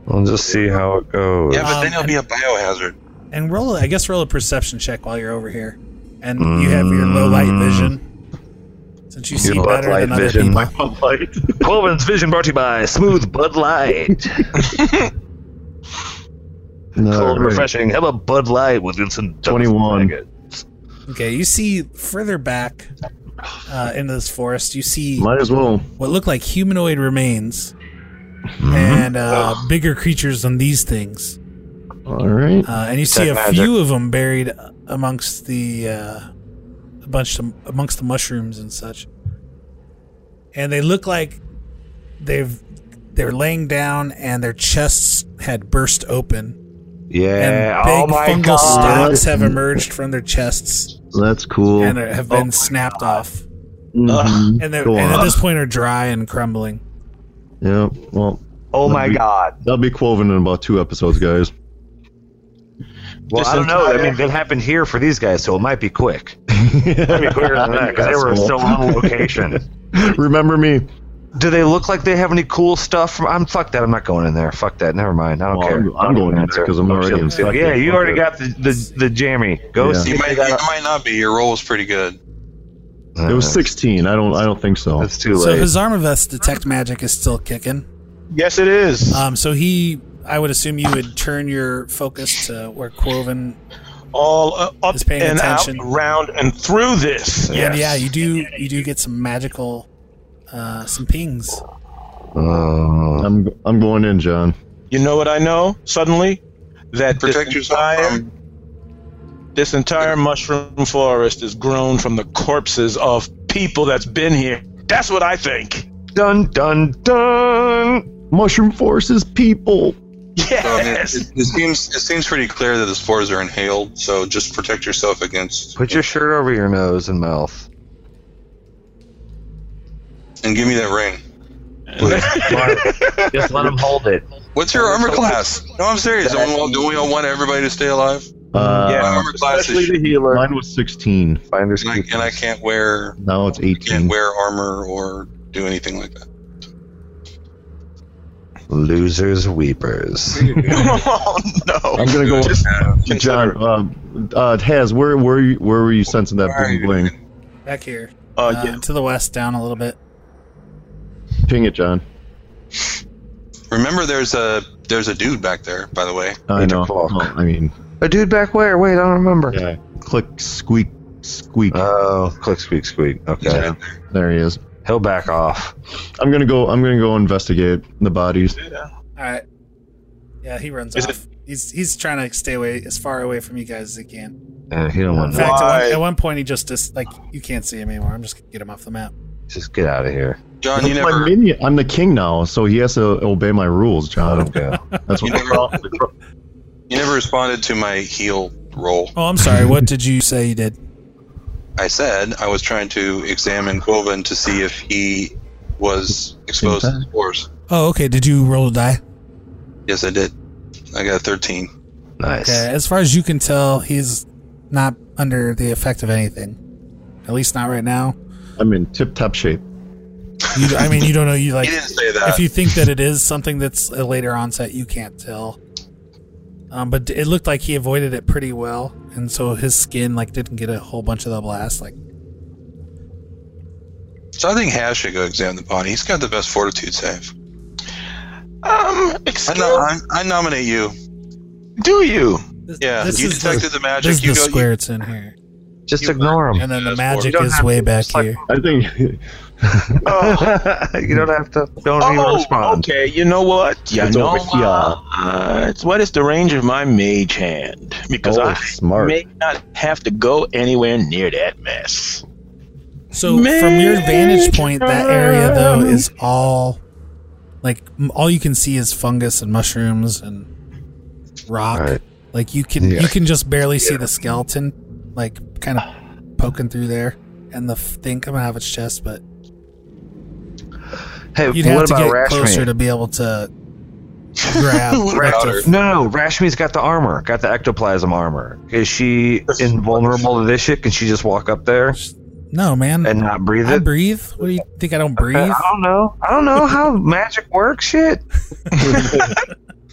Speaker 4: We'll just see how it goes.
Speaker 3: Yeah, but
Speaker 1: Um,
Speaker 3: then he'll be a biohazard.
Speaker 1: And roll, a- I guess, roll a perception check while you're over here, and you have your low light vision, since you see
Speaker 4: Mm. low
Speaker 1: better
Speaker 4: light
Speaker 1: than other
Speaker 4: vision.
Speaker 1: people.
Speaker 4: <laughs> Quovin's vision brought to you by Smooth Bud Light.
Speaker 5: <laughs>
Speaker 4: Cold and refreshing. Have a Bud Light with instant Douglas
Speaker 5: 21.
Speaker 4: Maggot.
Speaker 1: Okay, you see further back uh, into this forest, you see
Speaker 5: Might as well.
Speaker 1: what look like humanoid remains
Speaker 4: Mm-hmm.
Speaker 1: and uh, bigger creatures than these things.
Speaker 5: All right.
Speaker 1: Uh, and you see a
Speaker 2: magic.
Speaker 1: few of them buried uh, amongst the uh, a bunch of, amongst the mushrooms and such. And they look like they've they're laying down and their chests had burst open
Speaker 4: Yeah.
Speaker 1: and
Speaker 4: oh
Speaker 1: big
Speaker 4: my
Speaker 1: fungal
Speaker 4: god.
Speaker 1: stalks have emerged from their chests
Speaker 5: That's cool.
Speaker 1: and have been snapped off.
Speaker 2: Uh,
Speaker 5: Mhm.
Speaker 1: And, they're,
Speaker 5: Go
Speaker 1: and at
Speaker 5: on.
Speaker 1: this point are dry and crumbling.
Speaker 5: Yeah. Well,
Speaker 4: Oh my god.
Speaker 5: that'll be Quoven in about two episodes, guys. <laughs>
Speaker 4: Well, I don't know. I mean, that happened here for these guys, so it might be quick. It <laughs> might be quicker than that because they were
Speaker 5: Asshole.
Speaker 4: still on location.
Speaker 5: <laughs> Remember me.
Speaker 4: Do they look like they have any cool stuff? From, I'm fuck that. I'm not going in there. Fuck that. Never mind. I don't
Speaker 5: Well,
Speaker 4: care.
Speaker 5: I'm- I'm going in there 'cause I'm already infected.
Speaker 4: Yeah, you
Speaker 5: Fuck
Speaker 4: already
Speaker 5: it.
Speaker 4: got the, the, the jammy. Go
Speaker 5: Yeah.
Speaker 4: see.
Speaker 3: You might, you might not be. Your roll was pretty good.
Speaker 5: It was 16. I don't. I don't think so.
Speaker 4: It's too
Speaker 1: So
Speaker 4: late.
Speaker 1: his Zarmaveth's detect magic is still kicking.
Speaker 2: Yes, it is.
Speaker 1: Um, so he, I would assume you would turn your focus to where Quoven.
Speaker 2: All uh, up
Speaker 1: He's paying
Speaker 2: and
Speaker 1: attention.
Speaker 2: out, around and through this.
Speaker 1: And yeah, you do. You do get some magical, uh, some pings. Uh,
Speaker 4: Oh.
Speaker 5: I'm. I'm going in, John.
Speaker 2: You know what I know? Suddenly, that
Speaker 3: Protect
Speaker 2: this
Speaker 3: yourself
Speaker 2: entire,
Speaker 3: from.
Speaker 2: this entire mushroom forest is grown from the corpses of people that's been here. That's what I think.
Speaker 4: Dun dun dun.
Speaker 5: Mushroom forces people.
Speaker 3: So, I mean, it,
Speaker 2: Yes.
Speaker 3: it seems it seems pretty clear that the spores are inhaled. So just protect yourself against
Speaker 4: Put your shirt over your nose and mouth.
Speaker 3: and give me that ring.
Speaker 2: <laughs>
Speaker 4: Just let him hold it.
Speaker 3: What's your armor class? No, I'm serious. Don't we all, don't we all want everybody to stay alive?
Speaker 5: Uh,
Speaker 2: Yeah.
Speaker 3: My armor class is
Speaker 2: Especially
Speaker 3: shit,
Speaker 2: the healer.
Speaker 5: Mine was 16.
Speaker 4: Finders
Speaker 3: and I, and I can't wear
Speaker 5: Now it's
Speaker 3: can't
Speaker 5: 18.
Speaker 3: wear armor or do anything like that.
Speaker 4: Losers weepers.
Speaker 2: <laughs> oh no.
Speaker 5: I'm gonna go.
Speaker 3: Just, uh,
Speaker 5: John, uh, uh, Taz, where where were you, where were you sensing that
Speaker 3: Where are
Speaker 5: bling
Speaker 3: you?
Speaker 5: bling?
Speaker 1: Back here,
Speaker 2: Uh,
Speaker 1: uh,
Speaker 2: yeah.
Speaker 1: to the west, down a little bit.
Speaker 5: Ping it, John.
Speaker 3: remember, there's a there's a dude back there. By the way,
Speaker 5: I
Speaker 4: Eight
Speaker 5: know.
Speaker 4: o'clock.
Speaker 5: Well, I mean,
Speaker 4: A dude back where? Wait, I don't remember.
Speaker 5: yeah. Click, squeak, squeak.
Speaker 4: Oh, click, squeak, squeak. Okay,
Speaker 5: Yeah. There he is.
Speaker 4: he'll back off.
Speaker 5: I'm gonna go. I'm gonna go investigate the bodies.
Speaker 1: All right. Yeah, he runs
Speaker 2: Is
Speaker 1: off. He's he's trying to stay away as far away from you guys as he can.
Speaker 4: Uh, he don't
Speaker 1: In
Speaker 4: want to.
Speaker 1: fact, at one,
Speaker 2: Why?
Speaker 1: at one point he just dis- like you can't see him anymore. I'm just gonna get him off the map.
Speaker 4: Just get out of here.
Speaker 3: John, you
Speaker 5: That's my
Speaker 3: never
Speaker 5: minion. I'm the king now, so he has to obey my rules,
Speaker 4: Let
Speaker 5: John.
Speaker 4: him go.
Speaker 5: <laughs> That's what.
Speaker 3: You never- you never responded to my heal roll.
Speaker 1: Oh, I'm sorry. what did you say you did?
Speaker 3: I said I was trying to examine Quoven to see if he was exposed to spores.
Speaker 1: Oh, okay. Did you roll a die?
Speaker 3: Yes, I did. I got a 13.
Speaker 4: Nice.
Speaker 1: Okay, as far as you can tell, he's not under the effect of anything. At least not right now.
Speaker 5: I'm in tip-top shape. <laughs>
Speaker 1: You, I mean, you don't know. You like
Speaker 3: <laughs> He didn't say that.
Speaker 1: if you think that it is something that's a later onset, you can't tell. Um, but it looked like he avoided it pretty well, and so his skin like didn't get a whole bunch of the blast. Like,
Speaker 3: so I think Hash should go examine the body. He's got the best fortitude save.
Speaker 1: Uh,
Speaker 2: Um,
Speaker 3: I,
Speaker 2: excuse
Speaker 3: no, I, I nominate you.
Speaker 2: Do you?
Speaker 1: This-
Speaker 3: Yeah,
Speaker 1: this
Speaker 3: you
Speaker 1: is
Speaker 3: detected the, magic.
Speaker 1: This is
Speaker 3: you
Speaker 1: the
Speaker 3: go,
Speaker 1: square it's in here,
Speaker 4: Just
Speaker 3: You-
Speaker 4: ignore him.
Speaker 1: and then the
Speaker 3: Yes,
Speaker 1: magic
Speaker 4: don't
Speaker 1: is
Speaker 4: have
Speaker 1: way
Speaker 4: to
Speaker 1: back
Speaker 4: like-
Speaker 1: here.
Speaker 5: I think
Speaker 3: Oh.
Speaker 4: <laughs> you don't have to. Don't even
Speaker 2: Oh,
Speaker 4: respond.
Speaker 2: okay. You know what? You
Speaker 5: It's
Speaker 2: know
Speaker 5: over here.
Speaker 2: what? Uh, What is the range of my mage hand? Because
Speaker 5: Oh,
Speaker 2: I
Speaker 5: smart.
Speaker 2: may not have to go anywhere near that mess.
Speaker 1: So from your vantage point, that area though is all like m- all you can see is fungus and mushrooms and rock.
Speaker 4: Right.
Speaker 1: Like you can
Speaker 4: Yeah.
Speaker 1: you can just barely see the skeleton, like kind of poking through there, and the f- thing coming out of its chest. But
Speaker 3: oh.
Speaker 4: Hey,
Speaker 1: you'd
Speaker 4: what
Speaker 1: have to
Speaker 4: about
Speaker 1: get
Speaker 4: Rashmi?
Speaker 1: closer to be able <laughs> to grab.
Speaker 3: Powder.
Speaker 4: No, no, Rashmi's got the armor, got the ectoplasm armor. Is she invulnerable to this shit? Can she just walk up there
Speaker 1: no man,
Speaker 4: and not breathe
Speaker 1: I
Speaker 4: it? Uh,
Speaker 1: breathe. What do you think? I don't breathe.
Speaker 4: I don't know. I don't know how magic works. Shit.
Speaker 5: I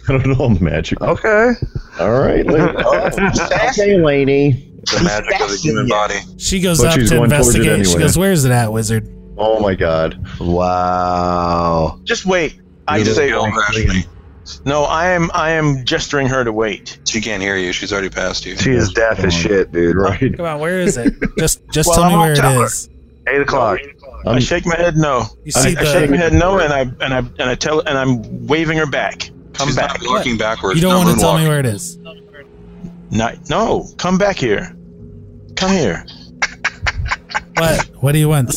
Speaker 5: don't know magic.
Speaker 4: Okay.
Speaker 5: All <laughs> right, lady.
Speaker 7: Okay, Laney.
Speaker 3: the magic of the human body.
Speaker 1: She goes
Speaker 5: But
Speaker 1: up
Speaker 5: she's
Speaker 1: to
Speaker 5: going towards it
Speaker 1: investigate. She
Speaker 5: anyway.
Speaker 1: goes, "Where's it at, wizard?"
Speaker 5: Oh my god.
Speaker 4: Wow.
Speaker 2: Just wait. I
Speaker 3: You
Speaker 2: say,
Speaker 3: don't mash me.
Speaker 2: no, I am, I am gesturing her to wait.
Speaker 3: She can't hear you. She's already past you.
Speaker 4: She is deaf as shit, dude.
Speaker 5: Right.
Speaker 1: Come on, where is it? Just just
Speaker 2: Well,
Speaker 1: tell me
Speaker 2: I'm on
Speaker 1: where it
Speaker 2: tower.
Speaker 1: is.
Speaker 4: Eight o'clock.
Speaker 2: i
Speaker 5: I'm,
Speaker 2: shake my head no.
Speaker 1: You
Speaker 5: I-
Speaker 1: see
Speaker 2: I
Speaker 1: the-
Speaker 2: shake my head no, and I and I and I tell, and I'm waving her back. Come
Speaker 3: She's
Speaker 2: back.
Speaker 3: not walking backwards.
Speaker 1: You don't
Speaker 3: not
Speaker 1: want to tell me
Speaker 3: moonwalking.
Speaker 1: where it is.
Speaker 2: Not, no, come back here. Come here.
Speaker 1: What? What do you
Speaker 4: <laughs>
Speaker 1: want?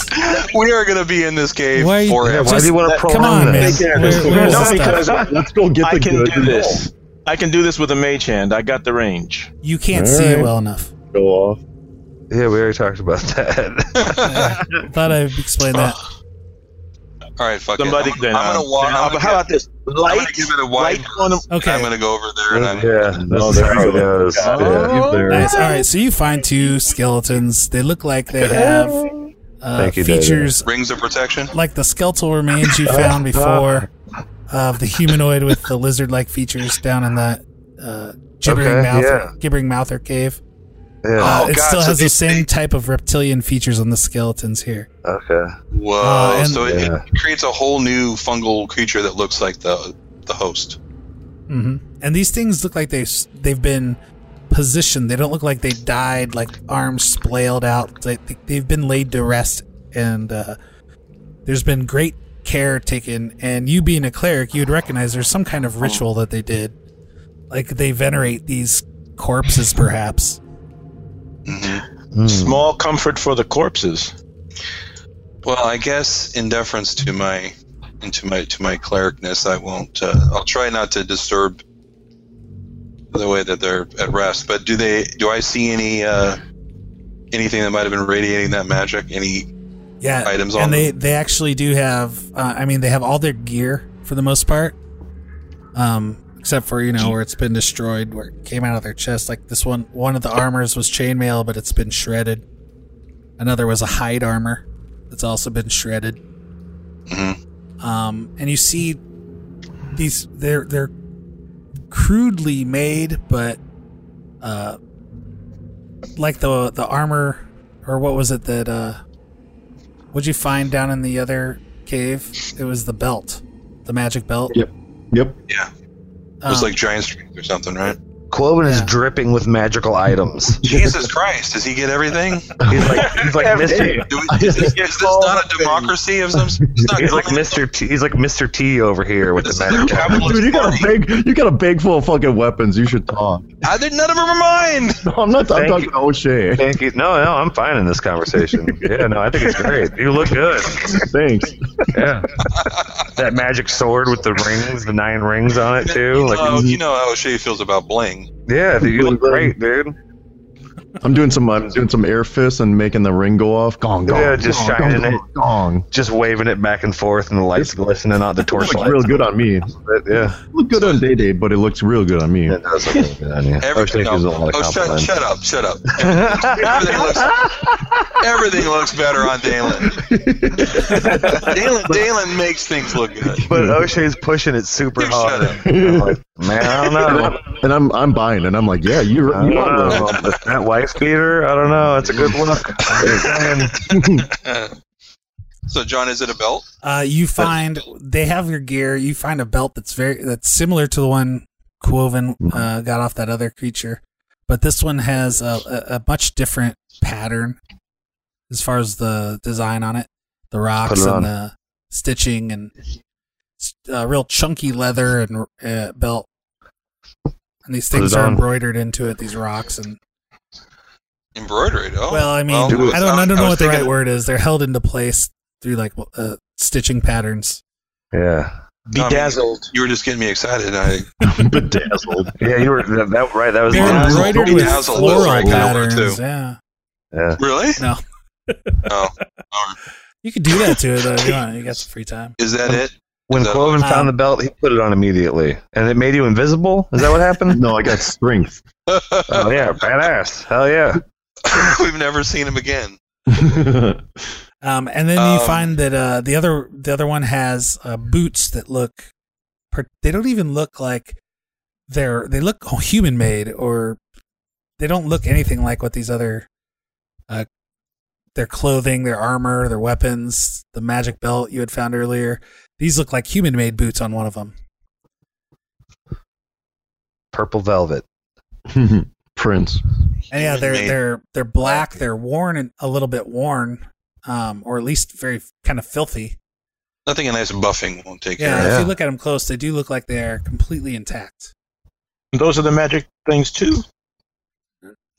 Speaker 3: We are going to be in this cave
Speaker 1: Why-
Speaker 4: Yeah,
Speaker 3: forever.
Speaker 4: why do you want to
Speaker 1: Come
Speaker 4: prolong
Speaker 1: on, man.
Speaker 4: this?
Speaker 1: Where- where is
Speaker 2: No,
Speaker 1: this
Speaker 2: because
Speaker 1: at?
Speaker 5: let's go get the
Speaker 2: I can
Speaker 5: good
Speaker 2: do this. I can do this with a mage hand. I got the range.
Speaker 1: You can't see it
Speaker 5: Alright.
Speaker 1: well enough.
Speaker 5: <laughs> Go off.
Speaker 4: Yeah, we already talked
Speaker 5: <laughs>
Speaker 3: <laughs>
Speaker 4: about that.
Speaker 1: Thought I explained that.
Speaker 3: All right, fuck
Speaker 2: Somebody,
Speaker 3: it. I'm,
Speaker 2: then,
Speaker 3: I'm
Speaker 2: uh,
Speaker 3: going to walk.
Speaker 2: then,
Speaker 3: I'm
Speaker 2: uh,
Speaker 3: gonna
Speaker 2: how about this?
Speaker 3: I'm
Speaker 2: Light,
Speaker 3: gonna give it a wide
Speaker 2: light on him.
Speaker 1: Okay.
Speaker 3: I'm gonna go over there and I'm
Speaker 4: yeah,
Speaker 5: No,
Speaker 4: this is
Speaker 5: there
Speaker 4: how
Speaker 5: you
Speaker 4: it
Speaker 5: go.
Speaker 4: goes.
Speaker 5: Got
Speaker 4: Yeah.
Speaker 5: it. There.
Speaker 1: Nice. All right. So you find two skeletons. They look like they have uh,
Speaker 4: Thank you, David.
Speaker 1: features
Speaker 3: rings of protection.
Speaker 1: like the skeletal remains you
Speaker 4: <laughs>
Speaker 1: found before of the humanoid with the lizard-like features down in the uh, gibbering
Speaker 4: Okay,
Speaker 1: mouth,
Speaker 4: yeah. Oh,
Speaker 1: gibbering mouther cave.
Speaker 4: Yeah.
Speaker 1: Uh, it
Speaker 3: God,
Speaker 1: still
Speaker 3: so
Speaker 1: has the
Speaker 3: they-
Speaker 1: same type of reptilian features on the skeletons here.
Speaker 4: Okay.
Speaker 3: Whoa!
Speaker 1: Uh, and-
Speaker 3: so it,
Speaker 4: Yeah.
Speaker 3: it creates a whole new fungal creature that looks like the the host.
Speaker 1: hmm And these things look like they s- they've been positioned. They don't look like they died, like arms splayed out. They, they- they've been laid to rest, and uh, there's been great care taken. And you being a cleric, you'd recognize there's some kind of ritual that they did, like they venerate these corpses, perhaps.
Speaker 2: Small comfort for the corpses.
Speaker 3: Well, I guess in deference to my into my to my clericness, I won't. Uh, I'll try not to disturb the way that they're at rest. But do they? Do I see any uh, anything that might have been radiating that magic? Any?
Speaker 1: Yeah,
Speaker 3: Items
Speaker 1: and
Speaker 3: on
Speaker 1: they they actually do have. Uh, I mean, they have all their gear for the most part, um, except for you know where it's been destroyed, where it came out of their chest. Like this one, one of the armors was chainmail, but it's been shredded. Another was a hide armor that's also been shredded.
Speaker 3: Mm-hmm.
Speaker 1: Um, and you see these they're they're crudely made, but uh, like the the armor or what was it that uh What'd you find down in the other cave? It was the belt, the magic belt.
Speaker 5: Yep. Yep.
Speaker 3: Yeah, it
Speaker 1: Um,
Speaker 3: was like giant strength or something, right?
Speaker 4: Cloven is
Speaker 1: Yeah.
Speaker 4: dripping with magical items.
Speaker 3: Jesus Christ! Does he get everything?
Speaker 4: He's
Speaker 5: <laughs>
Speaker 4: like he's like Mr.
Speaker 3: Do we, is, this, is this not a democracy of some? It's not
Speaker 4: He's like
Speaker 3: government?
Speaker 4: Mr. T. He's like Mr. T over
Speaker 5: <laughs>
Speaker 4: here with
Speaker 3: <laughs>
Speaker 4: the
Speaker 3: This is
Speaker 4: magic.
Speaker 3: a
Speaker 4: items.
Speaker 3: capitalist
Speaker 5: Dude, you got a
Speaker 3: party.
Speaker 5: big, you got a bag full of fucking weapons. You should talk.
Speaker 3: I did none of them are mine.
Speaker 5: No, I'm not. I'm
Speaker 4: Thank
Speaker 5: talking
Speaker 4: you.
Speaker 5: about O'Shea.
Speaker 4: <laughs> Thank you. No, no, I'm fine in this conversation. yeah, no, I think it's great. You look good.
Speaker 5: Thanks.
Speaker 4: Yeah. that magic sword with the rings, the nine rings on it too. Like, mm.
Speaker 3: Oh, you know how O'Shea feels about bling.
Speaker 4: yeah, dude, you look great, dude.
Speaker 5: I'm doing some. I'm doing some air fists and making the ring go off. Gong gong.
Speaker 4: Yeah, just
Speaker 5: gong,
Speaker 4: shining
Speaker 5: gong,
Speaker 4: it.
Speaker 5: Gong.
Speaker 4: Just waving it back and forth, and the lights glistening out the torch
Speaker 5: Looks
Speaker 4: lights.
Speaker 5: real good on me.
Speaker 4: Yeah,
Speaker 5: Look good on Day Day, but it looks real good on <laughs> me.
Speaker 4: it does look really good on you.
Speaker 3: Every-
Speaker 4: Everything
Speaker 3: no.
Speaker 4: gives a lot of
Speaker 3: Oh, shut,
Speaker 4: compliments.
Speaker 3: shut up, shut up. Everything looks, everything looks
Speaker 4: <laughs>
Speaker 3: better on Dalen. Dalen, Dalen makes things look good.
Speaker 4: But O'Shea's pushing it super
Speaker 3: You
Speaker 4: hard.
Speaker 3: shut up.
Speaker 4: I'm like, man, I don't know.
Speaker 5: And I'm I'm buying it. I'm like, yeah, you're.
Speaker 4: I don't
Speaker 5: you are
Speaker 4: know.
Speaker 5: right.
Speaker 4: <laughs> But That wife beater, I don't know. It's a good look. I'm just saying.
Speaker 3: So, John, is it a belt?
Speaker 1: Uh, you find they have your gear. You find a belt that's very that's similar to the one Quoven uh, got off that other creature, but this one has a, a, a much different pattern as far as the design on it, the rocks
Speaker 4: Put it
Speaker 1: and
Speaker 4: on.
Speaker 1: the stitching and uh, real chunky leather and uh, belt. And these
Speaker 4: Put
Speaker 1: things
Speaker 4: it
Speaker 1: are
Speaker 4: on.
Speaker 1: embroidered into it. These rocks and
Speaker 3: Embroidery. Oh,
Speaker 1: well, I mean,
Speaker 3: was-
Speaker 1: I don't, I don't know
Speaker 3: was
Speaker 1: what the right
Speaker 3: thinking-
Speaker 1: word is. They're held into place through like w- uh, stitching patterns.
Speaker 4: Yeah.
Speaker 2: Bedazzled.
Speaker 3: You were just getting me excited. and I
Speaker 5: Bedazzled.
Speaker 4: Yeah, you were that, that right. That was
Speaker 1: They're
Speaker 3: Bedazzled.
Speaker 1: embroidered with
Speaker 3: Bedazzled is the
Speaker 1: floral
Speaker 3: right kind of word,
Speaker 1: patterns.
Speaker 3: too.
Speaker 1: Yeah,
Speaker 4: Yeah.
Speaker 3: really?
Speaker 1: No.
Speaker 3: oh,
Speaker 1: you could do that to it though. If you want, you got some free time.
Speaker 3: is that it?
Speaker 4: When
Speaker 3: So- uh,
Speaker 4: Cloven
Speaker 1: Um,
Speaker 4: found the belt, he put it on immediately, and it made you invisible. Is that what <laughs> happened?
Speaker 5: No, I got strength.
Speaker 4: oh yeah, badass. Hell yeah.
Speaker 3: <laughs> We've never seen him again.
Speaker 1: Um, and then you
Speaker 3: Um,
Speaker 1: find that uh, the other the other one has uh, boots that look, per- they don't even look like they're they look <laughs> human made or they don't look anything like what these other, uh, their clothing, their armor, their weapons, the magic belt you had found earlier. These look like human made boots on one of them.
Speaker 4: Purple <laughs> velvet.
Speaker 5: Prince.
Speaker 1: And yeah, they're
Speaker 3: Human-made.
Speaker 1: they're they're black. They're worn and a little bit worn, um, or at least very kind of filthy.
Speaker 3: Nothing a nice buffing won't take
Speaker 1: Yeah,
Speaker 3: care of.
Speaker 1: if
Speaker 4: Yeah.
Speaker 1: you look at them close, they do look like they are completely intact.
Speaker 2: Those are the magic things too.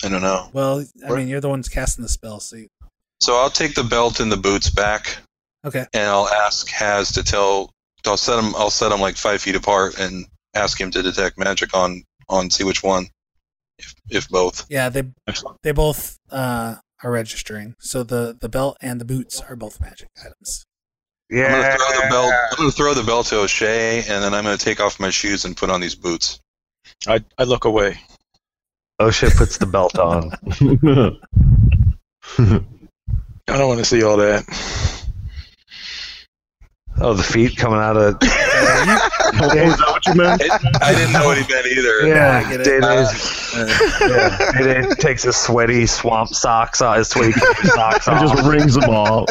Speaker 3: I don't know.
Speaker 1: Well, I mean, you're the ones casting the spell, so you,
Speaker 3: So I'll take the belt and the boots back,
Speaker 1: okay.
Speaker 3: and I'll ask Haz to tell. I'll set him. I'll set him like five feet apart and ask him to detect magic on on see which one, if if both.
Speaker 1: Yeah, they
Speaker 3: Excellent.
Speaker 1: they both uh, are registering. So the the belt and the boots are both magic
Speaker 4: <laughs>
Speaker 1: items.
Speaker 3: I'm gonna
Speaker 4: Yeah.
Speaker 3: throw the belt. I'm gonna throw the belt to O'Shea, and then I'm gonna take off my shoes and put on these boots.
Speaker 2: I, I look away.
Speaker 4: Osha puts the
Speaker 1: <laughs>
Speaker 4: belt on.
Speaker 2: I don't want to see all that.
Speaker 4: Oh, the feet coming out of
Speaker 5: is that what you meant?
Speaker 3: I didn't know what he meant either.
Speaker 4: <laughs> yeah.
Speaker 1: get it. Uh,
Speaker 4: Day yeah. Day-Day takes his sweaty swamp socks off. His sweaty cotton
Speaker 1: <laughs>
Speaker 4: socks
Speaker 5: He
Speaker 4: off.
Speaker 5: just rings them all.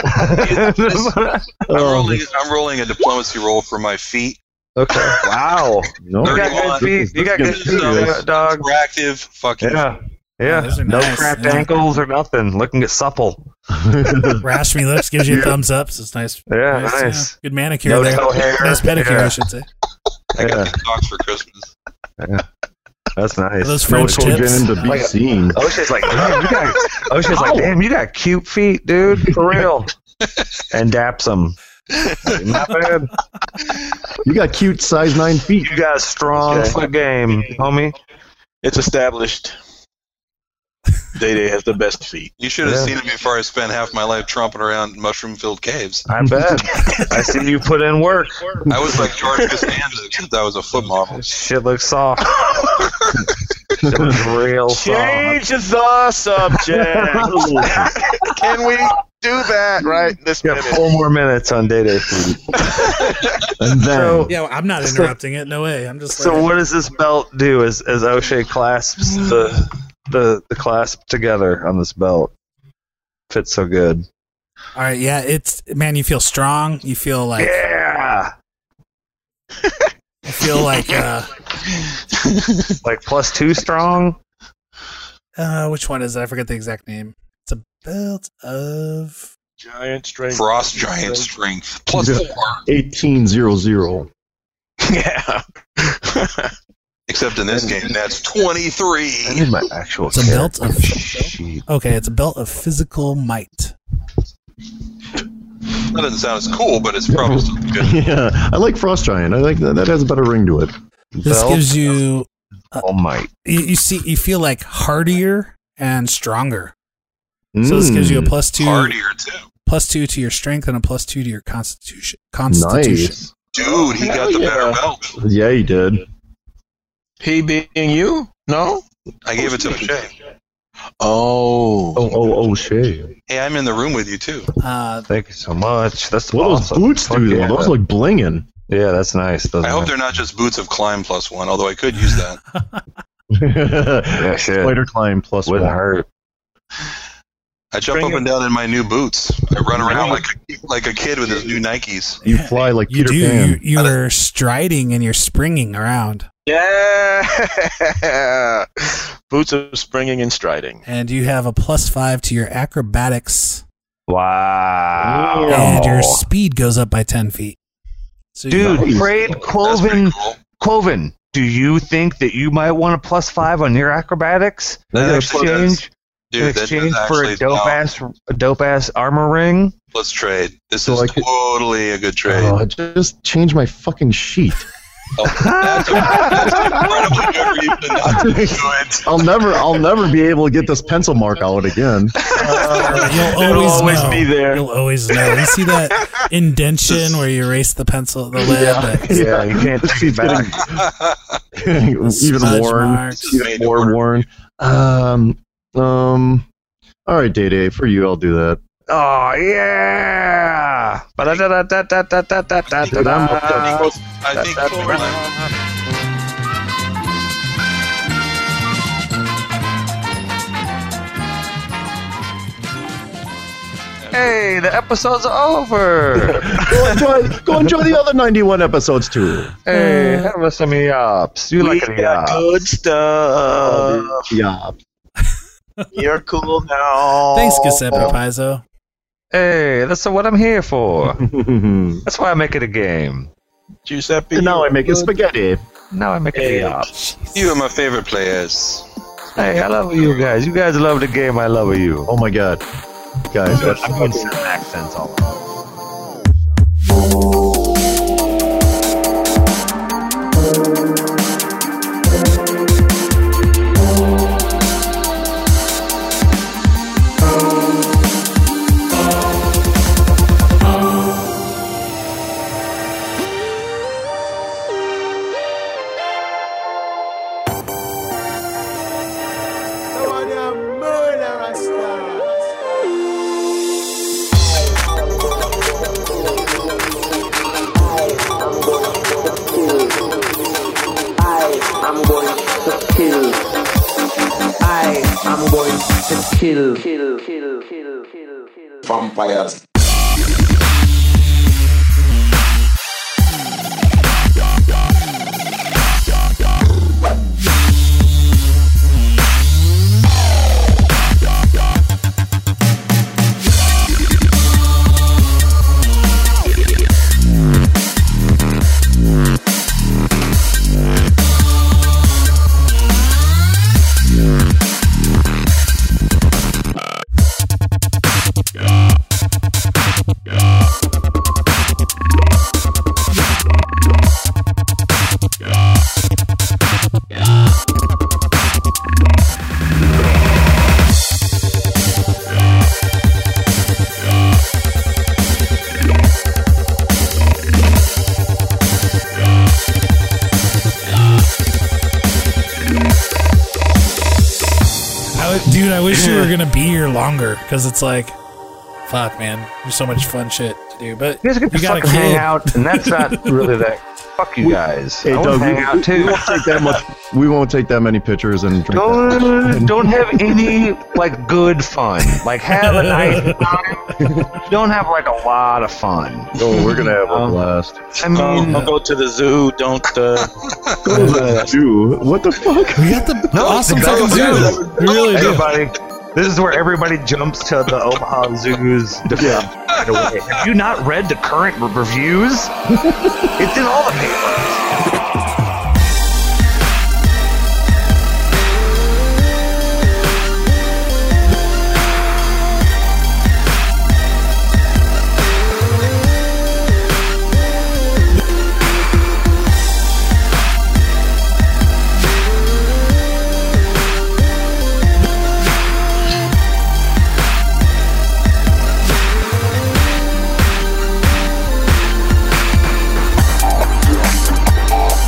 Speaker 3: I'm
Speaker 5: Oh,
Speaker 3: rolling. I'm rolling a diplomacy roll for my feet.
Speaker 4: okay. Wow.
Speaker 5: no.
Speaker 4: You
Speaker 3: Thirty
Speaker 4: got
Speaker 3: one.
Speaker 4: good feet. You got good
Speaker 3: This is
Speaker 4: feet, dog.
Speaker 3: Proactive. Fucking.
Speaker 4: Yeah.
Speaker 1: Yeah,
Speaker 4: Yeah.
Speaker 1: those are
Speaker 4: no
Speaker 1: nice,
Speaker 4: cracked
Speaker 1: yeah.
Speaker 4: ankles or nothing. Looking at
Speaker 1: <laughs>
Speaker 4: supple.
Speaker 1: Rash me lips gives you a thumbs up. So it's nice.
Speaker 4: Yeah,
Speaker 1: yeah.
Speaker 4: nice.
Speaker 1: Good manicure
Speaker 4: No
Speaker 1: there.
Speaker 4: toe hair.
Speaker 1: Nice pedicure,
Speaker 4: Yeah.
Speaker 1: I should say.
Speaker 3: I got
Speaker 4: Yeah.
Speaker 3: these socks for Christmas.
Speaker 4: That's
Speaker 1: Are
Speaker 4: nice.
Speaker 1: those
Speaker 5: No
Speaker 1: French tips.
Speaker 5: Togen to be seen.
Speaker 4: Osha's like, damn, you <laughs> got, Osha's like, damn, you got cute feet, dude, for real. and daps <laughs> him. Not bad.
Speaker 5: You got cute size nine feet.
Speaker 4: You got a strong
Speaker 2: Okay.
Speaker 4: foot game, homie.
Speaker 2: It's established. Day Day has the best feet.
Speaker 3: You should have
Speaker 4: Yeah.
Speaker 3: seen it before I spent half my life tromping around mushroom-filled caves.
Speaker 4: <laughs> I bet. I see you put in work.
Speaker 3: I was like George Costanza, except I was a foot model.
Speaker 4: Shit looks soft. Shit looks real soft.
Speaker 8: Change the subject. Can we do that right this
Speaker 4: You got
Speaker 8: minute?
Speaker 4: four more minutes on day day <laughs> food.
Speaker 5: And then
Speaker 4: So,
Speaker 1: Yeah, well, I'm not
Speaker 4: <laughs> So-
Speaker 1: interrupting it. No way. I'm just.
Speaker 4: so
Speaker 1: like,
Speaker 4: what does this belt do as, as O'Shea clasps the, the, the clasp together on this belt? Fits so good.
Speaker 1: all right. Yeah, it's man. You feel strong. You feel like.
Speaker 4: Yeah!
Speaker 1: You feel like. Uh,
Speaker 4: Like plus two strong?
Speaker 1: uh, which one is it? I forget the exact name. It's a belt of.
Speaker 2: Giant strength.
Speaker 3: Frost giant strength plus
Speaker 5: Yeah.
Speaker 3: four.
Speaker 5: eighteen zero zero.
Speaker 2: Yeah.
Speaker 3: <laughs> Except in this game, that's twenty-three.
Speaker 4: I need my actual
Speaker 1: It's a belt of.
Speaker 4: sheet.
Speaker 1: Okay, it's a belt of physical might.
Speaker 3: That doesn't sound as cool, but it's probably still good.
Speaker 5: <laughs> Yeah, I like Frost Giant. I like that. That has a better ring to it.
Speaker 1: This
Speaker 4: Belt
Speaker 1: gives you, Uh,
Speaker 4: all might.
Speaker 1: you you see you feel like hardier and stronger. So this gives you a
Speaker 5: Mm,
Speaker 1: plus two
Speaker 3: Hardier too.
Speaker 1: plus two to your strength and a plus two to your constitution constitution.
Speaker 5: nice.
Speaker 3: Dude, he got the better belt.
Speaker 5: Yeah, he did.
Speaker 2: <laughs> He being you? No?
Speaker 3: I gave it to O'Shea.
Speaker 2: Oh.
Speaker 5: Oh, oh, oh, shit.
Speaker 3: Hey, I'm in the room with you too.
Speaker 1: Uh
Speaker 4: Thank you so much. That's
Speaker 5: What
Speaker 4: awesome.
Speaker 5: those boots
Speaker 4: Fuck
Speaker 5: do?
Speaker 4: yeah.
Speaker 5: though? Those look <laughs> blinging.
Speaker 4: yeah, that's nice. Those
Speaker 3: I
Speaker 4: are
Speaker 3: hope
Speaker 4: nice.
Speaker 3: they're not just boots of climb plus one, although I could use that.
Speaker 5: yeah,
Speaker 4: shit.
Speaker 5: Spider climb plus
Speaker 4: wouldn't
Speaker 5: one.
Speaker 4: hurt.
Speaker 3: I jump
Speaker 2: Bring
Speaker 3: up and down in my new boots. I run around like like a kid with his new Nikes.
Speaker 5: You fly like
Speaker 1: You
Speaker 5: Peter
Speaker 1: do.
Speaker 5: Pan.
Speaker 1: You, you are striding and you're springing around,
Speaker 2: Yeah. <laughs>
Speaker 8: Boots of springing and striding.
Speaker 1: and you have a plus five to your acrobatics,
Speaker 4: Wow.
Speaker 1: and your speed goes up by ten feet. So you-
Speaker 4: Dude, Fred
Speaker 3: That's pretty
Speaker 4: Quoven.
Speaker 3: cool.
Speaker 4: Quoven, do you think that you might want a plus five on your acrobatics
Speaker 3: That
Speaker 4: in
Speaker 3: actually
Speaker 4: exchange,
Speaker 3: Dude,
Speaker 4: in
Speaker 3: that does
Speaker 4: exchange for
Speaker 3: actually-
Speaker 4: a dope
Speaker 3: no,
Speaker 4: ass a dope ass armor ring?
Speaker 3: Let's trade. This
Speaker 5: So
Speaker 3: is
Speaker 5: I could-
Speaker 3: totally a good trade.
Speaker 5: Oh, I just change my fucking sheet.
Speaker 3: Oh, that's, that's incredibly good for you
Speaker 5: <laughs>
Speaker 3: to not do it.
Speaker 5: I'll never, I'll never be able to get this pencil mark out again. <laughs>
Speaker 1: You'll
Speaker 2: It'll
Speaker 1: always,
Speaker 2: always
Speaker 1: know.
Speaker 2: be there.
Speaker 1: You'll always know. You see that indention where you erase the pencil, the lid, the
Speaker 4: Yeah, you can't take it back.
Speaker 3: <laughs>
Speaker 5: even
Speaker 1: smudge
Speaker 5: worn,
Speaker 1: marks.
Speaker 5: even more worn. Um, um. All right, Day Day, for you, I'll do that.
Speaker 4: Oh yeah! Ba-da-da-da-da-da-da-da-da-da-da.
Speaker 3: I think
Speaker 4: That's-
Speaker 3: forward.
Speaker 4: Hey, the episode's over.
Speaker 5: Go enjoy, go enjoy the other ninety-one episodes too.
Speaker 4: hey, have us some yops. You
Speaker 2: We
Speaker 4: like a
Speaker 2: got
Speaker 4: yop?
Speaker 2: good stuff.
Speaker 5: Yeah.
Speaker 2: You're cool now.
Speaker 1: Thanks, Giuseppe Paizo.
Speaker 4: Hey, that's what I'm here for.
Speaker 5: and
Speaker 4: That's why I make it a game.
Speaker 2: Giuseppe.
Speaker 5: now I make it spaghetti.
Speaker 4: Now I make it a yop.
Speaker 3: You are my favorite players.
Speaker 4: Hey, I love you guys. You guys love the game. I love you.
Speaker 5: Oh my god, guys, that's
Speaker 4: I'm doing some accents all over.
Speaker 9: I'm going to kill. I am going to kill. Kill, kill, kill, kill, kill. Vampires.
Speaker 1: I would- dude, I wish you were gonna be here longer because it's like, fuck, man, there's so much fun shit to do. But
Speaker 4: You guys get to
Speaker 1: you got a
Speaker 4: fucking hang
Speaker 1: kid.
Speaker 4: out, and that's not really that. Fuck you guys.
Speaker 5: Hey,
Speaker 4: I
Speaker 5: Doug,
Speaker 4: want to hang
Speaker 5: we-
Speaker 4: out
Speaker 5: We
Speaker 4: too.
Speaker 5: won't take that much. We won't take that many pictures and drink that.
Speaker 4: Don't, don't have any like good fun. Like have a nice time. Don't have like a lot of fun.
Speaker 5: Oh, we're gonna have a
Speaker 4: Um,
Speaker 5: blast.
Speaker 4: I mean, uh,
Speaker 2: Don't, don't go to the zoo. Don't. Uh,
Speaker 5: Dude, what the fuck?
Speaker 1: We got the awesome
Speaker 4: the
Speaker 1: fucking
Speaker 4: best
Speaker 1: zoo. We really do.
Speaker 4: everybody. This is where everybody jumps to the Omaha Zoo's defense. right away. Have you not read the current re- reviews?
Speaker 5: <laughs>
Speaker 4: it's in all the papers.
Speaker 9: Thank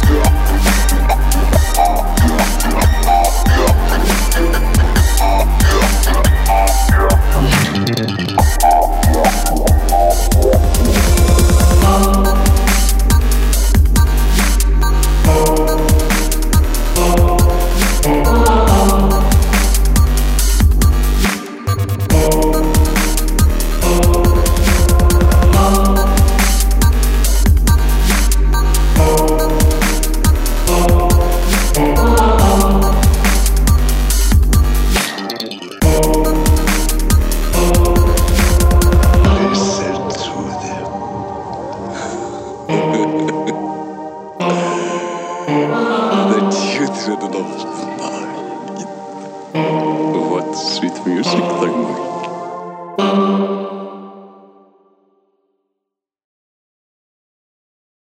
Speaker 5: the children of mine. What sweet music, Langmore.